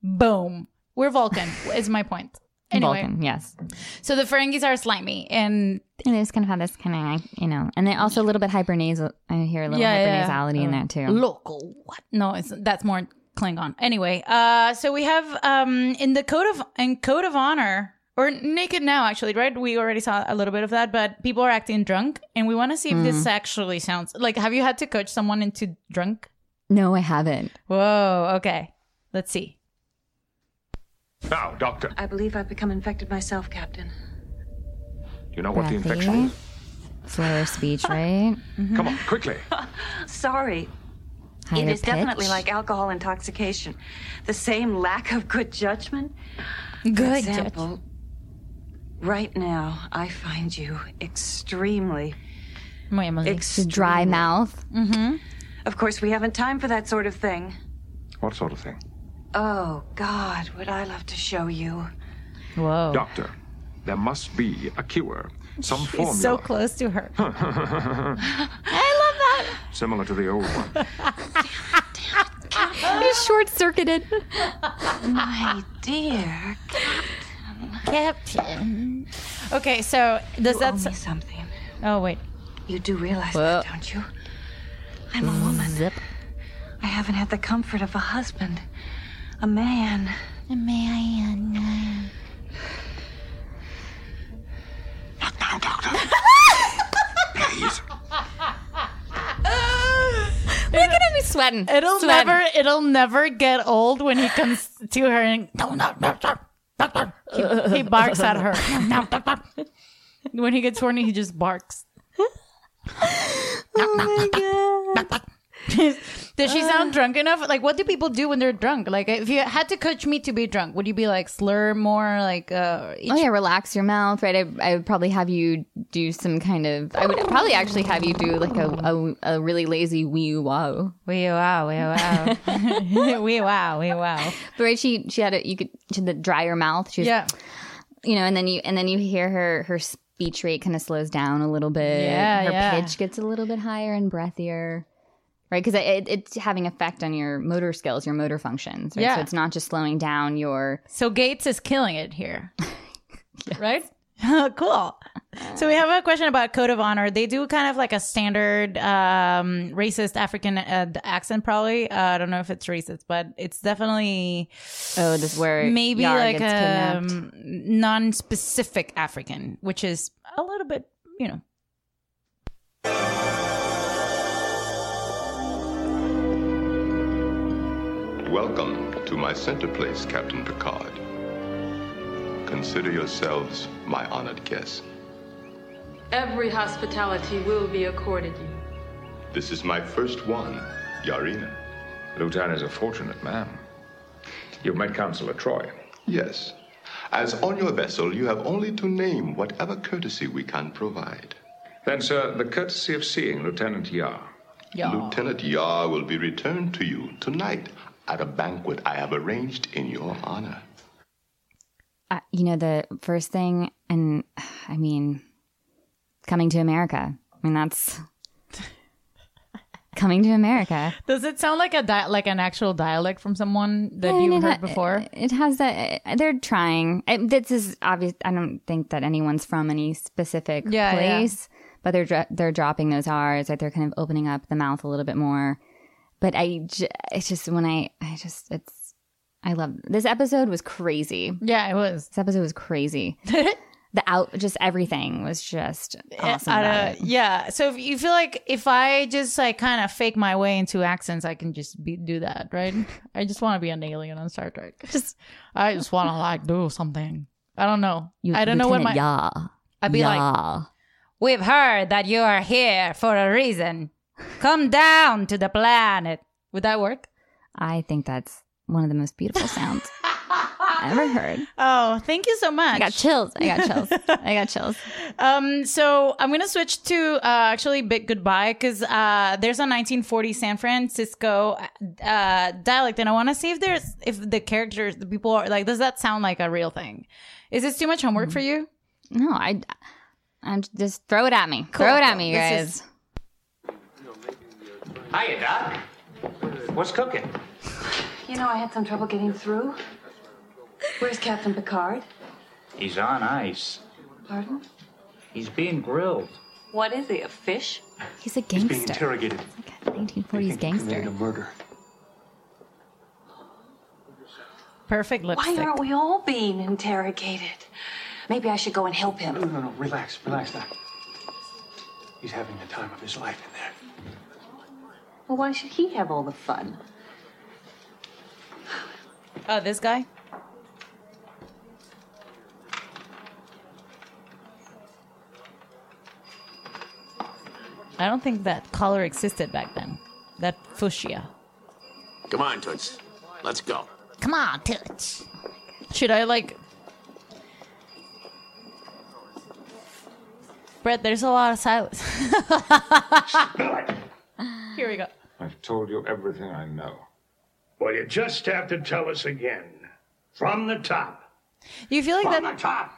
Speaker 3: boom, we're Vulcan is my point. Anyway,
Speaker 7: Vulcan, yes
Speaker 3: so the Ferengis are slimy, and
Speaker 7: and they just kind of have this kind of you know and they also a little bit hibernasal i hear a little
Speaker 3: Yeah, yeah.
Speaker 7: hypernasality in that too
Speaker 3: Local. What? No, it's, that's more Klingon. Anyway, uh, so we have um, in the code of in code of honor or naked now actually, right? We already saw a little bit of that, but people are acting drunk, and we want to see if this
Speaker 7: Mhm.
Speaker 3: actually sounds like. Have you had to coach someone into drunk?
Speaker 7: No, I haven't.
Speaker 3: Whoa. Okay. Let's see.
Speaker 1: Now, Doctor,
Speaker 11: I believe I've become infected myself, Captain.
Speaker 1: you know what the infection is?
Speaker 7: Slower speech, right?
Speaker 1: Come on, quickly.
Speaker 11: Sorry.
Speaker 7: Higher
Speaker 11: it is definitely
Speaker 7: pitch?
Speaker 11: like alcohol intoxication. The same lack of good judgment. For
Speaker 3: Good
Speaker 11: example, right now I find you extremely
Speaker 3: Muy amable.
Speaker 7: The dry mouth.
Speaker 11: Mm-hmm. Of course we haven't time for that sort of thing.
Speaker 1: What sort of thing?
Speaker 11: Oh God, would I love to show you.
Speaker 3: Whoa.
Speaker 1: Doctor, there must be a cure, some formula.
Speaker 3: He's so close to her.
Speaker 1: Similar to the old one.
Speaker 7: He's short circuited.
Speaker 11: My dear
Speaker 3: Captain. Okay, so does that owe
Speaker 11: something?
Speaker 3: Oh wait.
Speaker 11: You do realize that, don't you? I'm a woman. I haven't had the comfort of a husband. A man. A man.
Speaker 1: Please.
Speaker 7: Look at him, he's sweating.
Speaker 3: It'll
Speaker 7: Sweating.
Speaker 3: never it'll never get old when he comes to her and he, he barks at her. when he gets horny, he just barks. Does she sound drunk enough? Like, what do people do when they're drunk? Like, if you had to coach me to be drunk, would you be like slur more? Like, uh,
Speaker 7: Oh yeah, relax your mouth, right? I, I would probably have you do some kind of. I would probably actually have you do like a a, a really lazy wee wow.
Speaker 3: Wee wow, wee wow, wee wow, wee wow.
Speaker 7: But right, she she had a you could she had the dry her mouth. She was,
Speaker 3: Yeah.
Speaker 7: you know, and then you and then you hear her her speech rate kind of slows down a little bit.
Speaker 3: Yeah,
Speaker 7: her
Speaker 3: yeah.
Speaker 7: pitch gets a little bit higher and breathier. Right, because it, it's having effect on your motor skills, your motor functions. Right?
Speaker 3: Yeah.
Speaker 7: so it's not just slowing down your
Speaker 3: So Gates is killing it here, right? cool. So we have a question about code of honor. They do kind of like a standard um, racist African uh, d- accent, probably. Uh, I don't know if it's racist, but it's definitely
Speaker 7: oh, this is where
Speaker 3: maybe
Speaker 7: Yara
Speaker 3: like
Speaker 7: gets
Speaker 3: a
Speaker 7: kidnapped.
Speaker 3: non-specific African, which is a little bit, you know.
Speaker 19: Welcome to my center place, Captain Picard. Consider yourselves my honored guests.
Speaker 20: Every hospitality will be accorded you.
Speaker 19: This is my first one, Yarina.
Speaker 1: Lutan is a fortunate man. You've met Counselor Troy.
Speaker 19: Yes. As on your vessel, you have only to name whatever courtesy we can provide.
Speaker 1: Then, sir, the courtesy of seeing Lieutenant Yar.
Speaker 19: Lieutenant Yar will be returned to you tonight at a banquet I have arranged in your honor.
Speaker 7: uh, you know the first thing and i mean coming to america i mean that's coming to america
Speaker 3: Does it sound like a di- like an actual dialect from someone that
Speaker 7: And
Speaker 3: you
Speaker 7: it
Speaker 3: heard
Speaker 7: ha-
Speaker 3: before?
Speaker 7: it has that uh, they're trying I this is obvious i don't think that anyone's from any specific
Speaker 3: Yeah, yeah.
Speaker 7: place but they're dro- they're dropping those r's right they're kind of opening up the mouth a little bit more but i j- it's just when i i just it's i love this episode was crazy
Speaker 3: Yeah, it was.
Speaker 7: this episode was crazy the out just everything was just awesome
Speaker 3: Eh, I
Speaker 7: about
Speaker 3: don't-
Speaker 7: it.
Speaker 3: Yeah. So if you feel like if I just like kind of fake my way into accents, I can just be, do that, right? I just want to be an alien on Star Trek. Just, I just want to like do something. I don't know.
Speaker 7: You-
Speaker 3: I don't know what my.
Speaker 7: Lieutenant Yaw.
Speaker 3: I'd be
Speaker 7: Yaw.
Speaker 3: like, we've heard that you are here for a reason. Come down to the planet. Would that work?
Speaker 7: I think that's one of the most beautiful sounds I've ever heard.
Speaker 3: Oh, thank you so much.
Speaker 7: I got chills. I got chills. I got chills.
Speaker 3: Um, so I'm gonna switch to uh, actually bit goodbye because uh, there's a 1940 San Francisco uh, dialect, and I want to see if there's if the characters, the people are like, does that sound like a real thing? Is this too much homework for you?
Speaker 7: Mm-hmm. No, I, I'm just throw it at me. Throw it at me, you guys.
Speaker 3: This is-
Speaker 4: Hiya, Doc. What's cooking?
Speaker 11: You know, I had some trouble getting through. Where's Captain Picard?
Speaker 4: He's on ice.
Speaker 11: Pardon?
Speaker 4: He's being grilled.
Speaker 11: What is he, a fish?
Speaker 7: He's a
Speaker 4: He's being
Speaker 7: gangster.
Speaker 4: interrogated.
Speaker 7: 1940s
Speaker 4: Committed a
Speaker 7: gangster.
Speaker 4: murder.
Speaker 3: Perfect lipstick.
Speaker 11: Why aren't we all being interrogated? Maybe I should go and help
Speaker 4: No,
Speaker 11: him.
Speaker 4: no, no. Relax, relax, Doc. He's having the time of his life in there.
Speaker 21: Well, why should he have all the fun?
Speaker 3: Oh, this guy? Mm. I don't think that color existed back then. That fuchsia.
Speaker 22: Come on, Toots. Let's go.
Speaker 3: Come on, Toots. Should I like. Brett, there's a lot of silence. Here we go.
Speaker 1: I've told you everything I know.
Speaker 23: Well, you just have to tell us again. From the top.
Speaker 3: You feel like
Speaker 23: From
Speaker 3: that.
Speaker 23: the top.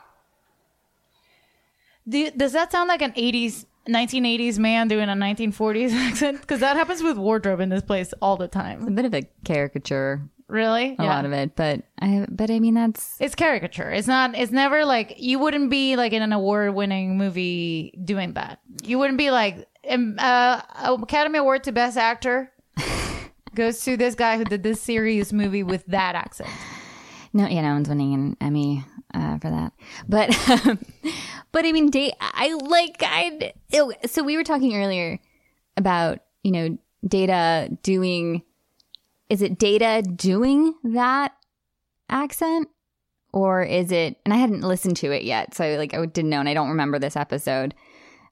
Speaker 3: Do, does that sound like an 80s, 1980s man doing a 1940s accent? Because that happens with wardrobe in this place all the time.
Speaker 7: It's a bit of a caricature.
Speaker 3: Really?
Speaker 7: A
Speaker 3: Yeah.
Speaker 7: lot of it, but I but I mean that's
Speaker 3: It's caricature. It's not. It's never like you wouldn't be like in an award-winning movie doing that. You wouldn't be like um, uh, Academy Award to Best Actor goes to this guy who did this serious movie with that accent.
Speaker 7: No, yeah, no one's winning an Emmy uh, for that. But, but I mean, date. I like. I ew. so we were talking earlier about you know data doing. Is it data doing that accent, or is it? And I hadn't listened to it yet, so like I didn't know, and I don't remember this episode.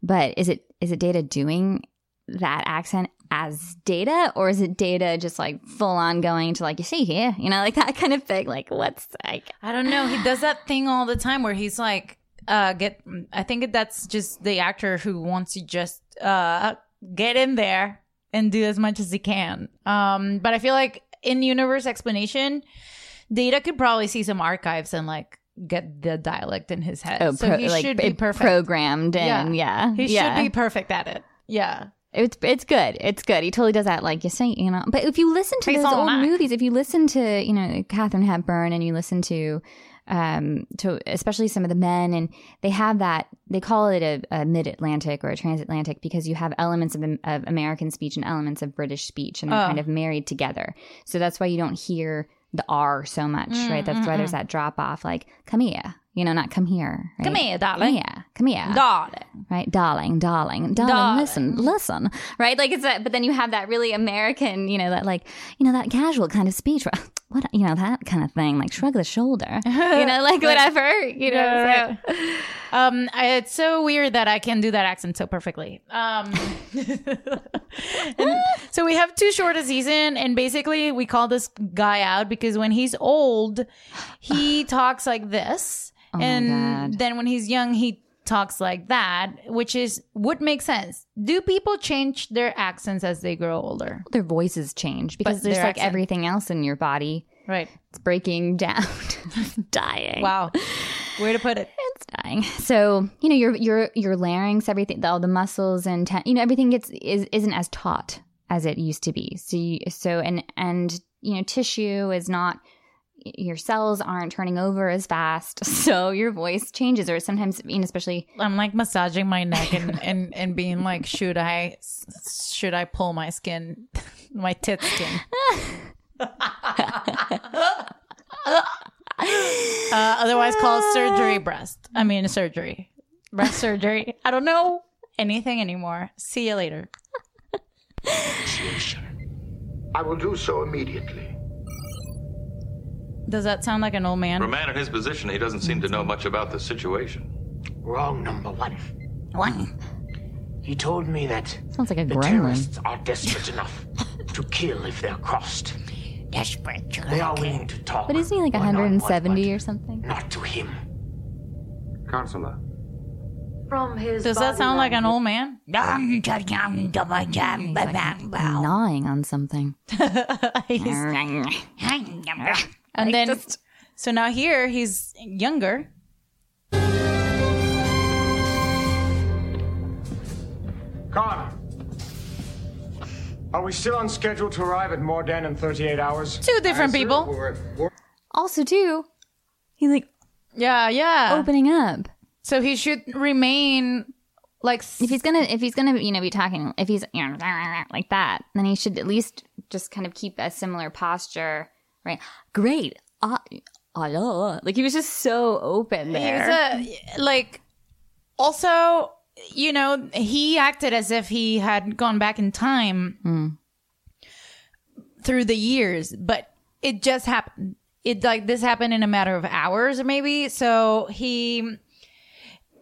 Speaker 7: But is it is it data doing that accent as data or is it data just like full on going to like you see here you know like that kind of thing like what's like
Speaker 3: I don't know. He does that thing all the time where he's like, uh, get. I think that's just the actor who wants to just uh, get in there and do as much as he can. Um, but I feel like in universe explanation, Data could probably see some archives and like get the dialect in his head.
Speaker 7: oh,
Speaker 3: Uh, so
Speaker 7: pro-
Speaker 3: he
Speaker 7: like
Speaker 3: should be
Speaker 7: it
Speaker 3: perfect.
Speaker 7: programmed in yeah yeah,
Speaker 3: he should be perfect at it. Yeah.
Speaker 7: it's it's good it's good he totally does that like you say you know but if you listen to
Speaker 3: He's
Speaker 7: those
Speaker 3: all
Speaker 7: old
Speaker 3: Mac.
Speaker 7: movies if you listen to you know Catherine Hepburn and you listen to um to especially some of the men and they have that they call it a, a mid-atlantic or a transatlantic because you have elements of, of american speech and elements of british speech and they're
Speaker 16: Oh.
Speaker 7: kind of married together so that's why you don't hear the r so much
Speaker 16: Mm,
Speaker 7: right that's
Speaker 16: mm,
Speaker 7: why there's
Speaker 16: mm.
Speaker 7: that drop off like come here you know not come here right?
Speaker 3: Come here,
Speaker 7: come
Speaker 3: darling.
Speaker 7: here come here
Speaker 3: Darling.
Speaker 7: right darling darling darling,
Speaker 3: Darling.
Speaker 7: listen listen right like it's that but then you have that really american you know that like you know that casual kind of speech what you know that kind of thing like shrug the shoulder you know like whatever you know so-
Speaker 3: um I- it's so weird that i can do that accent so perfectly um and so we have too short a season and basically we call this guy out because when he's old he talks like this
Speaker 7: Oh my
Speaker 3: and then when he's young he talks like that which is would make sense do people change their accents as they grow older
Speaker 7: their voices change because
Speaker 3: But
Speaker 7: there's
Speaker 3: their
Speaker 7: like
Speaker 3: accent.
Speaker 7: everything else in your body.
Speaker 3: Right.
Speaker 7: It's breaking down, It's dying.
Speaker 3: Wow. Way to put it.
Speaker 7: It's dying. So, you know, your your your larynx, everything, all the muscles and ten, you know, everything gets is isn't as taut as it used to be. So you, so and and you know, tissue is not your cells aren't turning over as fast. So your voice changes or sometimes, you know, especially
Speaker 3: I'm like massaging my neck and and and being like, should I s- should I pull my skin, my tit skin? uh, otherwise called surgery breast. I mean surgery, breast surgery. I don't know anything anymore. See you later.
Speaker 8: I will do so immediately.
Speaker 3: Does that sound like an old
Speaker 10: For a
Speaker 3: man?
Speaker 10: man in his position, he doesn't seem to know much about the situation.
Speaker 8: Wrong number one. One. He told me that
Speaker 7: Sounds like a
Speaker 8: the
Speaker 7: gremlin.
Speaker 8: terrorists are desperate enough to kill if they're crossed. Desperate. They are willing to talk.
Speaker 7: But isn't he like
Speaker 8: one on one,
Speaker 7: 170 or something?
Speaker 8: but Not to him.
Speaker 1: Consular.
Speaker 12: From his
Speaker 3: Does that
Speaker 12: body
Speaker 3: sound like an
Speaker 12: language.
Speaker 3: old man?
Speaker 7: Gnawing on something.
Speaker 3: And then, so now here he's younger.
Speaker 24: Connor, are we still on schedule to arrive at Mordan in 38 hours?
Speaker 3: Two different people.
Speaker 7: Also, too, he's like,
Speaker 3: yeah, yeah,
Speaker 7: opening up.
Speaker 3: So he should remain like
Speaker 7: if he's gonna if he's gonna you know be talking if he's you know, like that, then he should at least just kind of keep a similar posture, right? Great, uh, hello. Like he was just so open there.
Speaker 3: He's a like also, you know, he acted as if he had gone back in time
Speaker 7: Mm.
Speaker 3: through the years, but it just happened. It like this happened in a matter of hours, maybe. So he,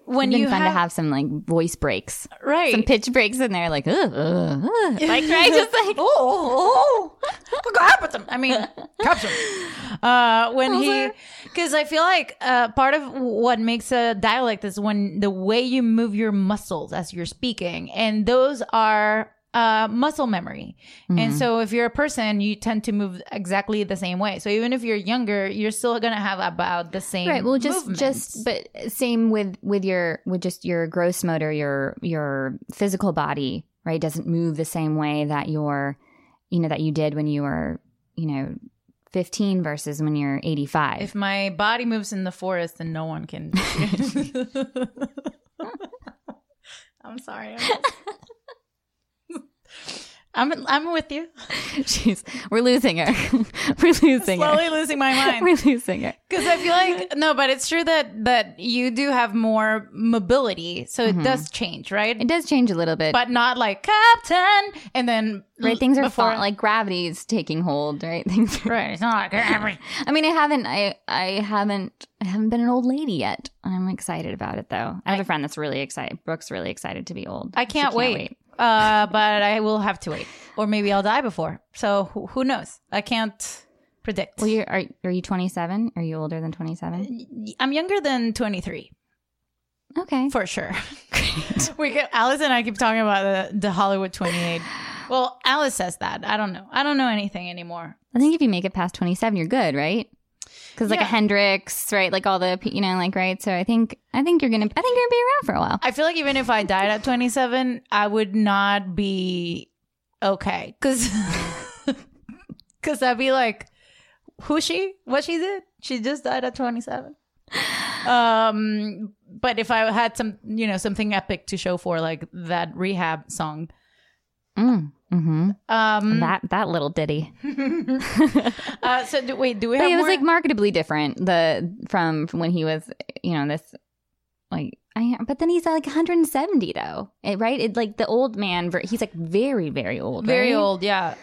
Speaker 3: when
Speaker 7: It'd been
Speaker 3: you
Speaker 7: fun
Speaker 3: have,
Speaker 7: to have some like voice breaks,
Speaker 3: Right.
Speaker 7: Some pitch breaks in there, like ugh, ugh, ugh. like right, just like
Speaker 3: oh, oh, oh. Look what happened to him. I mean, capture uh, when he because I feel like uh, part of what makes a dialect is when the way you move your muscles as you're speaking, and those are uh, muscle memory. And
Speaker 2: Mhm.
Speaker 3: so, if you're a person, you tend to move exactly the same way. So even if you're younger, you're still gonna have about the same
Speaker 7: right. Well, just
Speaker 3: movements.
Speaker 7: just but same with with your with just your gross motor, your your physical body, right, doesn't move the same way that your you know that you did when you were you know fifteen versus when you're eighty five.
Speaker 3: If my body moves in the forest, then no one can. I'm sorry. I'm, I'm, I'm with you.
Speaker 7: She's we're losing her. we're losing her.
Speaker 3: Slowly losing my mind.
Speaker 7: we're losing her.
Speaker 3: Because I feel like no, but it's true that that you do have more mobility, so it
Speaker 7: Mhm.
Speaker 3: does change, right?
Speaker 7: It does change a little bit,
Speaker 3: but not like Captain, and then
Speaker 7: right things are
Speaker 3: before-
Speaker 7: fall- like gravity's taking hold right things are-
Speaker 3: right it's not like gravity.
Speaker 7: i mean i haven't i i haven't i haven't been an old lady yet i'm excited about it though i have a friend that's really excited brooke's really excited to be old
Speaker 3: I
Speaker 7: She
Speaker 3: can't, wait. Uh, but I will have to wait, or maybe I'll die before. So who, who knows? I can't predict. Uh,
Speaker 7: well you're are, are you 27 are you older than 27
Speaker 3: I'm younger than 23.
Speaker 7: Okay.
Speaker 3: For sure. we could, Alice and I keep talking about the, the Hollywood 28. Well, Alice says that. I don't know. I don't know anything anymore.
Speaker 7: i think if you make it past 27 you're good right because like
Speaker 3: Yeah.
Speaker 7: a hendrix right like all the you know like right so i think i think you're gonna i think you're gonna be around for a while
Speaker 3: I feel like even if I died at 27, I would not be okay. Cause, cause I'd be like, who she? What she did? She just died at 27. Um, but if I had some, you know, something epic to show for, like that rehab song,
Speaker 7: mm, mm-hmm
Speaker 3: um,
Speaker 7: that that little ditty
Speaker 3: uh, so do, wait, do we
Speaker 7: But
Speaker 3: have
Speaker 7: it was
Speaker 3: more?
Speaker 7: like marketably different the from, from when he was you know this like I but then he's like 170 though it, right it like the old man ver- he's like very very old
Speaker 3: very
Speaker 7: right?
Speaker 3: old, yeah.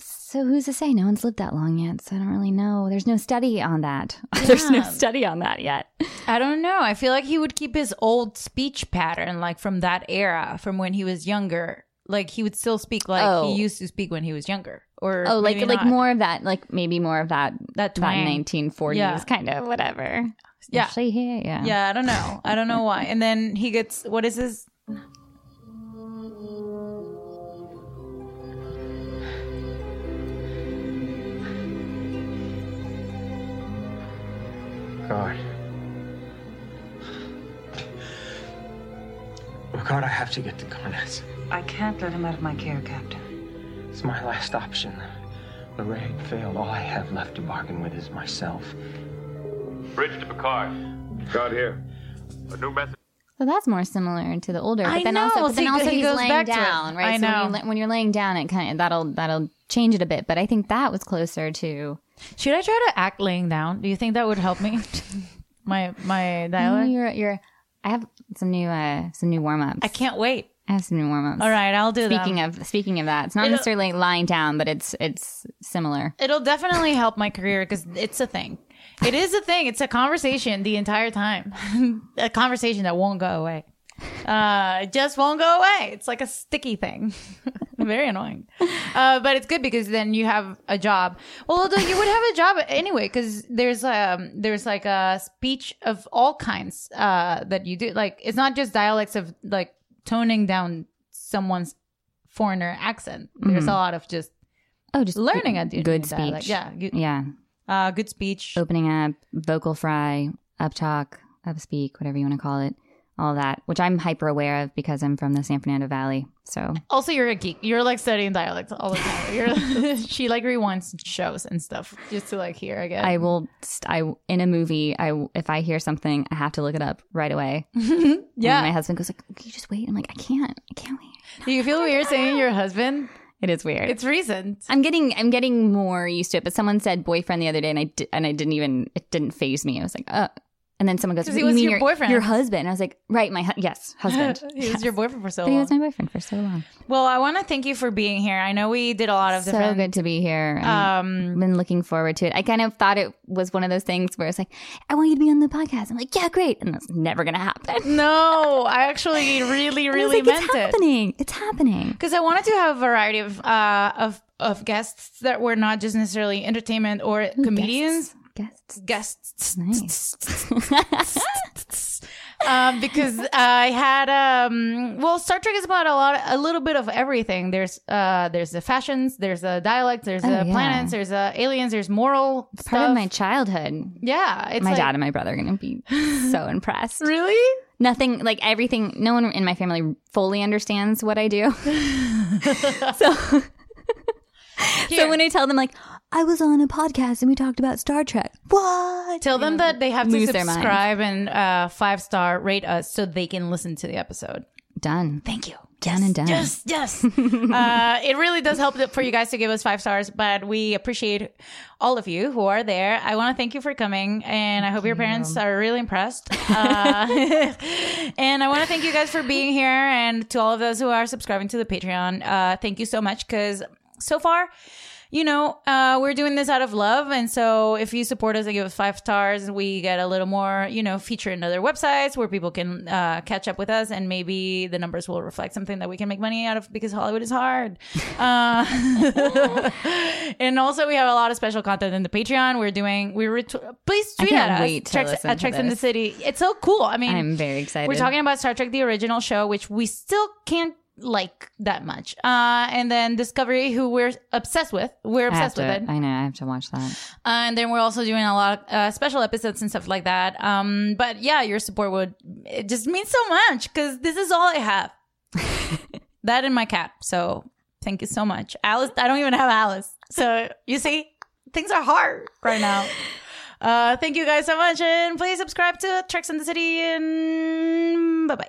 Speaker 7: so who's to say no one's lived that long yet so I don't really know there's no study on that there's no
Speaker 3: Yeah.
Speaker 7: study on that yet
Speaker 3: I don't know. I feel like he would keep his old speech pattern, like from that era, from when he was younger. Like he would still speak like
Speaker 7: Oh.
Speaker 3: he used to speak when he was younger, or
Speaker 7: oh like
Speaker 3: maybe
Speaker 7: like
Speaker 3: not.
Speaker 7: more of that like maybe more of that
Speaker 3: That twang.
Speaker 7: 1940s
Speaker 3: Yeah.
Speaker 7: kind of whatever
Speaker 3: Yeah.
Speaker 7: Especially here yeah
Speaker 3: Yeah, I don't know. I don't know why. And then he gets what is his?
Speaker 24: God. Oh, God, I have to get to Garnets.
Speaker 12: I can't let him out of my care, Captain.
Speaker 24: It's my last option. The raid failed. All I have left to bargain with is myself.
Speaker 10: Bridge to Picard.
Speaker 1: Picard here.
Speaker 10: A new message.
Speaker 7: So that's more similar to the older, but
Speaker 3: I
Speaker 7: then also,
Speaker 3: know.
Speaker 7: but then
Speaker 3: See,
Speaker 7: also
Speaker 3: he
Speaker 7: he's
Speaker 3: goes
Speaker 7: laying
Speaker 3: back to it.
Speaker 7: down, right?
Speaker 3: I
Speaker 7: so when,
Speaker 3: know.
Speaker 7: you, la- when you're laying down, it kind of that'll that'll change it a bit. But I think that was closer to
Speaker 3: Should I try to act laying down? Do you think that would help me? my my dialect.
Speaker 7: You're, you're. I have some new uh some new warm ups.
Speaker 3: I can't wait.
Speaker 7: I have some new warm ups.
Speaker 3: All right, I'll do
Speaker 7: Speaking
Speaker 3: them.
Speaker 7: of speaking of that, it's not
Speaker 3: It'll-
Speaker 7: necessarily lying down, but it's it's similar.
Speaker 3: It'll definitely help my career because it's a thing. It is a thing. It's a conversation the entire time. a conversation that won't go away. Uh, it just won't go away. It's like a sticky thing. Very annoying. Uh, but it's good because then you have a job. Well, although you would have a job anyway because there's um there's like a speech of all kinds uh that you do. Like it's not just dialects of like toning down someone's foreigner accent. There's
Speaker 7: Mhm.
Speaker 3: a lot of just
Speaker 7: Oh, just
Speaker 3: learning
Speaker 7: good-
Speaker 3: a d-
Speaker 7: good
Speaker 3: new dialect.
Speaker 7: speech.
Speaker 3: Yeah, good-
Speaker 7: yeah.
Speaker 3: Uh, good speech.
Speaker 7: Opening up, vocal fry, up talk, up speak, whatever you want to call it, all that, which I'm hyper aware of because I'm from the San Fernando Valley. So
Speaker 3: Also, you're a geek. You're like studying dialects all the time. You're, she like rewinds shows and stuff just to like hear again.
Speaker 7: I will. st- I in a movie. I if I hear something, I have to look it up right away.
Speaker 3: Yeah.
Speaker 7: And my husband goes like, "Can you just wait?" I'm like, "I can't. I can't wait."
Speaker 3: Do you feel weird saying your husband?
Speaker 7: It is weird.
Speaker 3: It's recent.
Speaker 7: I'm getting. I'm getting more used to it. But someone said boyfriend the other day, and I di- and I didn't even. It didn't phase me. I was like, "Oh, And then someone goes,
Speaker 3: 'Cause he
Speaker 7: "You
Speaker 3: was
Speaker 7: mean
Speaker 3: your boyfriend."
Speaker 7: Your husband. And I was like, right, my hu- yes, husband.
Speaker 3: He was your boyfriend for so
Speaker 7: But he
Speaker 3: long.
Speaker 7: was my boyfriend for so long.
Speaker 3: Well, I want to thank you for being here. I know we did a lot of
Speaker 7: So
Speaker 3: different.
Speaker 7: good to be here. Um, been looking forward to it. I kind of thought it was one of those things where it's like, I want you to be on the podcast. I'm like, yeah, great. And that's never going to happen.
Speaker 3: No, I actually really,
Speaker 7: And I was
Speaker 3: really
Speaker 7: like,
Speaker 3: meant
Speaker 7: it's
Speaker 3: it.
Speaker 7: happening. It's happening.
Speaker 3: because I wanted to have a variety of uh, of of guests that were not just necessarily entertainment or comedians.
Speaker 7: Guests,
Speaker 3: guests, um, because I had um, well, Star Trek is about a lot, a little bit of everything. There's uh, there's the fashions, there's the dialects, there's
Speaker 7: Oh,
Speaker 3: the
Speaker 7: yeah.
Speaker 3: planets, there's the aliens, there's moral
Speaker 7: It's
Speaker 3: stuff.
Speaker 7: part of my childhood.
Speaker 3: yeah, it's
Speaker 7: my
Speaker 3: like-
Speaker 7: dad and my brother are going to be so impressed.
Speaker 3: Really?
Speaker 7: Nothing like everything. No one in my family fully understands what I do. so, so when I tell them like I was on a podcast and we talked about Star Trek, what?
Speaker 3: Tell them that they have to
Speaker 7: Lose their minds.
Speaker 3: subscribe and uh, five star rate us so they can listen to the episode.
Speaker 7: done.
Speaker 3: Thank you.
Speaker 7: Done and done.
Speaker 3: Yes, yes. uh, it really does help that- for you guys to give us five stars, but we appreciate all of you who are there. I want to thank you for coming, and I hope your parents are really impressed. Uh, and I want to thank you guys for being here, and to all of those who are subscribing to the Patreon. Uh, thank you so much because so far, you know, uh, we're doing this out of love. And so if you support us and give us five stars, we get a little more, you know, feature in other websites where people can uh, catch up with us and maybe the numbers will reflect something that we can make money out of because Hollywood is hard. Uh, and also, we have a lot of special content in the Patreon. We're doing, we're, retw please
Speaker 7: I
Speaker 3: tweet
Speaker 7: can't
Speaker 3: at
Speaker 7: wait
Speaker 3: us.
Speaker 7: to
Speaker 3: Treks-
Speaker 7: listen
Speaker 3: at
Speaker 7: to
Speaker 3: Treks in the
Speaker 7: this.
Speaker 3: City. It's so cool. I mean,
Speaker 7: I'm very excited.
Speaker 3: we're talking about Star Trek the original show, which we still can't like that much. Uh, and then Discovery, who we're obsessed with. We're
Speaker 7: I have
Speaker 3: obsessed with
Speaker 7: to-
Speaker 3: it. Uh,
Speaker 7: I know. I have to watch that.
Speaker 3: and then we're also doing a lot of uh, special episodes and stuff like that. Um, but yeah, your support would it just means so much because this is all I have. that and my cat. So thank you so much, Alice. I don't even have Alice. So you see, things are hard right now. Uh, thank you guys so much, and please subscribe to Tricks in the City. And bye bye.